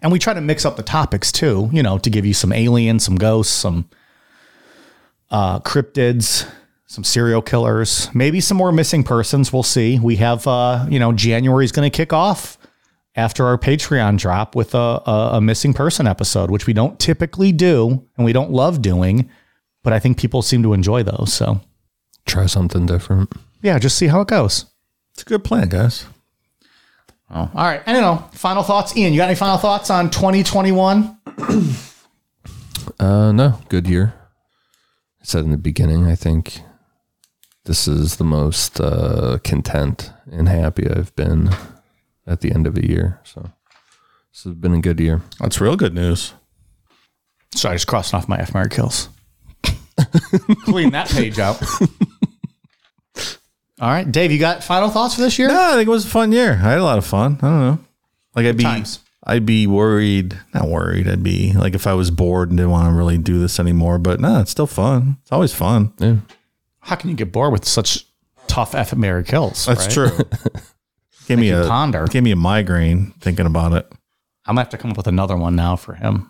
And we try to mix up the topics too, you know, to give you some aliens, some ghosts, some uh, cryptids, some serial killers, maybe some more missing persons. We'll see. We have, uh, you know, January is going to kick off after our Patreon drop with a, a, a missing person episode, which we don't typically do and we don't love doing, but I think people seem to enjoy those. So, Try something different. yeah, just see how it goes. It's a good plan, guys. All right. I don't know. Final thoughts, Ian. You got any final thoughts on 2021? Uh, no, good year. I said in the beginning, I think this is the most uh, content and happy I've been at the end of a year. So this has been a good year. That's real good news. So I just crossed off my F Mary kills. [laughs] Clean that page out. All right, Dave. You got final thoughts for this year? Yeah, I think it was a fun year. I had a lot of fun. I don't know. Like I'd be times. I'd be worried, not worried. I'd be like if I was bored and didn't want to really do this anymore, but no, it's still fun. It's always fun. How can you get bored with such tough F Mary kills? right? [laughs] true. Give me a ponder. Give me a migraine thinking about it. I'm gonna have to come up with another one now for him.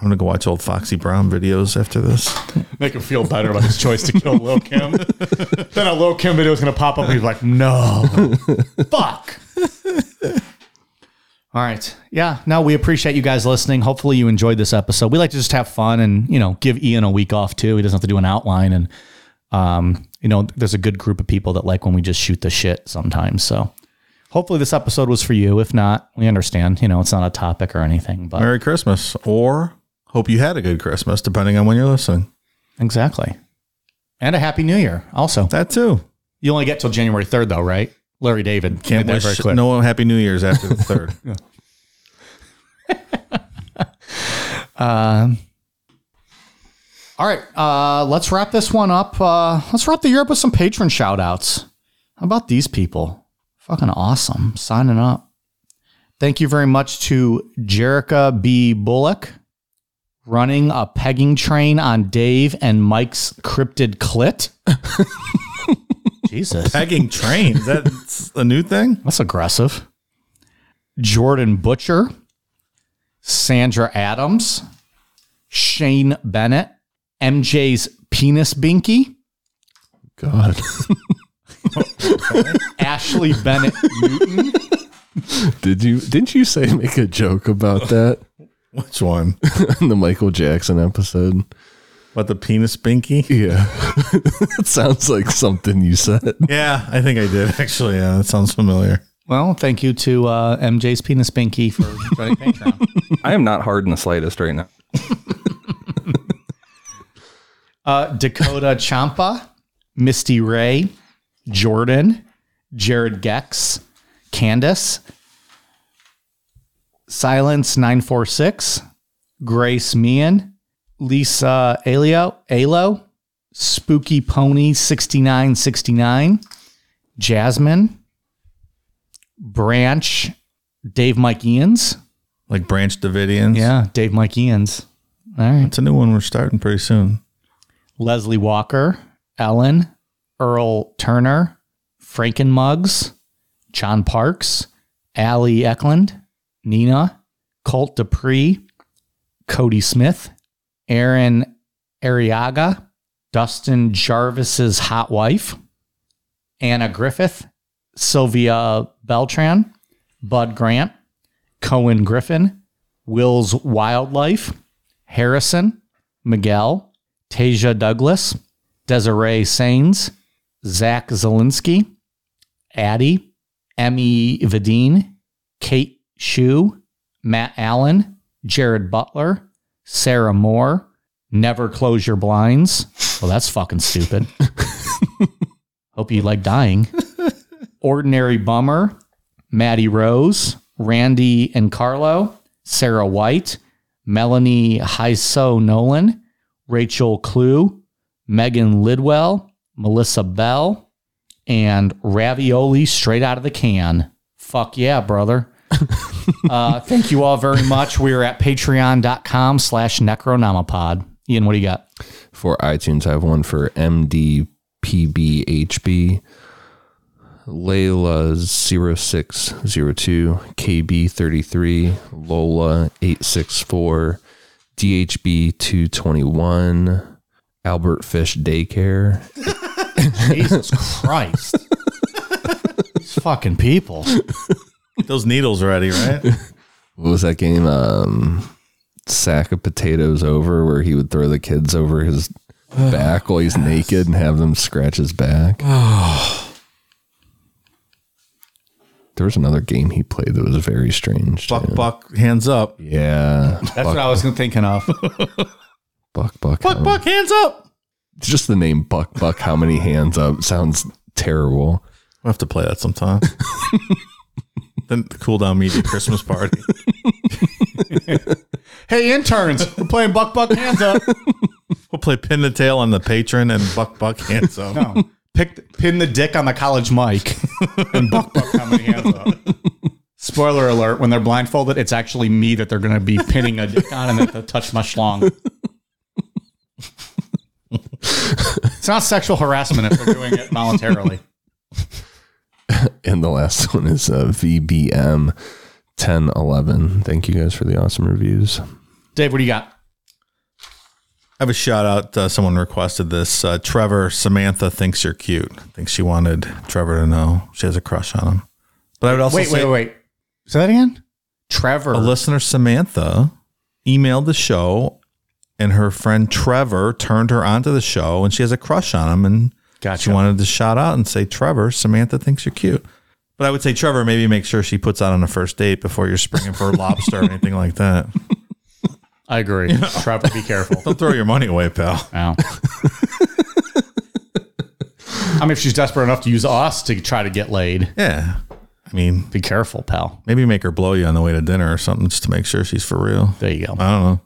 I'm gonna go watch old Foxy Brown videos after this. Make him feel better about his choice to kill Lil Kim. Then a low Kim video is gonna pop up. and He's like, no, fuck. All right. Yeah. No, we appreciate you guys listening. Hopefully you enjoyed this episode. We like to just have fun and, you know, give Ian a week off too. He doesn't have to do an outline. And, um, you know, there's a good group of people that like when we just shoot the shit sometimes. So hopefully this episode was for you. If not, we understand, you know, it's not a topic or anything, but Merry Christmas, or hope you had a good Christmas, depending on when you're listening. exactly. And a happy new year also. That too. You only get till January 3rd though, right? Larry David. Can't did that wish no Happy New Year's after the [laughs] third. All right, uh, let's wrap this one up. Uh, let's wrap the year up with some patron shout outs. How about these people? Fucking awesome. Signing up. Thank you very much to Jerica B. Bullock, running a pegging train on Dave and Mike's cryptid [laughs] clit. Jesus. Pegging trains. That's a new thing. That's aggressive. Jordan Butcher, Sandra Adams, Shane Bennett, MJ's penis binky, God. Ashley Bennett Newton. [laughs] Did you didn't you say make a joke [laughs] about that Which one? in the Michael Jackson episode? What the penis binky? Yeah. [laughs] it sounds like something you said. [laughs] Yeah, I think I did actually. Yeah, that sounds familiar. [laughs] Well, thank you to uh, MJ's Penis Pinky for joining Patreon. I am not hard in the slightest right now. Uh, Dakota Champa, Misty Ray, Jordan, Jared Gex, Candace, Silence 946, Grace Meehan, Lisa Alio, Alo, Spooky Pony 6969, Jasmine, Branch, Dave Mike Ians. Like Branch Davidians. Yeah, Dave Mike Ians. All right. It's a new one we're starting pretty soon. Leslie Walker, Ellen, Earl Turner, Franken Muggs, John Parks, Allie Eklund, Nina, Colt Dupree, Cody Smith, Aaron Ariaga, Dustin Jarvis's hot wife, Anna Griffith, Sylvia Beltran, Bud Grant, Cohen Griffin, Will's Wildlife, Harrison, Miguel, Tasia Douglas, Desiree Sains, Zach Zelinsky, Addie, Emmy Vadine, Kate Shu, Matt Allen, Jared Butler, Sarah Moore, Never Close Your Blinds. Well, that's fucking stupid. Hope you like dying. Ordinary Bummer, Maddie Rose, Randy and Carlo, Sarah White, Melanie Heiso Nolan, Rachel Clue, Megan Lidwell, Melissa Bell, and Ravioli straight out of the can. Fuck yeah, [laughs] brother. uh, thank you all very much. We're at patreon.com slash necronomapod. Ian, what do you got? For iTunes, I have one for MDPBHB, Layla0602, KB33, Lola864, DHB221, Albert Fish Daycare, Jesus Christ. [laughs] These fucking people. Those needles already, [laughs] right? what was that game? Um, sack of potatoes over, where he would throw the kids over [sighs] his back while he's naked and have them scratch his [sighs] back. there was another game he played that was very strange. buck too. buck, hands up. [laughs] yeah, That's what I was thinking of. buck buck. Buck how- [laughs] buck, hands up. Just the name buck buck. How many hands up sounds terrible. We'll have to play that [laughs] sometime. then the cool down media Christmas party. hey, interns, we're playing Buck Buck Hands Up. We'll play pin the tail on the patron and buck buck hands up. [laughs] No. Oh. Pick, pin the dick on the college mic [laughs] and buck buck how many hands up. Spoiler alert, when they're blindfolded, it's actually me that they're going to be pinning a dick on and that they'll touch my schlong. it's not sexual harassment if they're doing it voluntarily. And the last [laughs] one is uh, VBM ten eleven. Thank you guys for the awesome reviews. Dave, what do you got? I have a shout out. Uh, someone requested this. Uh, Trevor, Samantha thinks you're cute. I think she wanted Trevor to know she has a crush on him. But I would also Wait, say wait, wait. Say that again? Trevor. a listener, Samantha, emailed the show, and her friend Trevor turned her onto the show, and she has a crush on him. And she wanted to shout out and say, Trevor, Samantha thinks you're cute. But I would say, Trevor, maybe make sure she puts out on a first date before you're springing [laughs] for lobster or anything like that. I agree. Trevor, be careful. [laughs] Don't throw your money away, pal. Wow. I mean, if she's desperate enough to use us to try to get laid, Yeah. I mean, be careful, pal. Maybe make her blow you on the way to dinner or something just to make sure she's for real. There you go. I don't know.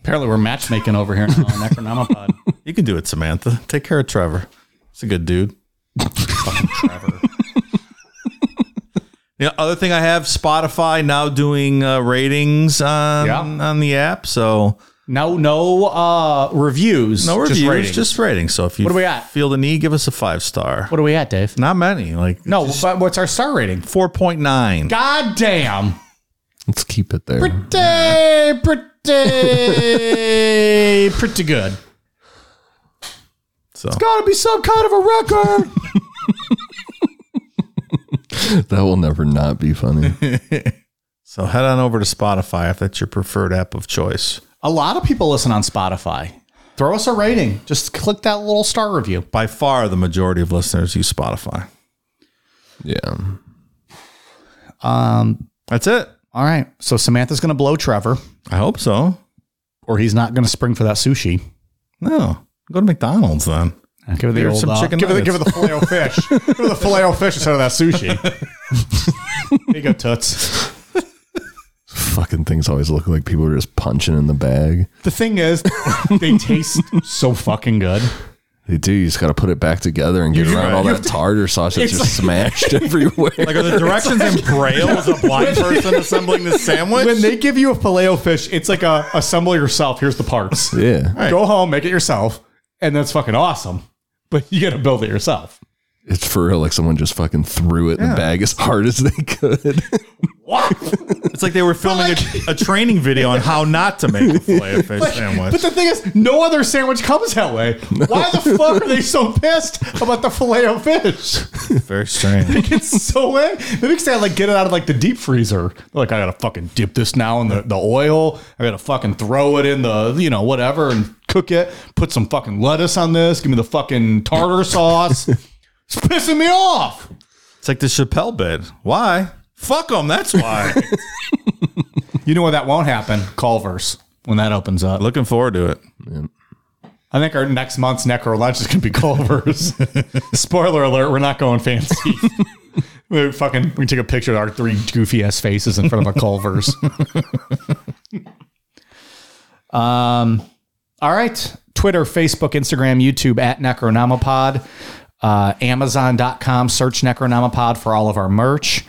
Apparently, we're matchmaking over here now on [laughs] Necronomapod. You can do it, Samantha. Take care of Trevor. He's a good dude. [laughs] Fucking Trevor. Yeah. Other thing I have, Spotify now doing uh, ratings on Yeah. on the app. So No, no uh, reviews. no reviews, Just ratings. just ratings. So if you What are we at? feel the need, give us a five star. what are we at, Dave? Not many. Like No, but what's our star rating? four point nine. God damn. Let's keep it there. [laughs] Pretty, pretty, pretty good. So Gotta be some kind of a record. That will never not be [laughs] funny. So head on over to Spotify if that's your preferred app of choice. A lot of people listen on Spotify. Throw us a rating. Just click that little star review. By far, the majority of listeners use Spotify. Yeah. Um, That's it. all right. So Samantha's going to blow Trevor, I hope so. or he's not going to spring for that sushi. No, go to McDonald's then. Give her the Here's old some uh, chicken Give her, the, give nuggets. her the filet o fish. give [laughs] her the filet o fish instead of that sushi. [laughs] there you go, Toots. Fucking things always look like people are just punching in the bag. The thing is, [laughs] they taste so fucking good. They do. You just got to put it back together and get around all that tartar sauce that's just smashed everywhere. Like are the directions in braille? Is a [laughs] blind person assembling the sandwich? When they give you a filet o fish, it's like a assemble yourself. Here's the parts. yeah. Go home, make it yourself, and that's fucking awesome. But you got to build it yourself. It's for real. Like someone just fucking threw it in the bag as hard as they could. [laughs] it's like they were filming a, a training video on how not to make a filet of fish sandwich. But the thing is, no other sandwich comes that way. Why the fuck are they so pissed about the filet o fish? Very strange. It's so wet. Maybe because they had, like get it out of like the deep freezer. They're like, I gotta fucking dip this now in the, the oil. I gotta fucking throw it in the you know whatever and cook it. Put some fucking lettuce on this. Give me the fucking tartar sauce. it's pissing me off. It's like the Chappelle bit. Why? Fuck them. That's why. You know what? That won't happen. Culver's when that opens up. [laughs] Looking forward to it. I think our next month's necro lunch is gonna be Culver's. [laughs] Spoiler alert: We're not going fancy. [laughs] we fucking we take a picture of our three goofy ass faces in front of a Culver's. All right. Twitter, Facebook, Instagram, YouTube at Necronomipod, uh, Amazon.com, search Necronomipod for all of our merch,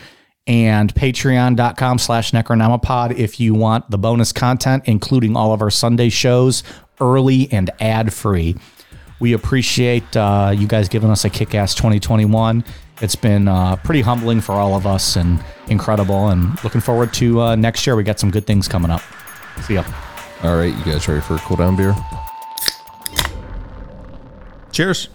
and Patreon.com slash Necronomipod if you want the bonus content, including all of our Sunday shows, early and ad free. We appreciate uh, you guys giving us a kick ass 2021. It's been uh, pretty humbling for all of us and incredible, and looking forward to uh, next year. We got some good things coming up. See ya. all right. You guys ready for a cool down beer? Cheers.